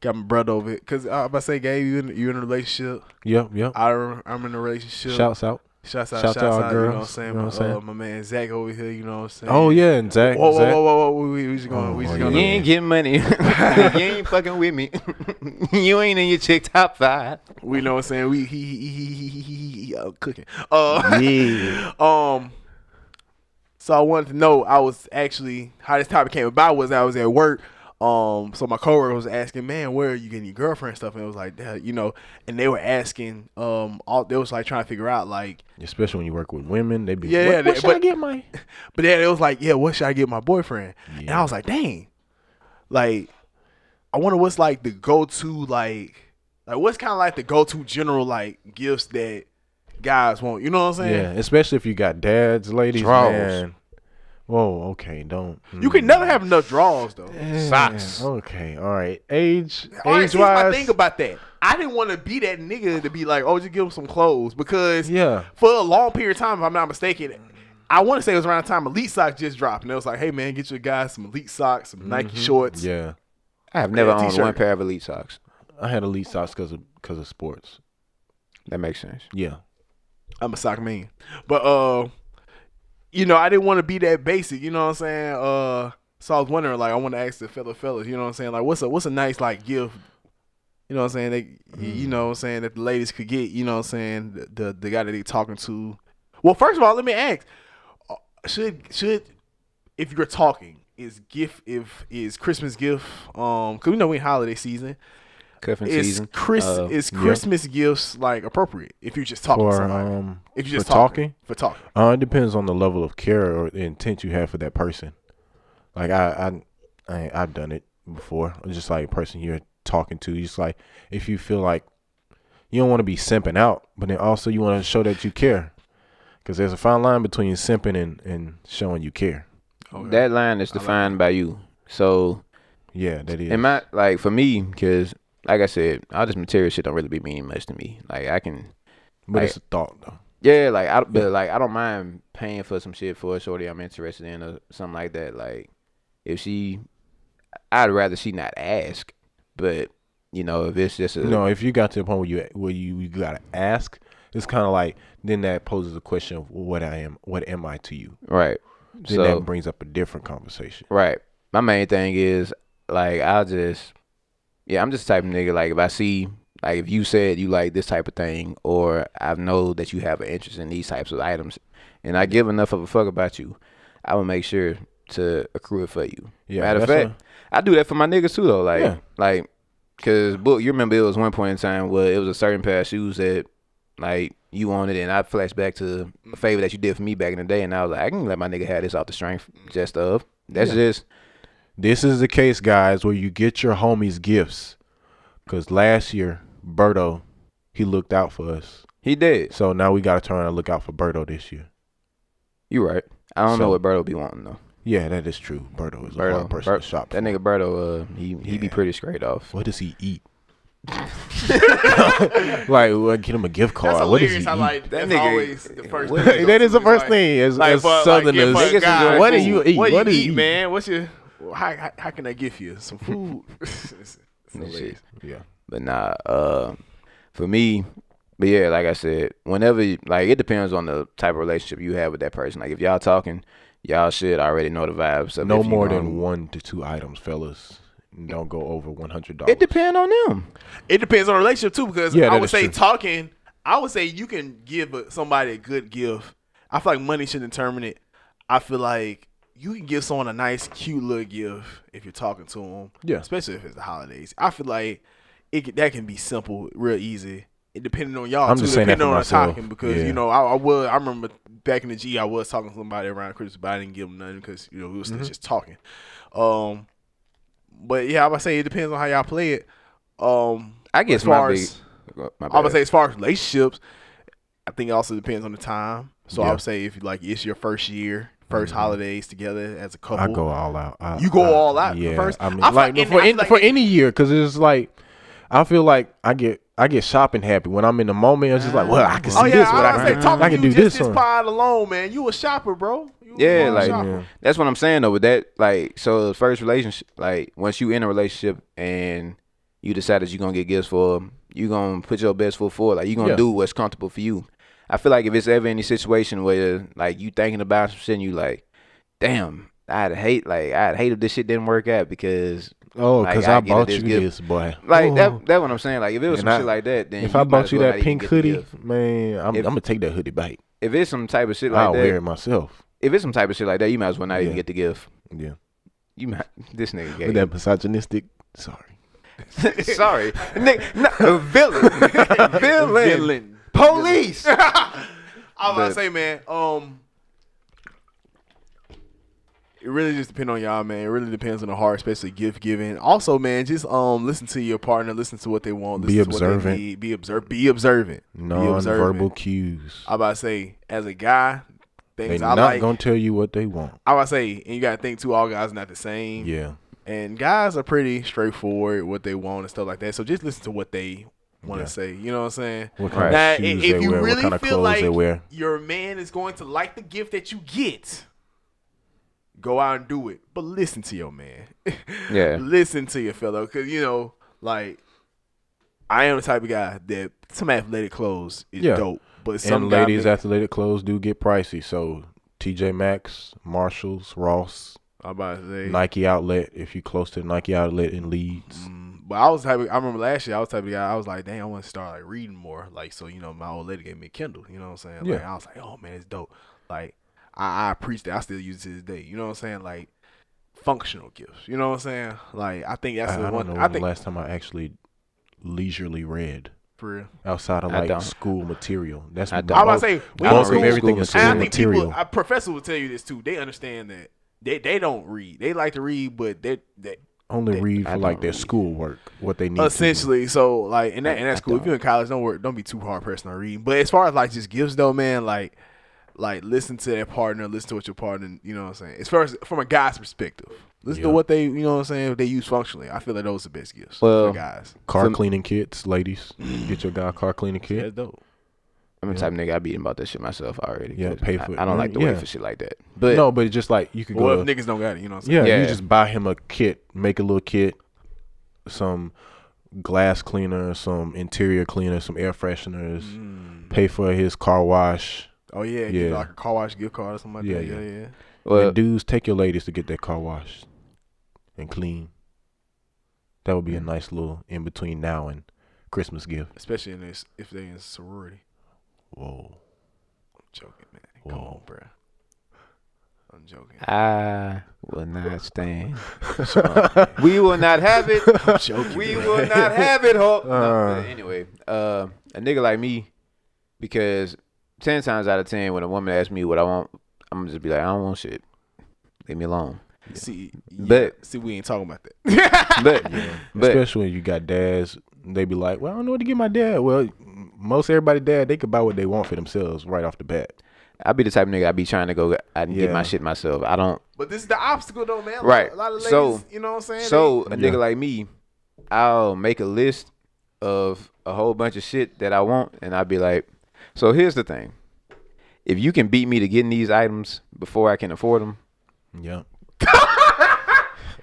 Speaker 3: got my brother over it. Because I, if I say, Gabe, you in, you in a relationship?
Speaker 2: Yep, yep.
Speaker 3: I rem- I'm in a relationship.
Speaker 2: Shouts out.
Speaker 3: shouts out,
Speaker 2: shout to
Speaker 3: shouts
Speaker 2: our
Speaker 3: out. You know what I'm
Speaker 2: girls,
Speaker 3: saying?
Speaker 2: you know what I'm
Speaker 3: Uh,
Speaker 2: saying?
Speaker 3: my man Zach over here. You know what I'm saying?
Speaker 2: Oh yeah, and Zach.
Speaker 3: Whoa, whoa,
Speaker 2: Zach.
Speaker 3: whoa, whoa, whoa! We, we just gonna, we just
Speaker 2: Oh,
Speaker 3: gonna.
Speaker 1: You
Speaker 2: yeah.
Speaker 1: ain't getting money. *laughs* you ain't fucking with me. *laughs* you ain't in your chick top five.
Speaker 3: We know what I'm saying. We he he he he, he, he, he uh, cooking. Uh, yeah. *laughs* um. So I wanted to know. I was actually how this topic came about was I was at work. Um. So my coworker was asking, "Man, where are you getting your girlfriend stuff?" And it was like, "Duh," you know. And they were asking. Um. All they was like trying to figure out like.
Speaker 2: Especially when you work with women, they be
Speaker 3: Yeah,
Speaker 2: yeah.
Speaker 3: yeah,
Speaker 2: What, what
Speaker 3: they-
Speaker 2: should I
Speaker 3: but-
Speaker 2: get my?
Speaker 3: But then it was like, "Yeah, what should I get my boyfriend?" And I
Speaker 2: Yeah.
Speaker 3: was like, "Dang." Like, I wonder what's like the go to like. Like what's kind of like the go to general like gifts that guys want? You know what I'm saying?
Speaker 2: Yeah, especially if you got dads, ladies,
Speaker 1: Draws.
Speaker 2: man. Whoa, okay, don't.
Speaker 3: You can
Speaker 2: mm.
Speaker 3: never have enough draws though.
Speaker 1: Socks.
Speaker 2: Okay, all right. Age,
Speaker 3: Age
Speaker 2: age
Speaker 3: my
Speaker 2: wise,
Speaker 3: thing about that. I didn't want to be that nigga to be like, oh, just give him some clothes because
Speaker 2: yeah,
Speaker 3: for a long period of time, if I'm not mistaken, I want to say it was around the time Elite Socks just dropped, and it was like, hey man, get your guys some Elite Socks, some
Speaker 2: Mm-hmm.
Speaker 3: Nike shorts.
Speaker 2: yeah.
Speaker 1: I have never
Speaker 3: Yeah,
Speaker 1: owned
Speaker 3: t-shirt.
Speaker 1: one pair of elite socks.
Speaker 2: I had elite socks because of because of sports.
Speaker 1: That makes sense.
Speaker 2: Yeah,
Speaker 3: I'm a sock man, but uh, you know, I didn't want to be that basic. You know what I'm saying? Uh, so I was wondering, like, I want to ask the fellow fellas. You know what I'm saying? Like, what's a what's a nice like gift? You know what I'm saying? They, y- you
Speaker 1: Mm.
Speaker 3: know what I'm saying that the ladies could get. You know what I'm saying? The the, the guy that they talking to. Well, first of all, let me ask: uh, Should should if you're talking is gift if is Christmas gift? Um, cause we know we in holiday season.
Speaker 1: Cuffing
Speaker 3: Is
Speaker 1: season.
Speaker 3: Chris
Speaker 1: Uh,
Speaker 3: is
Speaker 2: yeah.
Speaker 3: Christmas gifts like appropriate if you're just talking to
Speaker 2: for
Speaker 3: somebody?
Speaker 2: um,
Speaker 3: if you're
Speaker 2: for
Speaker 3: just
Speaker 2: talking,
Speaker 3: for talking.
Speaker 2: uh, it depends on the level of care or the intent you have for that person. Like I, I, I I've done it before. It's Just like person you're talking to, just like if you feel like you don't want to be simping out, but then also you want to show that you care, because there's a fine line between simping and and showing you care.
Speaker 1: That line is defined by you. So,
Speaker 2: Yeah, that is.
Speaker 1: in my like for me, because like I said, all this material shit don't really be meaning much to me. Like I can,
Speaker 2: but
Speaker 1: I-
Speaker 2: it's a thought though.
Speaker 1: yeah, like I, but like I don't mind paying for some shit for a shorty I'm interested in or something like that. Like if she, I'd rather she not ask. But you know, if it's just a
Speaker 2: No, if you got to the point where you where you, you gotta ask, it's kind of like then that poses a question of what I am, what am I to you?
Speaker 1: right,
Speaker 2: Then
Speaker 1: so
Speaker 2: that brings up a different conversation.
Speaker 1: Right. My main thing is like I'll just yeah, I'm just the type of nigga like if I see like if you said you like this type of thing or I know that you have an interest in these types of items and I give enough of a fuck about you, I will make sure to accrue it for you.
Speaker 2: Yeah,
Speaker 1: Matter of
Speaker 2: that's
Speaker 1: fact, I do that for my niggas too though. Like
Speaker 2: Yeah.
Speaker 1: like cause book, you remember it was one point in time where it was a certain pair of shoes that like you wanted and I flashed back to a favor that you did for me back in the day and I was like, I can let my nigga have this off the strength just of that's just
Speaker 2: This is the case, guys, where you get your homies gifts. Cause last year, Berto, he looked out for us.
Speaker 1: He did.
Speaker 2: So now we gotta turn and look out for Berto this year.
Speaker 1: You right. I don't
Speaker 2: So-
Speaker 1: know what Birdo be wanting though.
Speaker 2: Yeah, that is true. Birdo is a
Speaker 1: Birdo-
Speaker 2: hard person
Speaker 1: Bir-
Speaker 2: to shop
Speaker 1: That
Speaker 2: for.
Speaker 1: nigga Birdo, uh, he he be
Speaker 2: Yeah.
Speaker 1: pretty straight off.
Speaker 2: What does he *laughs* eat? like, what, get him a gift card.
Speaker 3: That's
Speaker 2: what does he
Speaker 3: hilarious. I
Speaker 2: eat?
Speaker 3: like
Speaker 1: That
Speaker 3: that
Speaker 1: nigga-
Speaker 3: always the first.
Speaker 1: What-
Speaker 3: thing that
Speaker 2: that
Speaker 3: goes
Speaker 2: is the
Speaker 3: through his
Speaker 2: first
Speaker 3: mind.
Speaker 2: thing. As,
Speaker 5: Like,
Speaker 2: as
Speaker 5: for- like,
Speaker 2: Southerners,
Speaker 5: if a
Speaker 1: Niggas
Speaker 5: guy-
Speaker 1: enjoy
Speaker 2: what do
Speaker 1: food.
Speaker 2: you eat?
Speaker 5: What,
Speaker 2: What do
Speaker 5: do you eat,
Speaker 2: you eat?
Speaker 5: man? What's your? How, how, how can I give you some food? *laughs* It's hilarious.
Speaker 2: yeah,
Speaker 1: But nah, uh, for me, but yeah, like I said, whenever you- like it depends on the type of relationship you have with that person. Like if y'all talking, y'all should already know the vibes. Of
Speaker 2: no
Speaker 1: if you
Speaker 2: more
Speaker 1: gonna-
Speaker 2: than one to two items, fellas. Don't go over one hundred dollars.
Speaker 1: It depend on them.
Speaker 3: It depends on the relationship too, because
Speaker 2: Yeah,
Speaker 3: I
Speaker 2: that
Speaker 3: would
Speaker 2: is
Speaker 3: say
Speaker 2: true.
Speaker 3: talking. I would say you can give a- somebody a good gift. I feel like money should determine it. I feel like you can give someone a nice, cute little gift if you're talking to them.
Speaker 2: Yeah.
Speaker 3: especially if it's the holidays. I feel like it can- that can be simple, real easy. It depending on y'all
Speaker 2: I'm
Speaker 3: too,
Speaker 2: just saying that
Speaker 3: depending
Speaker 2: for
Speaker 3: on the
Speaker 2: myself.
Speaker 3: talking because
Speaker 2: Yeah.
Speaker 3: you know I, I was I remember back in the G I was talking to somebody around Christmas, but I didn't give them nothing because you know we was
Speaker 2: Mm-hmm.
Speaker 3: still just talking. Um, but yeah, I would say it depends on how y'all play it. Um,
Speaker 1: I guess
Speaker 3: as far
Speaker 1: my big,
Speaker 3: as
Speaker 1: my
Speaker 3: I would
Speaker 1: bad.
Speaker 3: say as far as relationships, I think it also depends on the time. So
Speaker 2: Yeah.
Speaker 3: I
Speaker 2: Mm-hmm.
Speaker 3: would say if like it's your first year, 1st holidays together as a couple,
Speaker 2: I go all out. I,
Speaker 3: You go
Speaker 2: I-
Speaker 3: all out
Speaker 2: Yeah,
Speaker 3: first?
Speaker 2: I mean,
Speaker 3: I feel
Speaker 2: like
Speaker 3: like-
Speaker 2: for
Speaker 3: I feel
Speaker 2: any,
Speaker 3: like
Speaker 2: for
Speaker 3: it-
Speaker 2: any year, because it's like I feel like I get I get shopping happy when I'm in the moment. It's just like, well, I can see
Speaker 3: Oh
Speaker 2: this,
Speaker 3: yeah,
Speaker 2: but
Speaker 3: I,
Speaker 2: I,
Speaker 3: was
Speaker 2: can,
Speaker 3: say talking
Speaker 2: I can
Speaker 3: to
Speaker 2: do
Speaker 3: you just
Speaker 2: this
Speaker 3: this
Speaker 2: one.
Speaker 3: pod alone, man. You a shopper, bro. You a
Speaker 1: Yeah,
Speaker 3: long
Speaker 1: like
Speaker 3: shopper.
Speaker 2: Yeah.
Speaker 1: that's what I'm saying though. With that, like, so the first relationship, like, once you in a relationship and you decide that you're gonna get gifts for, 'em, you gonna put your best foot forward. Like, you gonna
Speaker 2: Yeah.
Speaker 1: do what's comfortable for you. I feel like if it's ever any situation where like you thinking about some shit, and you like, damn, I'd hate like I'd hate if this shit didn't work out because
Speaker 2: Oh,
Speaker 1: Like,
Speaker 2: because
Speaker 1: I
Speaker 2: I,
Speaker 1: get
Speaker 2: bought
Speaker 1: this
Speaker 2: you
Speaker 1: gift.
Speaker 2: this, boy.
Speaker 1: like
Speaker 2: Ooh.
Speaker 1: that. That's what I'm saying. Like, if it was
Speaker 2: And
Speaker 1: some
Speaker 2: I-
Speaker 1: shit like that, then
Speaker 2: If I
Speaker 1: you might
Speaker 2: bought
Speaker 1: as
Speaker 2: you
Speaker 1: well not
Speaker 2: that
Speaker 1: even
Speaker 2: pink
Speaker 1: get the
Speaker 2: hoodie,
Speaker 1: gift.
Speaker 2: man, I'm,
Speaker 1: If-
Speaker 2: I'm gonna take that hoodie back.
Speaker 1: If it's some type of shit like
Speaker 2: I'll
Speaker 1: that,
Speaker 2: wear it myself.
Speaker 1: if it's some type of shit like that, you might as well not even
Speaker 2: Yeah.
Speaker 1: get the gift.
Speaker 2: Yeah,
Speaker 1: You might *laughs* this nigga gay.
Speaker 2: with that misogynistic. Sorry.
Speaker 1: Sorry, Nick, no, villain, *laughs* villain, police.
Speaker 3: I was about to
Speaker 1: But-
Speaker 3: say, man. Um,
Speaker 5: It really just depends on y'all, man. It really depends on the heart, especially gift giving. Also, man, just um listen to your partner, listen to what they want, listen
Speaker 2: Be
Speaker 5: to What
Speaker 2: observant.
Speaker 5: they need. Be observant. Be observant. Be
Speaker 2: Non-verbal
Speaker 5: observant.
Speaker 2: cues.
Speaker 5: I about to say, as a guy,
Speaker 2: They
Speaker 5: things I
Speaker 2: not
Speaker 5: like.
Speaker 2: gonna tell you what they want.
Speaker 5: I about to say, and you gotta think too. All guys not the same.
Speaker 2: Yeah,
Speaker 5: and guys are pretty straightforward what they want and stuff like that. So just listen to what they want to
Speaker 2: Yeah.
Speaker 5: say. You know what I'm saying?
Speaker 2: what kind
Speaker 1: Right.
Speaker 2: of
Speaker 3: now, i-
Speaker 2: shoes
Speaker 3: if
Speaker 2: they
Speaker 3: you
Speaker 2: wear,
Speaker 3: really
Speaker 2: what kind of
Speaker 3: feel
Speaker 2: clothes
Speaker 3: like
Speaker 2: they wear.
Speaker 3: your man is going to like the gift that you get,
Speaker 5: Go out and do it, but listen to your man. *laughs*
Speaker 1: Yeah.
Speaker 5: listen to your fellow, cause you know, like I am the type of guy that some athletic clothes is
Speaker 2: Yeah.
Speaker 5: dope, but some
Speaker 2: Some
Speaker 5: guy
Speaker 2: ladies'
Speaker 5: may-
Speaker 2: athletic clothes do get pricey, so TJ Maxx, Marshalls, Ross,
Speaker 5: I'm about to say.
Speaker 2: Nike outlet. If you close to the Nike outlet in Leeds,
Speaker 5: Mm, But I was the type. Of, I remember last year. I was the type of guy. I was like, dang, I want to start like reading more. Like, so you know, my old lady gave me a Kindle. You know what I'm saying? Like,
Speaker 2: Yeah.
Speaker 5: I was like, oh man, it's dope. Like, I, I preach that. I still use it to this day. You know what I'm saying? Like, functional gifts. You know what I'm saying? Like, I think that's
Speaker 2: I, I
Speaker 5: the
Speaker 2: don't
Speaker 5: one.
Speaker 2: know
Speaker 5: I
Speaker 2: when the
Speaker 5: think
Speaker 2: last time I actually leisurely read
Speaker 5: for real.
Speaker 2: outside of
Speaker 1: I
Speaker 2: like
Speaker 1: don't.
Speaker 2: school material. That's
Speaker 1: I
Speaker 2: what
Speaker 1: don't.
Speaker 2: my
Speaker 3: I was
Speaker 2: most-
Speaker 3: about to say,
Speaker 1: I don't
Speaker 2: bulk
Speaker 3: we,
Speaker 2: of
Speaker 1: read
Speaker 2: everything
Speaker 1: school
Speaker 2: is
Speaker 3: and
Speaker 2: school
Speaker 3: I think
Speaker 2: material.
Speaker 3: people, a professor will tell you this too. They understand that they they don't read. They like to read, but they they
Speaker 2: Only read
Speaker 1: I
Speaker 2: for like
Speaker 1: don't
Speaker 2: their
Speaker 1: read. Uh,
Speaker 2: schoolwork, what they need. to do.
Speaker 5: Essentially, so like, and that and that's
Speaker 1: I
Speaker 5: cool. If
Speaker 1: don't.
Speaker 5: you're in college, don't work, don't be too hard pressed on reading. But as far as like just gifts though, man, like, like listen to that partner, listen to what your partner, you know what I'm saying. As far as from a guy's perspective, listen to
Speaker 2: Yeah.
Speaker 5: what they, you know what I'm saying. They use functionally. I feel like those are the best gifts
Speaker 1: Well,
Speaker 5: for guys.
Speaker 2: car
Speaker 1: Some-
Speaker 2: cleaning kits, ladies. Get your guy a car cleaning kit.
Speaker 5: That's dope.
Speaker 1: I'm the type of nigga I be about that shit myself already.
Speaker 2: Yeah,
Speaker 1: 'cause
Speaker 2: pay
Speaker 1: I-
Speaker 2: for it,
Speaker 1: I, don't like
Speaker 2: right?
Speaker 1: to
Speaker 2: Yeah.
Speaker 1: wait for shit like that. But
Speaker 2: no, but it's just like you could go.
Speaker 5: Well,
Speaker 2: to-
Speaker 5: if niggas don't got it, you know what I'm saying.
Speaker 2: Yeah,
Speaker 1: Yeah.
Speaker 2: you just buy him a kit, make a little kit, some glass cleaner, some interior cleaner, some air fresheners,
Speaker 3: Mm-hmm.
Speaker 2: pay for his car wash.
Speaker 5: Mm. Oh yeah, yeah.
Speaker 2: Yeah.
Speaker 5: like a car wash gift card or something like
Speaker 2: Yeah,
Speaker 5: that.
Speaker 2: yeah.
Speaker 5: Yeah, yeah.
Speaker 1: well,
Speaker 2: and dudes, take your ladies to get their car washed and clean. That would be a nice little in between now and Christmas gift.
Speaker 5: Especially in this, if they in sorority.
Speaker 2: Whoa.
Speaker 5: I'm joking, man. Come
Speaker 2: Whoa.
Speaker 5: on, bro. I'm joking.
Speaker 1: I will not stand. we will not have it. we will not have it, Hulk. No, but anyway, uh, a nigga like me, because ten times out of ten, when a woman asks me what I want, I'm gonna just be like, I don't want shit. Leave me alone.
Speaker 5: See,
Speaker 1: But-
Speaker 5: yeah, see, we ain't talking about that.
Speaker 1: But but
Speaker 2: Especially when you got dads, they be like, "Well, I don't know what to get my dad." Well, m- most everybody dad, they could buy what they want for themselves right off the bat.
Speaker 1: I be the type of nigga I be trying to go I can get
Speaker 2: Yeah.
Speaker 1: my shit myself. I don't.
Speaker 6: *laughs* But this is the obstacle though, man. A lot-
Speaker 1: Right.
Speaker 6: A lot of ladies,
Speaker 1: So-
Speaker 6: you know what I'm saying?
Speaker 1: So a
Speaker 2: Yeah.
Speaker 1: nigga like me, I'll make a list of a whole bunch of shit that I want, and I'll be like, so here's the thing. If you can beat me to getting these items before I can afford them,
Speaker 2: Yeah.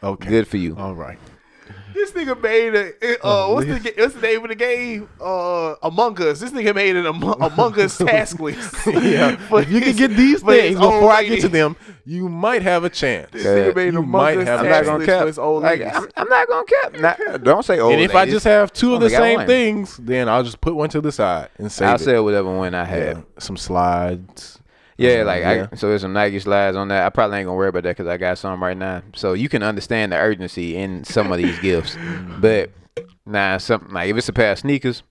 Speaker 2: okay.
Speaker 1: good for you.
Speaker 2: All right.
Speaker 6: This nigga made a uh, what's the ga- what's the name of the game? Uh, Among Us. This nigga made an Among, Among Us task list.
Speaker 2: *laughs* Yeah.
Speaker 6: *laughs* For
Speaker 2: if you can
Speaker 6: his-
Speaker 2: get these
Speaker 6: for his
Speaker 2: things before
Speaker 6: old
Speaker 2: I get
Speaker 6: lady.
Speaker 2: to them, you might have a chance.
Speaker 6: This nigga
Speaker 1: Yeah,
Speaker 6: made an
Speaker 2: you
Speaker 6: Among
Speaker 2: might
Speaker 6: Us
Speaker 2: have-
Speaker 1: I'm not
Speaker 6: task
Speaker 1: gonna
Speaker 6: list for
Speaker 1: cap.
Speaker 6: his old
Speaker 1: Like,
Speaker 6: ladies.
Speaker 1: I'm, I'm not gonna cap. Not- don't say old.
Speaker 2: and if I
Speaker 1: ladies.
Speaker 2: just have two of
Speaker 1: I only
Speaker 2: the
Speaker 1: Oh, got
Speaker 2: same
Speaker 1: one.
Speaker 2: things, then I'll just put one to the side and save
Speaker 1: I'll
Speaker 2: it.
Speaker 1: sell whatever one I
Speaker 2: Yeah,
Speaker 1: have.
Speaker 2: Some slides.
Speaker 1: Yeah,
Speaker 2: Uh,
Speaker 1: like
Speaker 2: yeah.
Speaker 1: I so there's some Nike slides on that. I probably ain't gonna worry about that because I got some right now. So you can understand the urgency in some of these gifts. But nah, something like if it's a pair of sneakers,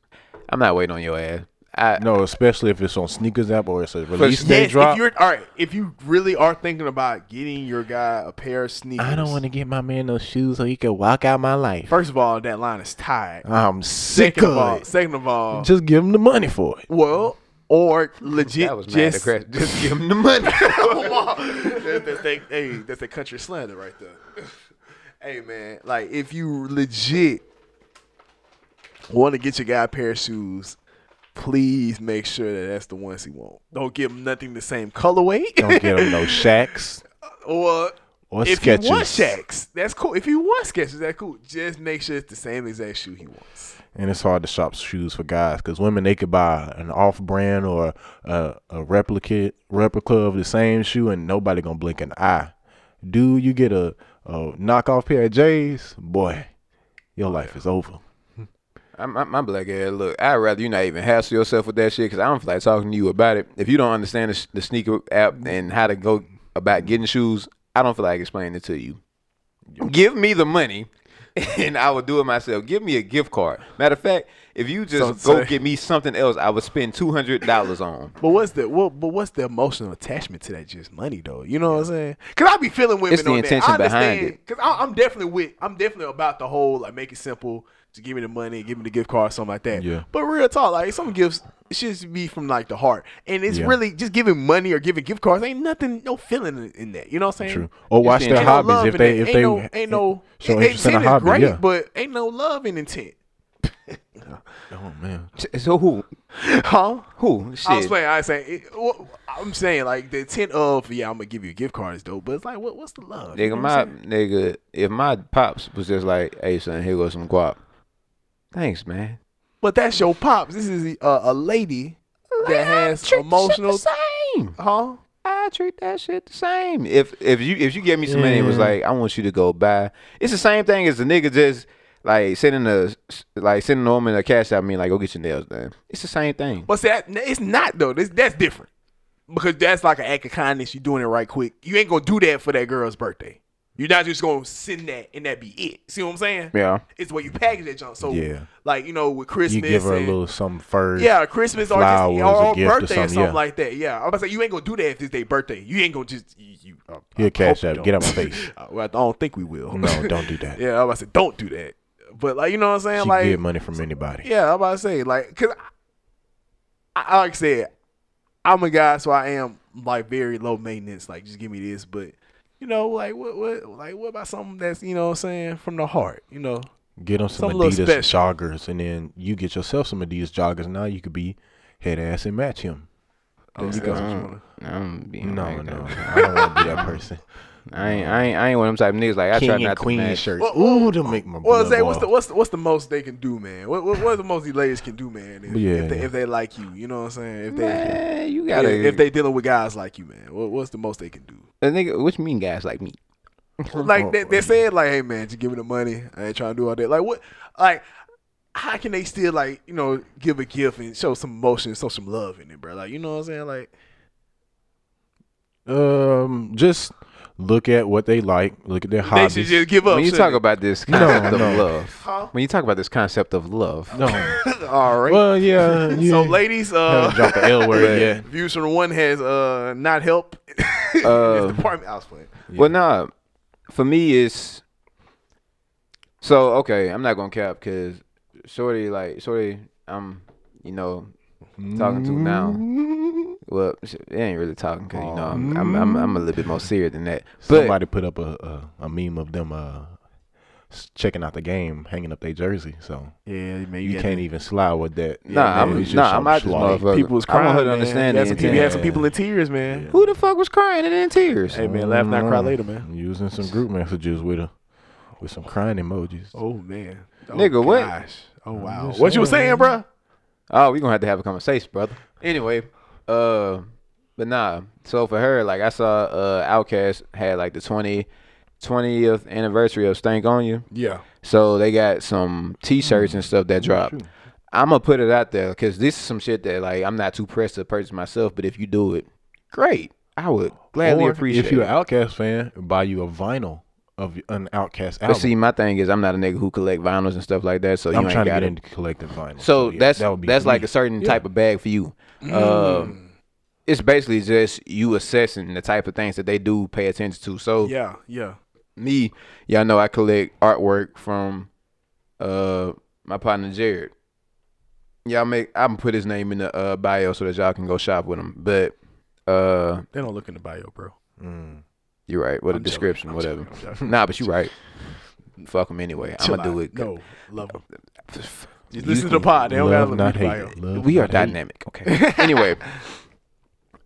Speaker 1: I'm not waiting on your ass. I
Speaker 2: No, especially if it's on sneakers app or it's a release day
Speaker 3: Yes,
Speaker 2: drop.
Speaker 3: if you're all right, if you really are thinking about getting your guy a pair of sneakers,
Speaker 2: to get my man those shoes so he can walk out my life.
Speaker 3: First of all, that line is tied.
Speaker 2: I'm sick
Speaker 3: Second of all,
Speaker 2: of it.
Speaker 3: second of all,
Speaker 2: Just give him the money for it.
Speaker 3: well, or legit
Speaker 1: that was mad
Speaker 3: just
Speaker 1: aggressive. *laughs* Just give him the money.
Speaker 3: that's, that's they, hey, that's the country slander right there. hey man, like if you legit want to get your guy a pair of shoes, please make sure that that's the ones he wants. Don't give him nothing the same colorway.
Speaker 2: Don't get him *laughs* no shacks
Speaker 3: *laughs* or
Speaker 2: or
Speaker 3: if
Speaker 2: sketches.
Speaker 3: you want Shaqs, that's cool. If you want sketches, that's cool. Just make sure it's the same exact shoe he wants.
Speaker 2: And it's hard to shop shoes for guys because women they could buy an off-brand or a, a replica replica of the same shoe and nobody gonna blink an eye. Dude, you get a, a knockoff pair of J's, boy, your life is over.
Speaker 1: I'm, I'm, I'm black ass. Look, I'd rather you not even hassle yourself with that shit because I don't feel like talking to you about it. If you don't understand the, s- the sneaker app
Speaker 3: Mm-hmm.
Speaker 1: and how to go about getting shoes, I don't feel like explaining it to you. Give me the money *laughs* and I will do it myself. Give me a gift card. Matter of fact, if you just
Speaker 3: So-
Speaker 1: go
Speaker 3: so-
Speaker 1: get me something else, I would spend $200 on.
Speaker 3: But what's the what? But what's the emotional attachment to that? Just money, though. You know what I'm saying? Cause I be feeling women.
Speaker 1: It's the
Speaker 3: on
Speaker 1: intention
Speaker 3: that. I
Speaker 1: behind
Speaker 3: understand,
Speaker 1: it.
Speaker 3: Cause I, I'm definitely with. I'm definitely about the whole like make it simple. To give me the money, give me the gift card, something like that.
Speaker 2: Yeah.
Speaker 3: But real talk, like some gifts it should just be from like the heart, and it's
Speaker 2: Yeah.
Speaker 3: really just giving money or giving gift cards. Ain't nothing, no feeling in, in that. You know what I'm saying?
Speaker 2: True. Or watch
Speaker 1: the
Speaker 2: their
Speaker 3: Ain't no
Speaker 2: hobbies
Speaker 3: love
Speaker 2: if
Speaker 3: in
Speaker 2: they
Speaker 3: that.
Speaker 2: if
Speaker 3: ain't
Speaker 2: they
Speaker 3: no ain't no
Speaker 2: show
Speaker 3: in-
Speaker 2: interest in a
Speaker 3: intent is
Speaker 2: hobby.
Speaker 3: great,
Speaker 2: yeah.
Speaker 3: but ain't no love in intent.
Speaker 2: Oh man.
Speaker 1: So who?
Speaker 3: Huh?
Speaker 1: Who?
Speaker 3: I was
Speaker 1: Shit.
Speaker 3: playing. I was saying. It, wha- I'm saying like the intent of yeah, I'm gonna give you a gift card is dope, but it's like what, what's the love? You know
Speaker 1: Nigga,
Speaker 3: what
Speaker 1: my
Speaker 3: I'm saying?
Speaker 1: nigga, if my pops was just like, hey, son, here goes some guap. Thanks, man.
Speaker 3: But that's your pops. This is uh, a, a lady that has
Speaker 1: Treat the shit
Speaker 3: emotional.
Speaker 1: the same.
Speaker 3: Huh?
Speaker 1: I treat that shit the same. If if you if you gave me some money, it was
Speaker 2: Yeah.
Speaker 1: like I want you to go buy. It's the same thing as the nigga just like sending a like sending a woman a cash out me like go get your nails done. It's the same thing.
Speaker 3: But see, that, it's not though. This that's different because that's like an act of kindness. You're doing it right quick. You ain't gonna do that for that girl's birthday. You're not just gonna send that and that be it. See what I'm saying?
Speaker 1: Yeah,
Speaker 3: It's what you package that junk. So
Speaker 2: Yeah.
Speaker 3: like you know with Christmas,
Speaker 2: You give her a
Speaker 3: and-
Speaker 2: little something first.
Speaker 3: Yeah, or Christmas or just
Speaker 2: flowers,
Speaker 3: or,
Speaker 2: a
Speaker 3: or
Speaker 2: gift or
Speaker 3: birthday or something,
Speaker 2: something, yeah.
Speaker 3: like that. Yeah, I'm about to say you ain't gonna do that if it's their birthday. You ain't gonna just you. you uh,
Speaker 2: Here,
Speaker 3: I
Speaker 2: Cash
Speaker 3: hope you
Speaker 2: App, get
Speaker 3: don't.
Speaker 2: out my face.
Speaker 3: *laughs* Uh, well, I don't think we will.
Speaker 2: *laughs* No, don't do that.
Speaker 3: *laughs* yeah, I'm about to say don't do that. But like you know what I'm saying?
Speaker 2: She
Speaker 3: like
Speaker 2: get money from anybody.
Speaker 3: yeah, I'm about to say like because I, I like I said I'm a guy, so I am like very low maintenance. Like just give me this, but. You know, like what, what, like what about something that's you know what I'm saying from the heart? You know,
Speaker 2: Get them some
Speaker 3: Something a little
Speaker 2: Adidas
Speaker 3: special.
Speaker 2: joggers, and then you get yourself some Adidas joggers. Now you could be head ass and match him.
Speaker 3: Oh, you guys just wanna-
Speaker 1: I'm being
Speaker 2: No,
Speaker 1: like
Speaker 2: no,
Speaker 1: that.
Speaker 2: I don't want
Speaker 1: *laughs*
Speaker 2: to be that person.
Speaker 1: I ain't I ain't I ain't one of them type of niggas like I try
Speaker 2: King
Speaker 1: not
Speaker 2: and
Speaker 1: to
Speaker 2: queen
Speaker 1: match.
Speaker 2: shirts.
Speaker 3: Well,
Speaker 2: Ooh, to make my
Speaker 3: Well,
Speaker 2: blood
Speaker 3: say what's the
Speaker 2: boil.
Speaker 3: what's the, what's the most they can do, man? What what, what's the most these ladies can do, man? If,
Speaker 2: Yeah.
Speaker 3: if, they, if they like you, you know what I'm saying? If they
Speaker 1: Man, you
Speaker 3: if,
Speaker 1: gotta
Speaker 3: if they dealing with guys like you, man, what, what's the most they can do?
Speaker 1: a nigga. What you mean, guys like me?
Speaker 3: Like they, they said, like, hey man, just give me the money. I ain't trying to do all that. Like what? Like how can they still like you know give a gift and show some emotion, show some love in it, bro? Like you know what I'm saying? Like
Speaker 2: Um, just look at what they like. Look at their hobbies.
Speaker 3: they should just give up.
Speaker 1: when you
Speaker 3: shouldn't
Speaker 1: talk
Speaker 3: *laughs* they?
Speaker 1: about *laughs* this concept of
Speaker 2: no.
Speaker 1: love,
Speaker 3: Huh?
Speaker 1: when you talk about this concept of love, *laughs*
Speaker 2: no.
Speaker 3: all right.
Speaker 2: Well, yeah. yeah.
Speaker 3: so ladies, uh,
Speaker 2: Haven't dropped the L word yet.
Speaker 3: views from the one has uh not *laughs* helped.
Speaker 1: Uh,
Speaker 3: this department, I was playing.
Speaker 1: Well, nah, for me it's so okay. I'm not gonna cap because
Speaker 3: *laughs*
Speaker 1: Shorty, like Shorty, I'm you know talking to now. Well, sh- it ain't really talking because you know I'm, I'm
Speaker 3: Aw.
Speaker 1: I'm I'm a little bit more serious than
Speaker 3: *laughs*
Speaker 1: that. But
Speaker 2: Somebody put up a, a a meme of them uh s- checking out the game, hanging up their jersey. So
Speaker 3: Yeah, man,
Speaker 2: you can't even slide with that.
Speaker 1: nah, I'm
Speaker 2: it's just
Speaker 1: nah, I'm
Speaker 2: some
Speaker 1: out this
Speaker 2: schlock.
Speaker 1: motherfucker.
Speaker 3: People was
Speaker 1: I
Speaker 3: crying.
Speaker 1: want her to
Speaker 3: man.
Speaker 1: understand
Speaker 3: You
Speaker 1: the
Speaker 3: had some people, you had some
Speaker 1: intent.
Speaker 3: people in tears, man.
Speaker 1: Who the fuck was crying and in tears?
Speaker 3: Hey, man, laugh not cry
Speaker 1: Mm-hmm.
Speaker 2: Mm.
Speaker 3: later, man.
Speaker 2: Using some group messages with a with some crying emojis.
Speaker 3: Oh man, oh,
Speaker 1: Nigga, what?
Speaker 3: gosh. Oh wow,
Speaker 2: just
Speaker 3: what you were
Speaker 2: saying,
Speaker 3: saying, bro?
Speaker 1: Oh, we gonna have to have a conversation, brother. Anyway, uh, but nah. So for her, like I saw, uh, Outkast had like the 20, 20th anniversary of Stank on You.
Speaker 3: Yeah,
Speaker 1: So they got some T-shirts and stuff that dropped. I'm gonna put it out there because this is some shit that like I'm not too pressed to purchase myself. But if you do it, great. I would gladly
Speaker 2: Or
Speaker 1: appreciate.
Speaker 2: if you're
Speaker 1: it.
Speaker 2: an Outcast fan, buy you a vinyl of an Outcast
Speaker 1: But
Speaker 2: album.
Speaker 1: see, my thing is, I'm not a nigga who collect vinyls and stuff like that. So you
Speaker 2: I'm
Speaker 1: ain't
Speaker 2: trying to
Speaker 1: got
Speaker 2: get
Speaker 1: it.
Speaker 2: into collective vinyl.
Speaker 1: So
Speaker 2: yeah,
Speaker 1: that's
Speaker 2: that would be
Speaker 1: that's
Speaker 2: me. Mm.
Speaker 1: like a certain type of bag for you. Um, it's basically just you assessing the type of things that they do pay attention to. So
Speaker 3: yeah, yeah.
Speaker 1: me, y'all know I collect artwork from uh my partner Jared. Y'all make I'm put his name in the uh, bio so that y'all can go shop with him. But uh,
Speaker 3: They don't look in the bio, bro.
Speaker 2: Mm.
Speaker 1: you're right. What a
Speaker 3: I'm joking,
Speaker 1: description,
Speaker 3: I'm
Speaker 1: whatever.
Speaker 3: joking, I'm
Speaker 1: *laughs*
Speaker 3: joking.
Speaker 1: nah, but you're right. Fuck him anyway. *laughs* I'm
Speaker 3: Chill
Speaker 1: gonna do
Speaker 3: out.
Speaker 1: it.
Speaker 3: No, love them. Just
Speaker 1: You
Speaker 3: listen to the
Speaker 1: can
Speaker 3: pod. They don't gotta
Speaker 2: Love
Speaker 3: look
Speaker 2: not
Speaker 3: in the
Speaker 2: hate.
Speaker 3: bio.
Speaker 2: Love
Speaker 1: we are
Speaker 2: not hate.
Speaker 1: dynamic. Okay. *laughs*
Speaker 3: *laughs*
Speaker 1: anyway,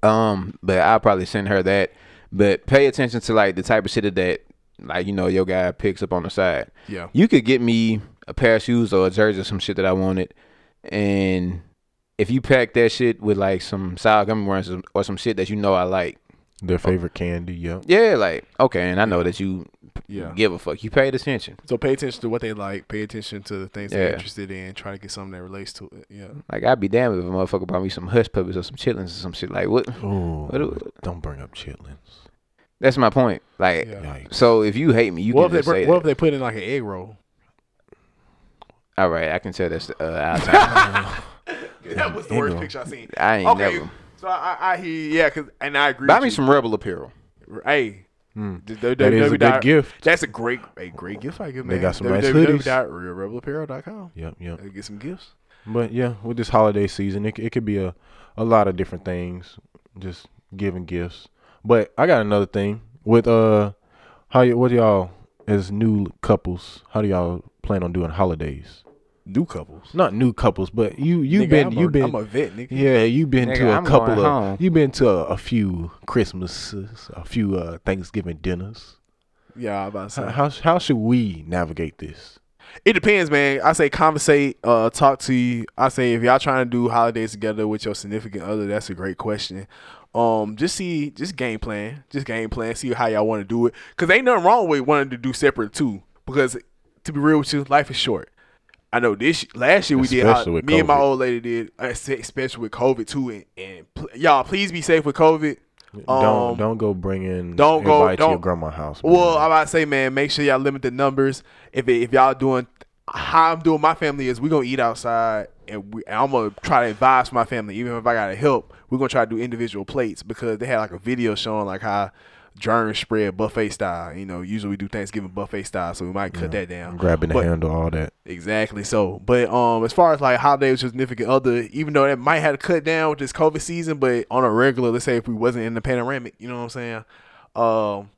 Speaker 1: um, but I'll probably send her that. But pay attention to like the type of shit that like you know your guy picks up on the side.
Speaker 3: Yeah.
Speaker 1: You could get me a pair of shoes or a jersey or some shit that I wanted, and if you pack that shit with like some sour gummy worms or some- or some shit that you know I like,
Speaker 2: Their favorite candy. Yep.
Speaker 1: yeah, like okay, and I know that you
Speaker 3: Yeah.
Speaker 1: give a fuck. You paid attention.
Speaker 3: So pay attention to what they like. Pay attention to the things they're
Speaker 1: Yeah.
Speaker 3: interested in. Try to get something that relates to it. Yeah.
Speaker 1: Like I'd be damned if a motherfucker brought me some hush puppies or some chitlins or some shit. Like what?
Speaker 2: Oh,
Speaker 1: What do-
Speaker 2: don't bring up chitlins.
Speaker 1: That's my point. Like
Speaker 3: yeah.
Speaker 2: Yikes.
Speaker 1: so, if you hate me, you
Speaker 3: what if
Speaker 1: can
Speaker 3: they
Speaker 1: just
Speaker 3: br-
Speaker 1: say
Speaker 3: what
Speaker 1: that.
Speaker 3: if they put in like an egg roll?
Speaker 1: All right, I can tell that's uh,
Speaker 3: *laughs*
Speaker 1: our time.
Speaker 3: that was the
Speaker 2: egg
Speaker 3: worst
Speaker 2: roll.
Speaker 3: picture I seen.
Speaker 1: I ain't
Speaker 3: Okay.
Speaker 1: never.
Speaker 3: So I, I, I hear you, yeah, cause and I agree.
Speaker 1: Buy
Speaker 3: with
Speaker 1: me
Speaker 3: you.
Speaker 1: some rebel apparel.
Speaker 3: Hey,
Speaker 2: Mm.
Speaker 3: the- the-
Speaker 2: That is a
Speaker 3: WWE
Speaker 2: good gift.
Speaker 3: That's a great, a great gift I give.
Speaker 2: They
Speaker 3: Man.
Speaker 2: got some nice hoodies.
Speaker 3: www.realrebelapparel.com.
Speaker 2: Yep, yep.
Speaker 3: They Get some gifts.
Speaker 2: But yeah, with this holiday season, it c- it could be a a lot of different things. Just giving gifts. But I got another thing with uh, how y- what y'all as new couples? How do y'all plan on doing holidays?
Speaker 3: New couples.
Speaker 2: Not new couples, but you you've
Speaker 3: Nigga,
Speaker 2: been
Speaker 3: I'm a-
Speaker 2: you've been
Speaker 3: I'm a vet, nigga.
Speaker 2: Yeah, you've been to
Speaker 1: Nigga,
Speaker 2: a
Speaker 1: I'm
Speaker 2: couple
Speaker 1: going
Speaker 2: of
Speaker 1: home.
Speaker 2: you've been to a, a few Christmases, a few uh, Thanksgiving dinners.
Speaker 3: Yeah, I'm about to say.
Speaker 2: How, how how should we navigate this?
Speaker 3: It depends, man. I say conversate, uh, talk to you. I say if y'all trying to do holidays together with your significant other, that's a great question. Um, just see, just game plan, just game plan. See how y'all want to do it, cause ain't nothing wrong with wanting to do separate too. Because to be real with you, life is short. I know this last year we did.
Speaker 2: Especially
Speaker 3: hol-
Speaker 2: with
Speaker 3: me and my
Speaker 2: COVID.
Speaker 3: old lady did, uh, especially with COVID too. And, and pl- y'all, please be safe with COVID. Um,
Speaker 2: don't don't go bringing
Speaker 3: don't go-
Speaker 2: everybody to your
Speaker 3: don't-
Speaker 2: grandma's house.
Speaker 3: Well, I'm
Speaker 2: man.
Speaker 3: about to say, man, make sure y'all limit the numbers. If if y'all doing how I'm doing, my family is we gonna eat outside, and we, and I'm gonna try to advise my family, even if I gotta help. We're gonna try to do individual plates because they had like a video showing like how germs spread buffet style. You know, usually we do Thanksgiving buffet style, so we might cut that down.
Speaker 2: I'm grabbing the
Speaker 3: but-
Speaker 2: handle, all that.
Speaker 3: Exactly. So, but um, as far as like holidays with significant other, even though that might have to cut down with this COVID season, but on a regular, let's say if we wasn't in the panoramic, you know what I'm saying? Um,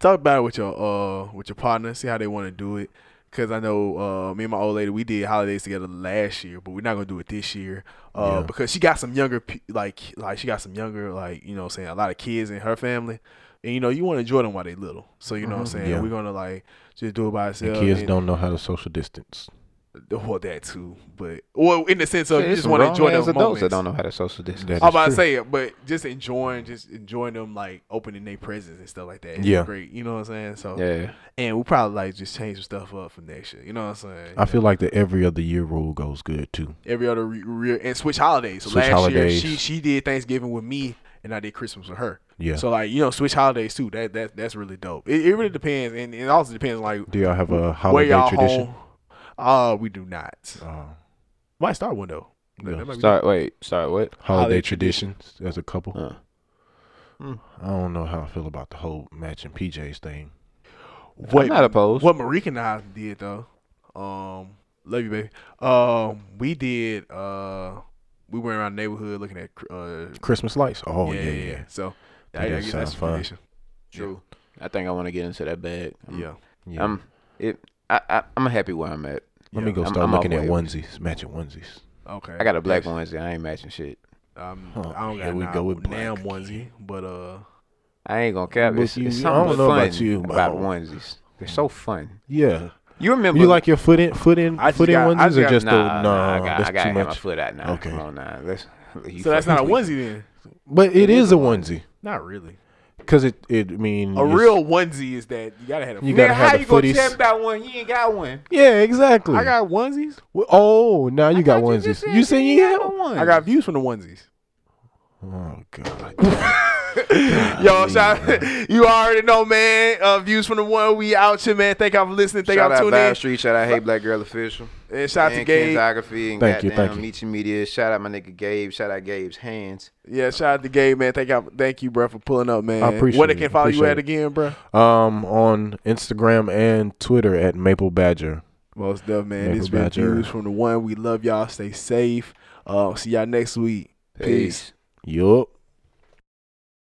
Speaker 3: talk about it with your uh with your partner, see how they want to do it. Cause I know uh me and my old lady, we did holidays together last year, but we're not gonna do it this year. Uh,
Speaker 2: Yeah.
Speaker 3: because she got some younger pe- like like she got some younger like you know what I'm saying a lot of kids in her family. And you know you want to enjoy them while they little, so you know what I'm saying.
Speaker 2: Mm-hmm. Yeah.
Speaker 3: We're gonna like just do it by ourselves.
Speaker 2: The kids
Speaker 3: and-
Speaker 2: don't know how to social distance.
Speaker 3: well, that too, but well, in the sense of
Speaker 1: Yeah,
Speaker 3: you
Speaker 1: it's
Speaker 3: just
Speaker 1: some
Speaker 3: want to enjoy
Speaker 1: grown-ass
Speaker 3: those
Speaker 1: adults
Speaker 3: moments.
Speaker 1: that don't know how to social distance.
Speaker 3: I'm
Speaker 2: That's
Speaker 3: about to
Speaker 1: *laughs*
Speaker 2: true.
Speaker 3: say it, but just enjoying, just enjoying them like opening their presents and stuff like that. is
Speaker 2: Yeah.
Speaker 3: great. You know what I'm saying? So,
Speaker 1: Yeah,
Speaker 3: and we probably like just change some stuff up for next year. You know what I'm saying?
Speaker 2: I feel like the every other year rule goes good too.
Speaker 3: every other re- re- and switch holidays. So
Speaker 2: Switch
Speaker 3: last
Speaker 2: holidays.
Speaker 3: year she she did Thanksgiving with me, and I did Christmas with her.
Speaker 2: Yeah.
Speaker 3: So like you know, switch holidays too. That that that's really dope. It, it really depends, and it also depends like
Speaker 2: Do y'all have a
Speaker 3: where
Speaker 2: holiday
Speaker 3: y'all
Speaker 2: tradition?
Speaker 3: home. Uh, we do not.
Speaker 2: Uh,
Speaker 3: Might start one though.
Speaker 2: Yeah.
Speaker 3: That might be-
Speaker 1: Sorry, wait, sorry, what?
Speaker 2: holiday
Speaker 3: Holiday
Speaker 2: traditions as a couple.
Speaker 1: Uh.
Speaker 2: I don't know how I feel about the whole matching PJs thing.
Speaker 3: What,
Speaker 1: not opposed.
Speaker 3: What Marika and I did though, um, love you, baby. Um, we did. Uh,
Speaker 5: we went around the neighborhood looking at. Uh,
Speaker 2: Christmas lights. Oh yeah, yeah.
Speaker 5: So
Speaker 2: That
Speaker 5: I, I
Speaker 2: does
Speaker 5: guess
Speaker 2: sound
Speaker 5: that's the
Speaker 2: fun.
Speaker 5: foundation.
Speaker 1: True. I think I want to get into that bag. I'm,
Speaker 5: Yeah.
Speaker 2: Yeah.
Speaker 1: I'm it. I, I I'm happy where I'm at.
Speaker 2: Let me go
Speaker 1: I'm-
Speaker 2: start
Speaker 1: I'm
Speaker 2: looking
Speaker 1: off
Speaker 2: at
Speaker 1: label.
Speaker 2: onesies, matching onesies.
Speaker 5: Okay.
Speaker 1: I got a black
Speaker 5: Yes.
Speaker 1: onesie. I ain't matching shit.
Speaker 5: Um,
Speaker 2: Huh.
Speaker 5: I don't
Speaker 2: Here
Speaker 5: got
Speaker 2: we
Speaker 5: we
Speaker 2: go
Speaker 5: go
Speaker 2: with
Speaker 5: damn
Speaker 2: black
Speaker 5: onesie, but uh,
Speaker 1: I ain't gonna cap.
Speaker 2: But
Speaker 1: It's,
Speaker 2: you-
Speaker 1: it's
Speaker 2: I
Speaker 1: something
Speaker 2: don't know
Speaker 1: fun
Speaker 2: about
Speaker 1: about,
Speaker 2: you, but-
Speaker 1: onesies. They're so fun.
Speaker 2: Yeah.
Speaker 1: You remember?
Speaker 2: You like your foot in foot in
Speaker 5: I just
Speaker 2: foot in
Speaker 5: got- I
Speaker 2: onesies
Speaker 5: just
Speaker 2: or
Speaker 5: got-
Speaker 2: just the
Speaker 1: nah,
Speaker 2: no?
Speaker 1: nah, I got,
Speaker 2: that's
Speaker 1: I gotta
Speaker 2: too
Speaker 1: have my
Speaker 2: much.
Speaker 1: foot out now.
Speaker 2: Okay.
Speaker 1: Come on now. That's, you
Speaker 5: so that's not a
Speaker 1: fucking weak.
Speaker 5: onesie then.
Speaker 2: But it is a onesie
Speaker 5: Not really.
Speaker 2: because it it I mean
Speaker 5: A
Speaker 2: it's-
Speaker 5: real onesie is that you gotta have. A
Speaker 2: You
Speaker 1: Man,
Speaker 2: gotta have
Speaker 1: how
Speaker 2: the
Speaker 1: you
Speaker 2: footies.
Speaker 1: gonna tell me about one? You ain't got one.
Speaker 2: Yeah, exactly.
Speaker 5: I got onesies.
Speaker 2: Well, oh, now you got
Speaker 1: But
Speaker 2: onesies.
Speaker 1: just
Speaker 2: You saying you
Speaker 1: ain't
Speaker 2: have?
Speaker 1: got no one?
Speaker 5: I got views from
Speaker 2: *laughs*
Speaker 5: the onesies.
Speaker 2: Oh god. *laughs*
Speaker 3: Yo, shout
Speaker 5: *laughs*
Speaker 3: you already know, man. Uh, views from the one we out here, man. Thank y'all for listening. Thank
Speaker 1: Shout
Speaker 3: y'all
Speaker 1: out
Speaker 3: for tuning
Speaker 1: Vibe
Speaker 3: in.
Speaker 1: Street. Shout out Hey Black Girl Official.
Speaker 3: And shout out to
Speaker 1: and
Speaker 3: Gabe.
Speaker 1: Kenzography and
Speaker 2: Thank you,
Speaker 1: goddamn
Speaker 2: thank you.
Speaker 1: Nietzsche Media. Shout out my nigga Gabe. Shout out Gabe's hands.
Speaker 3: Yeah, shout out to Gabe, man. Thank y'all, thank you, bro, for pulling up, man.
Speaker 2: I appreciate
Speaker 3: Where they
Speaker 2: it.
Speaker 3: can follow you
Speaker 2: Appreciate
Speaker 3: at
Speaker 2: it.
Speaker 3: again, bro?
Speaker 2: Um, on Instagram and Twitter at Maple Badger.
Speaker 5: Most stuff, man.
Speaker 2: Nickel
Speaker 5: This been
Speaker 2: Badger.
Speaker 5: views from the one. We love y'all. Stay safe. Uh, see y'all next week.
Speaker 1: Peace.
Speaker 5: Peace.
Speaker 2: Yup.